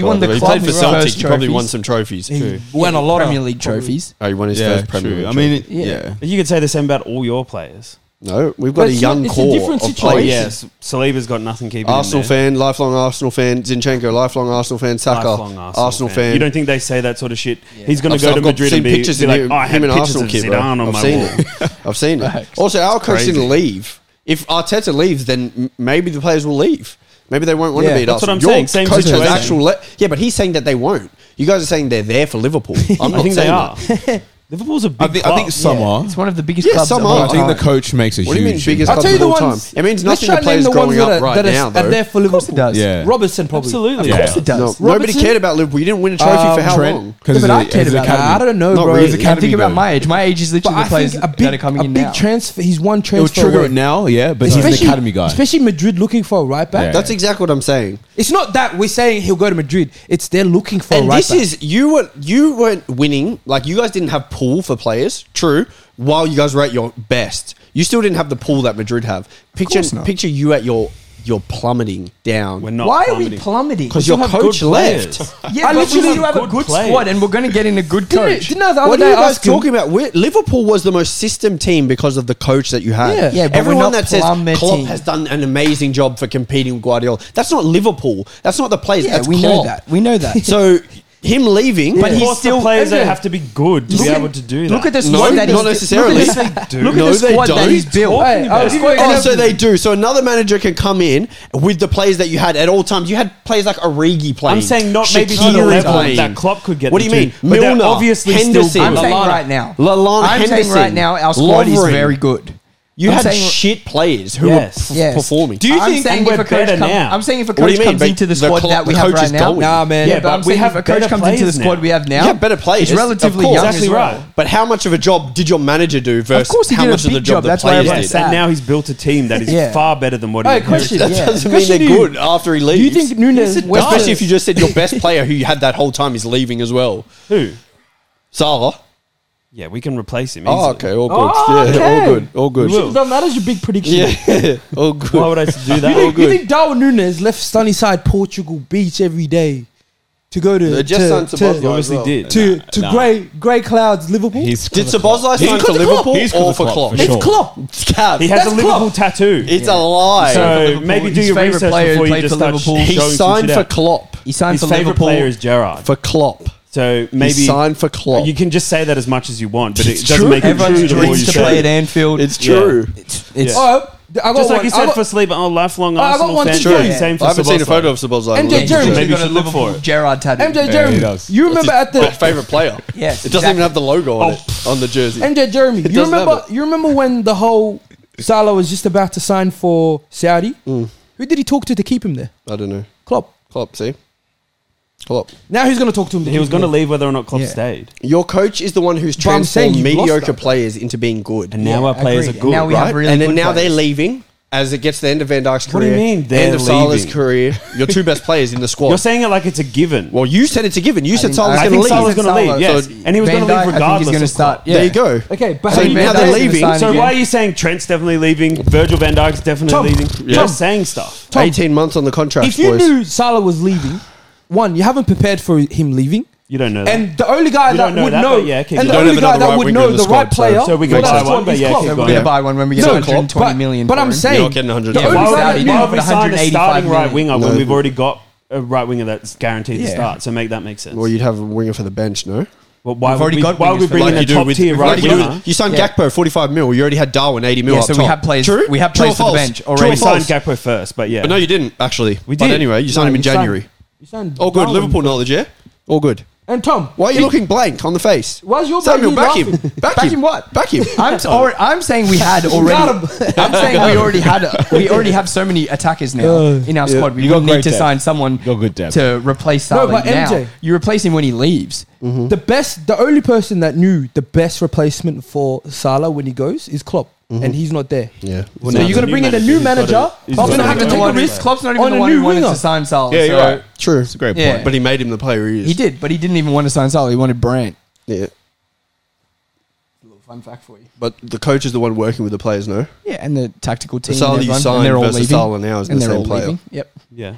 B: God,
A: won the
B: if He
A: club.
B: played
A: his
B: for Celtic.
A: first
B: He probably
A: trophies.
B: won some trophies.
C: True.
E: Won a lot
A: Premier
E: of
A: League
E: probably.
A: trophies.
B: Oh, he won his
D: Yeah,
B: first Premier
D: true.
B: League.
D: I mean, it-
A: Yeah.
D: yeah.
C: But You could say the same about all your players.
B: no, we've got
E: But
B: a
E: it's
B: young
E: not- it's a
B: core
E: different
B: of
E: situation.
B: players.
E: Crazy.
C: Yes, Saliba's got nothing keeping him
B: Arsenal
C: there.
B: fan, lifelong Arsenal fan, Zinchenko, lifelong Arsenal fan, Saka,
C: Lifelong
B: Arsenal, fan.
C: You don't think they say that sort of shit? He's going
B: I've-
C: to go
B: I've
C: to
B: got-
C: Madrid
B: seen
C: and be,
B: pictures
C: be
B: of
C: like, "Oh,
B: him-
C: I had
B: him and
C: pictures
B: Arsenal
C: of
B: kid,
C: Zidane
B: bro. <laughs>
C: on
B: I've
C: my
B: seen
C: wall.
B: it. I've seen it.
A: Facts.
B: Also, our coach
C: Crazy.
B: didn't leave. If Arteta leaves, then m- maybe the players will leave. Maybe they won't want
E: Yeah,
B: to beat
C: that's
B: us.
C: what I'm
B: Your
C: saying. Same
B: coach has
C: situation.
B: Actual le- yeah, but he's saying that they won't. You guys are saying they're there for
C: <laughs>
B: Liverpool. I'm
C: I
B: not
C: think they
B: saying
C: are.
B: that.
C: <laughs> Liverpool's a big
D: I think, I think
C: club.
D: some are.
A: It's one of the biggest
B: Yeah,
A: clubs.
B: some
A: of
B: are.
A: all
D: I think the
A: time.
D: coach makes a
B: What do
D: huge
B: you mean biggest
E: I'll
B: club
E: tell you
B: of
E: the
B: all
E: ones.
B: time? It means
E: let's
B: nothing
E: try
B: to
E: and name
B: players
E: the ones
B: growing
E: that
B: up
E: are,
B: right
E: that are,
B: now,
E: are
B: though.
E: there for Liverpool.
A: it does.
D: Yeah.
E: Robertson probably.
C: Absolutely.
D: Yeah.
A: Of course it
B: No,
A: does.
B: nobody
E: Robertson?
B: cared about Liverpool. You didn't win a trophy
E: Um,
B: for how
D: Trent,
B: long?
D: because
A: Yeah, but I
D: I
A: cared about
E: Nah, I
D: academy.
E: don't know,
B: Not
E: bro.
B: really.
A: Can't think about
D: though.
A: my age. My age is
E: But
A: literally
E: I
A: the players
E: think a
A: that are
E: big,
A: coming
E: a
A: in
E: big
A: now.
E: transfer. He's one
D: It will
E: transfer.
D: trigger
E: away.
D: it now, yeah, but he's an
E: Especially-
D: academy guy.
E: Especially Madrid looking for a right back.
D: Yeah.
B: That's exactly what I'm saying.
E: It's not that we're saying he'll go to Madrid. It's they're looking
A: Oh,
E: for a
B: and
E: right
B: this
E: back.
B: is you were you weren't winning. Like you guys didn't have pool for players. True. While you guys were at your best, you still didn't have the pool that Madrid have. Picture
A: course not.
B: picture you at your you're plummeting down.
C: We're not.
A: Why are we
C: plummeting.
A: plummeting?
B: because
C: you
B: your
C: have
B: coach <laughs>
C: good
B: left.
C: players.
A: yeah,
E: I
A: but
E: literally
A: we do have a
C: good
A: good
C: players.
A: squad, and we're going to get in a good
E: <laughs> Didn't,
A: coach.
E: didn't I the other
B: What are
E: day
B: you guys
E: ask him-
B: talking about? We're, Liverpool was the most system team because of the coach that you had.
E: Yeah. Yeah,
A: but we're
B: everyone
A: not
B: that says Klopp
A: plummeting.
B: has done an amazing job for competing with Guardiola. That's not Liverpool. That's not the players.
A: yeah,
B: that's
A: we know
B: Klopp.
A: that. We know that.
B: So him leaving,
A: But
B: Yeah.
A: he's
C: Of course,
A: still-
C: the players
A: Yeah.
C: that have to be good to
A: Look
C: be
A: at-
C: able to do that.
A: look at the
B: No,
A: squad that he's
B: not necessarily.
A: Look at the, look at
B: No,
A: the
B: they
A: squad that
B: don't.
A: he's built.
C: Hey, I was
A: Squad-
B: Oh, so they do. So another manager can come in with the players that you had at all times. You had players like Origi playing.
C: I'm saying not maybe to the
B: Shaqiri
C: level
B: playing.
C: that Klopp could get.
B: What do you
C: them
B: mean?
C: to, but they're
B: Milner,
C: obviously
B: Henderson.
C: still
A: I'm
C: good.
A: saying
B: Lallana.
A: right now.
B: Lallana,
A: I'm saying
B: Henderson,
A: right now our squad is
B: Lovren.
A: very good.
B: You
A: I'm
B: had
A: saying-
B: shit players who
C: Yes.
B: were p-
A: Yes.
B: performing.
C: Do you
A: I'm
C: think-
A: saying
C: and
A: if
C: we're
A: a coach
C: better
A: come-
C: now.
A: I'm saying if a
B: do
A: coach
B: you mean?
A: comes
B: But
A: into the
B: the
A: squad
B: clo-
A: that we
B: the
A: have
B: coach
A: right
B: is
A: now,
B: going. Nah,
E: man.
A: Yeah,
E: Yeah,
A: but,
C: but
A: I'm
C: we
A: saying
C: have
A: if a
C: better
A: coach comes into the
C: players now.
A: squad we have now,
B: Yeah, better players.
A: He's
B: Of
A: relatively
B: course.
A: young.
C: Exactly
A: as well.
C: right.
B: But how much of a job did your manager do versus
A: course he
B: how
A: did a
B: much of the
A: big
B: job,
A: job.
B: the
A: That's why I
B: players
A: was
B: did?
C: Yes,
A: that.
C: and now he's built a team that is
A: Yeah.
C: far better than what he
E: Hey,
C: inherited.
E: question.
B: <laughs> That
E: Yeah.
B: doesn't mean
E: Question
B: they're
E: to you.
B: good after he leaves.
E: Do you think Nunes?
A: Yes, it
E: West-
B: Especially if you just said your best player who you had that whole time is leaving as well.
C: <laughs> Who?
B: Salah.
C: Yeah, we can replace him.
B: Oh,
C: easily.
B: okay. All good.
E: Oh,
B: Yeah,
E: okay.
B: all good. All good.
C: We will.
E: That- that is your big prediction.
B: <laughs> Yeah. all good.
C: Why would
B: <laughs>
C: I do that?
B: All
E: You
B: good.
E: think Darwin Nunes left Sunnyside, Portugal beach every day to go to
B: They Uh, just
E: to,
B: signed
E: to,
B: Szoboszlai
C: He obviously
B: as well.
C: did.
E: to,
D: Nah,
E: to
D: nah.
E: grey grey clouds, Liverpool?
D: He's
B: Did Sabozlai sign
E: He's
B: for
E: good to
B: Liverpool
E: Klopp.
D: He's good
B: or
D: to
B: for
D: Klopp,
B: Klopp?
D: for
E: it's
D: sure.
E: Klopp.
B: It's Cab.
C: He has
E: That's
C: a Liverpool
E: Klopp.
C: tattoo.
B: It's a lie.
A: Signed for
C: So
A: Liverpool.
C: maybe do
A: His
C: your
A: favourite
C: research
A: player
C: before you
A: played
C: just
A: for
C: start
A: Liverpool.
B: he
C: showing some
B: signed
C: shit
B: for
C: out.
B: Klopp.
A: He signed
C: His
A: for
C: favorite
A: Liverpool.
C: player is Gerrard.
B: For Klopp.
C: So
B: He
C: maybe
B: signed for Klopp.
C: you can just say that as much as you want, but it
B: It's
C: doesn't
B: true.
C: make it true
A: Everyone's
C: the more you
A: dreams to
C: say.
A: play at
C: it.
A: Anfield.
B: It's
C: Yeah.
B: true.
A: it's
C: Yeah.
E: Oh, I got
C: Just
E: one.
C: like you
E: I
C: said
E: got,
C: for sleep, oh, lifelong
E: I got
C: Arsenal
E: one
C: fan.
E: to tell you.
C: Same for
B: I haven't seen a
C: Szoboszlai.
B: photo of Sabozlai.
E: MJ
A: Yeah,
E: Jeremy.
A: he's
C: Maybe you
A: got a
C: should look
A: Liverpool
C: for it.
A: Gerrard tattoo.
E: MJ
D: he
E: Jeremy.
D: does.
E: You remember at the
B: favorite player.
A: Yes,
B: It doesn't even
A: exactly.
B: have the logo on it on the jersey.
E: MJ Jeremy. You
B: doesn't have
E: remember? You remember when the whole Salah was just about to sign for Saudi? Who did he talk to to keep him there?
B: I don't know.
E: Klopp.
B: Klopp, see? Klopp.
E: Now who's going to talk to him?
C: He was going to leave whether or not Klopp
E: Yeah.
C: stayed.
B: Your coach is the one who's
E: But I'm saying
B: transformed
E: you've lost
B: mediocre
E: that, though.
B: players into being good.
C: And now our players
A: agreed.
C: are good.
A: Now we
C: right?
A: have really
B: and then
A: good
B: now
A: players.
B: they're leaving. As it gets to the end of Van Dyke's
C: What do
B: career,
C: you mean they're
B: end of Salah's
C: leaving?
B: career, <laughs> your two best players in the squad.
C: You're saying it like it's a given.
B: well, you said it's a given. You said
A: think-
B: Salah's
A: I
B: going
A: think
B: to leave.
A: Salah's
C: gonna
A: Salah.
C: leave, yes.
A: So
C: And he was
A: Van Dijk,
C: gonna leave
A: I think he's
C: regardless
A: gonna
C: of
A: start.
C: club.
A: Yeah.
B: There you go.
E: Okay, but
B: So
E: Van
B: now
E: Dijk's
B: they're
E: gonna
B: leaving.
E: sign
C: so
E: again.
C: why are you saying Trent's definitely leaving? Virgil van Dijk's definitely
E: Tom,
C: leaving.
E: yeah.
C: Just saying stuff.
E: Tom,
B: 18 months on the contract,
E: if you
B: boys.
E: knew Salah was leaving, one, you haven't prepared for him leaving.
C: You don't know that.
E: And the only guy
C: We
E: that
C: don't know
E: would
C: that,
E: know,
C: but yeah, okay,
E: and
C: you
E: the
B: don't
E: only
B: have
E: guy
B: another
E: that
B: right
E: would
B: winger
E: know
B: in
E: the,
B: the
E: right
B: squad, so-
E: player.
C: So we
E: for
C: can
E: that
C: buy
E: squad
C: one, but
E: is
C: yeah,
E: Klopp.
C: keep
A: So
C: going.
A: we're going to buy one when we get
E: No,
A: 120
E: but-
A: million
E: but
A: for
E: I'm
A: him.
E: saying-
B: You're not getting 100
E: the
B: million.
E: only
C: why
E: guy
C: would,
E: that
A: Saudi
E: knew-
C: why
A: for
C: would we sign a
A: 185
C: starting right
A: million?
C: winger
B: No.
C: when we've already got a right winger that's guaranteed to
A: Yeah.
C: start? So make that make sense.
B: <laughs> Well, you'd have a winger for the bench, no?
C: Well, why
A: We've
C: would
A: already
C: we,
A: got
C: why would we
A: wingers
C: bring
A: for
C: in a
A: that.
C: top tier right
B: like you, do
C: winger?
B: with- you signed
A: Yeah.
B: Gakpo 45 mil. You already had Darwin 80 mil.
A: Yeah,
B: up
A: so we
B: top.
A: had players-
B: True?
A: we had
B: True or
A: players for the
B: false?
A: bench
B: True
A: already.
B: or
C: We signed
B: false?
C: Gakpo first, but yeah.
B: But no, you didn't actually.
C: We
B: But
C: did.
B: anyway, you signed him in
E: You signed-
B: January.
E: you signed
B: All Oh, good.
E: Darwin.
B: Liverpool knowledge, yeah. All good.
E: And Tom,
B: Why are you looking blank on the face?
E: Why's your
B: Samuel?
E: back-
B: Back
E: you
B: him.
E: laughing?
B: Back,
A: Back
B: him.
A: him what?
B: Back
A: <laughs>
B: him.
A: I'm, s- alre- I'm saying we had already. <laughs> I'm saying we already had. <laughs> we already have so many attackers now
E: Uh,
A: in our
D: yeah.
A: squad. We
D: You got
A: would need
D: great
A: to
D: depth.
A: sign someone
D: You got good depth.
A: to replace
E: No,
A: Salah
E: but
A: now.
E: MJ
A: You replace him when he leaves.
E: the best, the only person that knew the best replacement for Salah when he goes is Klopp,
A: Mm-hmm.
E: and he's not there.
B: Yeah.
E: so
C: now
E: you're going
C: the
E: to
C: new
E: bring in a
C: manager,
E: new
C: he's gotta-
E: manager.
C: he's gotta
E: Klopp's going to have to
C: do
E: take
C: that.
E: a risk.
A: Klopp's not even
E: on
A: the
E: a
A: one who
E: new
A: wanted
E: winger.
A: to sign Salah.
D: Yeah, you're
A: so-
D: right.
B: True.
D: It's a great
A: Yeah.
D: point.
B: But he made him the player he is.
A: He did, but he didn't even want to sign Salah. He wanted Brandt.
B: Yeah.
A: Fun fact for you.
B: But the coach is the one working with the players, no?
A: Yeah, and the tactical team.
B: Salah
A: and
B: you
A: everyone,
B: signed
A: and they're all
B: versus
A: leaving.
B: Salah now is
A: and
B: the
A: they're
B: same
A: all
B: player.
A: leaving. Yep.
C: Yeah,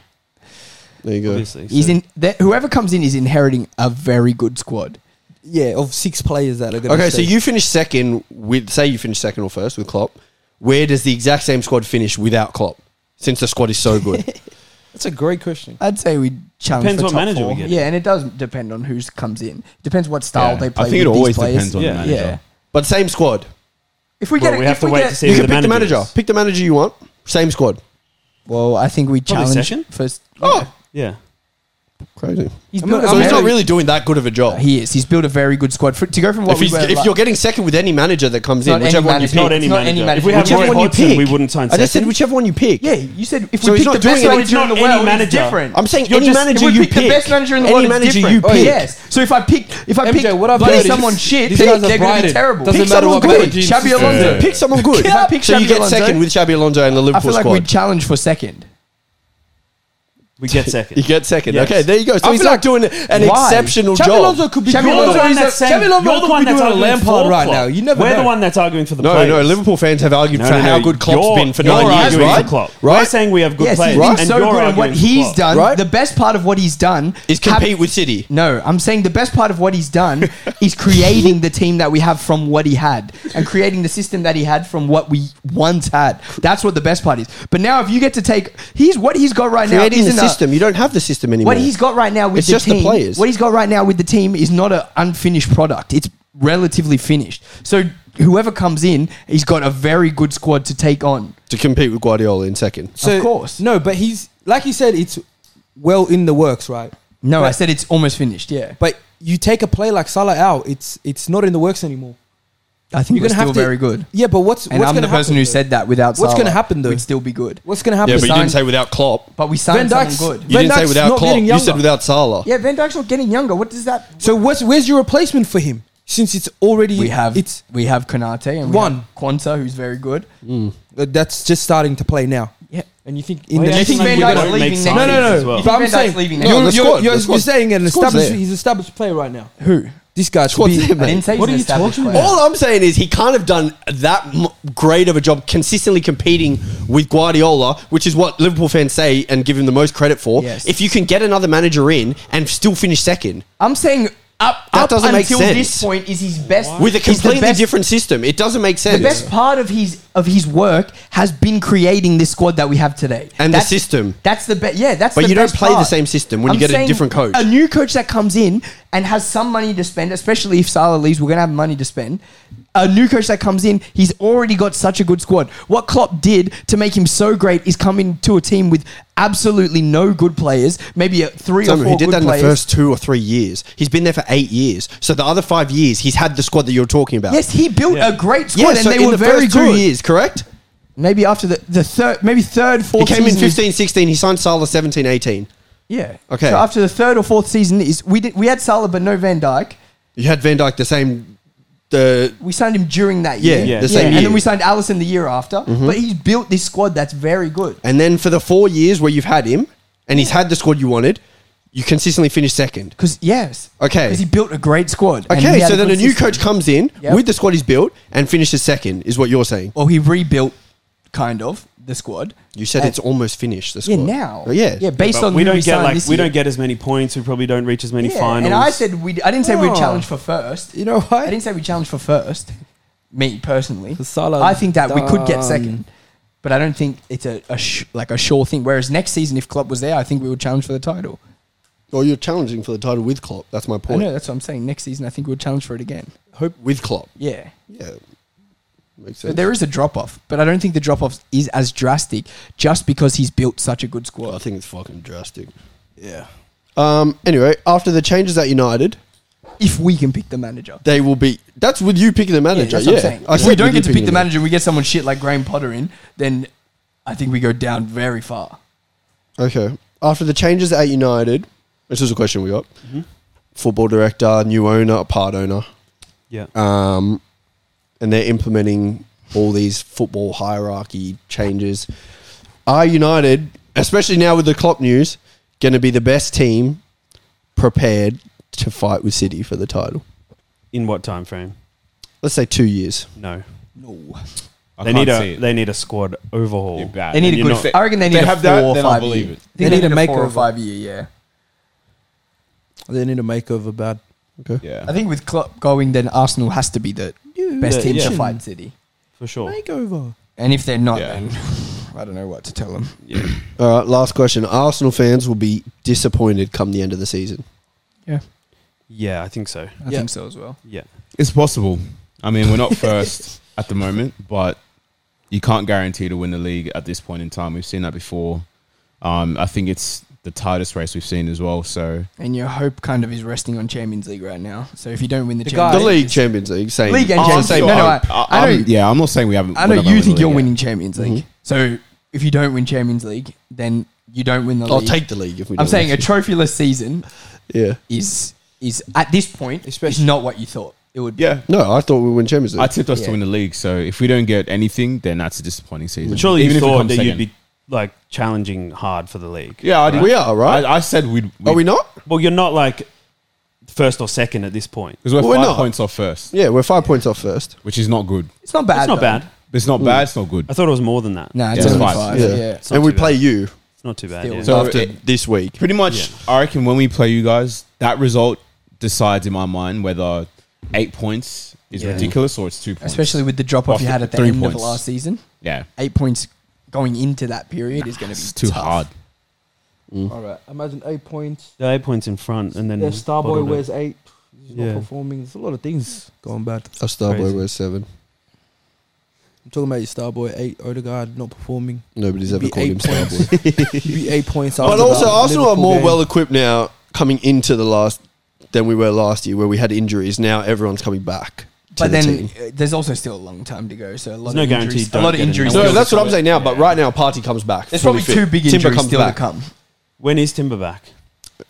B: There you go.
C: obviously.
A: He's
C: so-
A: in. that- Whoever comes in is inheriting a very good squad.
E: Yeah, of six players that are going to.
B: Okay, so you finish second with, say, you finish second or first with Klopp. Where does the exact same squad finish without Klopp? Since the squad is so good,
A: <laughs>
E: That's a great question.
A: I'd say we challenge
C: Depends
A: for
C: what
A: top
C: manager
A: four.
C: we get.
A: Yeah, and it does depend on who comes in. Depends what style
D: Yeah.
A: they play.
D: I think it
A: with these
D: always
A: players.
D: depends on
C: Yeah.
D: the manager.
A: Yeah.
B: but same squad.
A: If we
C: Well,
A: get,
C: we
A: if
C: have to
A: we
C: wait
A: get-
C: to see
B: You
C: who
B: can
C: the
B: pick the
C: manager
B: manager.
C: is.
B: Pick the manager you want. Same squad.
A: Well, I think we
C: Probably
A: challenge
C: session.
A: first.
B: Oh.
C: Yeah.
B: Crazy.
A: He's
E: I'm
A: built
E: not-
A: a
B: So he's
A: very-
B: not really doing that good of a job.
A: He is. He's built a very good squad for, to go from what
B: if
A: we
B: he's,
A: were.
B: if
A: like-
B: you're getting second with any manager that comes in,
A: Not any
B: whichever one you
A: manager.
B: pick.
C: Not any
A: It's not
C: manager.
A: any
C: If
A: manager.
C: we had
B: Whichever
C: Roy
B: one you
C: Hodgson,
B: pick.
C: we wouldn't sign
B: I just said
C: second.
B: whichever one you pick.
A: yeah, you said if
B: So
A: we
B: he's
A: pick the
B: not
A: best
B: doing it.
A: manager in the
C: It's not any
A: world, it's
C: manager.
A: different.
B: I'm saying
A: You're
B: any manager
A: if we
B: you
A: pick, the
B: pick.
A: best manager in the
B: Any
A: world,
B: manager
A: it's
B: you
A: different. Oh,
B: pick.
A: yes. So if I pick, if I
E: MJ,
A: pick,
E: what I've
A: if I pick
E: noticed-
A: someone shit,
E: these
A: pick,
E: guys are
A: they're going to be
E: grinded.
A: terrible.
E: Doesn't
A: Pick
B: Pick
E: matter
B: someone
E: what
B: good.
E: Guardian's
A: Xabi
E: system
A: Alonso.
E: is.
B: Pick someone good.
A: If I pick
B: so you
A: Xabi
B: get
A: Alonso-
B: second with Xabi Alonso and the
A: I
B: Liverpool
A: feel like
B: squad.
A: we'd challenge for second.
C: We get second.
B: You get second.
C: Yes.
B: Okay, there you go. So
A: I
B: he's
A: feel
B: not
A: like-
B: doing an
A: Why?
B: exceptional
E: Xabi
B: job.
E: Alonso could be
A: Xabi
E: doing
A: Alonso
E: it.
A: is
E: Xabi Alonso
C: you're the
E: could
C: one
E: be
C: that's
E: doing a
C: arguing
E: Lampard
C: for
E: right
C: Klopp.
E: now. You never
C: We're
E: know.
C: the one that's arguing for the
B: No,
C: players.
B: no. Liverpool fans have argued
C: No,
B: for
C: no, no,
B: how good Klopp's
C: you're-
B: been for
C: you're
B: nine years,
C: arguing for
B: right?
C: Klopp.
B: Right?
C: We're saying we have good
A: Yes,
C: players.
A: he's been
C: and
A: so
C: you're
A: good at
C: arguing
A: what
C: for
A: he's
C: Klopp.
A: done.
B: Right?
A: The best part of what he's done
B: Is
A: hap-
B: compete with City.
A: No, I'm saying the best part of what
B: <laughs>
A: he's done is creating the team that we have from what he had and creating the system that he had from what we once had. That's what the best part is. But now, if you get to take, he's what he's got right
B: Creating
A: now
B: the
A: isn't a-
B: system. You don't have the system anymore.
A: what he's got right now with
B: It's
A: the
B: just the
A: team.
B: players.
A: What he's got right now with the team is not an unfinished product. It's relatively finished. So whoever comes in, he's got a very good squad to take on.
B: to compete with Guardiola in second.
A: Of course.
E: No, but he's like you said, it's well in the works, right?
A: No, I
E: Right.
A: said it's almost finished. Yeah,
E: But you take a play like Salah out, it's it's not in the works anymore.
A: I think
E: You're
A: we're
E: gonna
A: still
E: have to-
A: very good.
E: Yeah, but what's
A: And
E: what's
A: I'm the
E: gonna
A: person
E: happen,
A: who
E: though?
A: said that without
E: What's
A: going
E: gonna
A: to
E: happen, though?
A: We'd still be good.
E: What's going to happen?
B: Yeah, but you
A: signed-
B: didn't say without Klopp.
A: But we signed
E: Van Dijk's-
A: someone good.
B: You
E: Van
B: didn't say
E: Dijk's
B: without
E: not
B: Klopp.
E: getting
B: You said
E: younger.
B: without Salah.
A: yeah, Van Dyke's not getting younger. What does that?
E: So what's where's your replacement for him? Since it's already
A: We have
E: it's
A: we have Konate and
E: One.
A: one Mm. Quanta, who's very good.
E: uh, that's just starting to play now.
A: Yeah.
E: And you think in
C: Well, yeah,
E: the
A: Do you
E: next
A: think
C: I
A: Van
C: think
A: Dyke's
C: we won't make
A: leaving next
C: signings
E: no no no?
C: as well.
E: But
A: Van
E: I'm
A: Dijk's
E: saying
A: leaving
E: you're,
A: now.
B: No, the
E: you're-
B: squad,
E: you're-
B: the
E: you're
B: squad.
E: saying an
B: Squad's
E: established
B: there.
E: he's an established player right now.
A: Who?
E: This guy should
B: Squad's
E: be
B: there,
A: I
B: mate.
A: didn't say he's
E: What are
A: an
E: you
A: established
E: talking
A: player.
E: about?
B: All I'm saying is he can't have done that m- great of a job consistently competing with Guardiola, which is what Liverpool fans say and give him the most credit for.
A: Yes.
B: If you can get another manager in and still finish second
A: I'm saying up,
B: That
A: up
B: doesn't make
A: until
B: sense.
A: this point is his best
B: with a
A: is the
B: completely
A: best-
B: different system, it doesn't make sense.
A: The best part of his of his work has been creating this sest squad that we have today
B: And the system.
A: That's the best. Yeah, that's.
B: But
A: the
B: you don't
A: best
B: play the
A: part.
B: same system when you get a
A: saying
B: different coach.
A: A new coach that comes in and has some money to spend, especially if Salah leaves, we're gonna have money to spend. A new coach that comes in, he's already got such a good squad. What Klopp did to make him so great is come into a team with absolutely no good players, maybe a three or
B: Samuel,
A: four
B: he did
A: good
B: that in
A: players.
B: the first two or three years. He's been there for eight years. So the other five years, he's had the squad that you're talking about.
A: Yes, he built
C: Yeah.
A: a great
B: yeah,
A: squad, and
B: so
A: they
B: in
A: were
B: the
A: very
B: first
A: good.
B: two years, correct?
A: Maybe after the, the third, maybe third,
B: He
A: fourth.
B: came in
A: season is-
B: 15, 16. He signed Salah 17, 18.
A: Yeah.
B: Okay.
A: So after the third or fourth season is we did we had Salah but no Van Dyke.
B: You had Van Dyke the same. The
A: We signed him during that year.
B: Yeah,
C: Yeah. the same
A: And
B: year.
A: then we signed Allison the year after. But he's built this squad that's very good.
B: and then for the four years where you've had him and he's had the squad you wanted, you consistently finish second.
A: Cause yes.
B: Okay.
A: Because he built a great squad. and he
B: Okay,
A: had
B: so then a
A: good
B: new
A: system.
B: coach comes in
A: Yep.
B: with the squad he's built and finishes second, is what you're saying.
A: Well he rebuilt kind of the squad.
B: You said
A: And-
B: it's almost finished. The
A: Uh, Yeah
B: squad.
A: now.
B: Oh, yeah,
A: Yeah, based
C: But
A: on
C: we
A: who
C: don't get
A: signed
C: like
A: this
C: we
A: year.
C: don't get as many points. We probably don't reach as many
A: Yeah,
C: finals.
A: And I said we I didn't say we'd
E: Oh.
A: challenge for first.
E: You know what?
A: I didn't say we challenged for first. Me personally,
E: Salah
A: I think that we could get
E: done.
A: second, but I don't think it's a, a sh- like a sure thing. Whereas next season, if Klopp was there, I think we would challenge for the title.
B: Or Oh, you're challenging for the title with Klopp. That's my
A: I know
B: point.
A: that's what I'm saying. Next season, I think we'll challenge for it again.
B: Hope with Klopp.
A: Yeah,
B: Yeah, makes sense.
A: but there is a drop off, but I don't think the drop off is as drastic just because he's built such a good
B: I
A: squad.
B: think it's fucking drastic.
E: Yeah.
B: Um. Anyway, after the changes at United,
A: If we can pick the manager,
B: they will be. That's with you picking the
A: yeah,
B: manager.
A: that's
B: Yeah,
A: what I'm saying.
B: I
A: If
B: said
A: we don't
B: with you
A: get to pick
B: picking
A: the manager, we get someone shit like Graham Potter in, then I think we go down very far.
B: Okay. After the changes at United, this is a question we got.
A: Mm-hmm.
B: Football director, new owner, part owner,
C: yeah.
B: um, and they're implementing all these football hierarchy changes. Are United, especially now with the Klopp news, going to be the best team prepared to fight with City for the title?
C: In what time frame?
B: Let's say two years.
C: No.
A: No.
D: I
C: they
D: can't
C: need a
D: see it.
C: they need a squad overhaul.
D: They're bad.
A: They need
D: And
A: a
D: you're
A: good.
D: not-
A: fit. I reckon they
D: If
A: need
D: they
A: a
D: have
A: four
D: that,
A: or
D: then I'll
A: five
D: believe
A: year.
D: it.
A: They, need, a, four or
E: makeover.
A: five year. Yeah,
E: They need a makeover bad.
B: Okay.
D: Yeah.
A: I think with Klopp going, then Arsenal has to be the best
C: Yeah,
A: team
C: yeah.
A: to fight City.
C: for sure.
E: Makeover.
A: And if they're not,
D: Yeah.
A: then <sighs> I don't know what to tell them.
C: <clears throat>
B: All right. Last question. Arsenal fans will be disappointed come the end of the season.
A: Yeah,
C: Yeah, I think so.
A: I
E: Yeah.
A: think so as well.
C: Yeah.
D: It's possible. I mean, we're not first. <laughs> at the moment, but you can't guarantee to win the league at this point in time. We've seen that before. Um, I think it's the tightest race we've seen as well. So
A: And your hope kind of is resting on Champions League right now. So if you don't win the,
E: The guy-
A: Champions
B: The league
A: it's-
B: Champions League, same.
A: League and
D: Oh, I'm
A: Champions League.
D: sure-
A: No, no,
D: I'm-
A: I, I,
D: I'm-
A: know.
D: yeah, I'm not saying we haven't.
A: I know
D: we're not
A: you
D: gonna
A: think
D: win the
A: you're
D: league Mm-hmm.
A: winning Champions League. So if you don't win Champions League, then you don't win the
B: I'll
A: league.
B: take the league if we.
A: I'm
B: don't
A: saying a
B: win.
A: trophyless season
B: yeah.
A: is is at this point is
E: Especially-
A: not what you thought it would. be.
D: yet. Yeah.
B: No, I thought we win Champions League.
D: I tipped us
A: Yeah.
D: to win the league, so if we don't get anything, then that's a disappointing season.
C: But surely
D: Even
C: you
D: if we come
C: thought that
D: second.
C: you'd be like challenging hard for the league.
D: Yeah, I did.
B: We are, right?
D: I, I said we'd.
B: Are we not?
C: Well, you're not like first or second at this point.
D: Because we're
B: Well, we're
D: five
B: not.
D: points off first,
B: Yeah, we're five points off first.
D: which is not good.
A: It's not bad.
C: It's not
A: though.
C: bad.
D: It's not bad. It's not good.
C: I thought it was more than that.
A: No, it's
D: Yeah,
A: only
D: it's
A: five.
D: fine.
A: Yeah.
C: It's not
B: and we
C: too bad.
B: play you
C: It's not too bad.
A: Still.
C: Yeah.
A: So
B: after
D: it-
B: this week.
D: Pretty much, I reckon when we play you guys, that result decides in my mind whether eight points is
C: Yeah.
D: ridiculous or it's two points.
A: Especially with the drop off
D: Off
A: you
D: the
A: had at the
D: three
A: end of
D: points.
A: last season.
D: yeah,
A: Eight points going into that period is going to be
D: it's too
A: tough.
D: hard.
E: All right. Imagine eight points.
C: They're eight points in front, and then
E: Yeah, Starboy
C: bottled it.
E: wears eight. He's
C: Yeah.
E: not performing. There's a lot of things going bad.
B: A Starboy
C: Crazy.
B: wears seven.
E: I'm talking about your Starboy eight. Odegaard not performing.
B: Nobody's ever
E: Be
B: called
E: eight
B: him Starboy.
E: He'd be eight points.
B: but also, Arsenal are more well equipped now coming into the last than we were last year, where we had injuries. Now everyone's coming back. To the
A: But then
B: team.
A: uh, there's also still a long time to go. So a lot
C: There's no
A: of
C: guarantee
A: injuries. A
C: don't
A: lot of
C: get it.
A: injuries.
C: No,
B: no,
A: still
B: that's
A: to
B: what
A: come.
B: I'm saying now. But right now, Party comes back.
A: There's
B: fully fit.
A: probably two big
B: Timber
A: injuries
B: comes
A: still
B: back.
A: to come.
C: When is Timber back?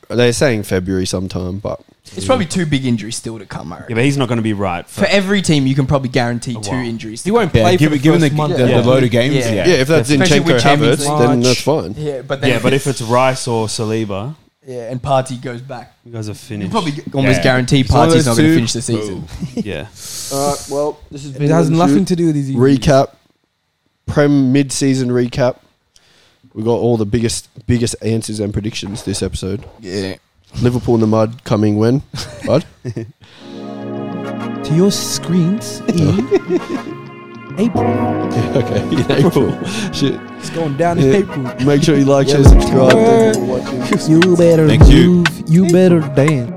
B: They're saying February sometime, but
A: It's probably two big injuries still to come. I
C: Yeah,
A: reckon.
C: but he's not going to be right. For,
A: For every team, you can probly guarantee two
C: while.
A: injuries.
E: He
A: to
E: won't
D: Yeah,
E: play
D: given,
E: for the
D: given the,
E: first month.
D: the-
A: Yeah.
D: the load of games,
A: Yeah.
D: yeah,
B: yeah, if that's
A: Especially
B: Zinchenko
A: with Champions
B: Havertz, then
E: League.
B: that's fine.
A: come. Yeah, but then
C: yeah, but if it's Rice or Saliba,
A: <laughs> yeah, and Party goes back,
C: you guys are
A: you
C: finished.
A: probably g- almost
D: Yeah.
A: guarantee
D: It's one of
A: Party's
D: those
A: not going to
D: two-
A: finish the season.
C: yeah.
B: Uh, well, this has
E: It has nothing to do with his injuries.
B: recap, Prem mid-season recap. We got all the biggest biggest answers and predictions this episode.
A: Yeah.
B: Liverpool in the mud coming when? Bud?
E: to your screens in April.
B: okay, in April. <laughs> Shit.
E: It's going down
B: Yeah.
E: in April.
B: Make sure you like, share, subscribe. Thank you for watching.
E: You better
D: Thank you.
E: move. You better dance.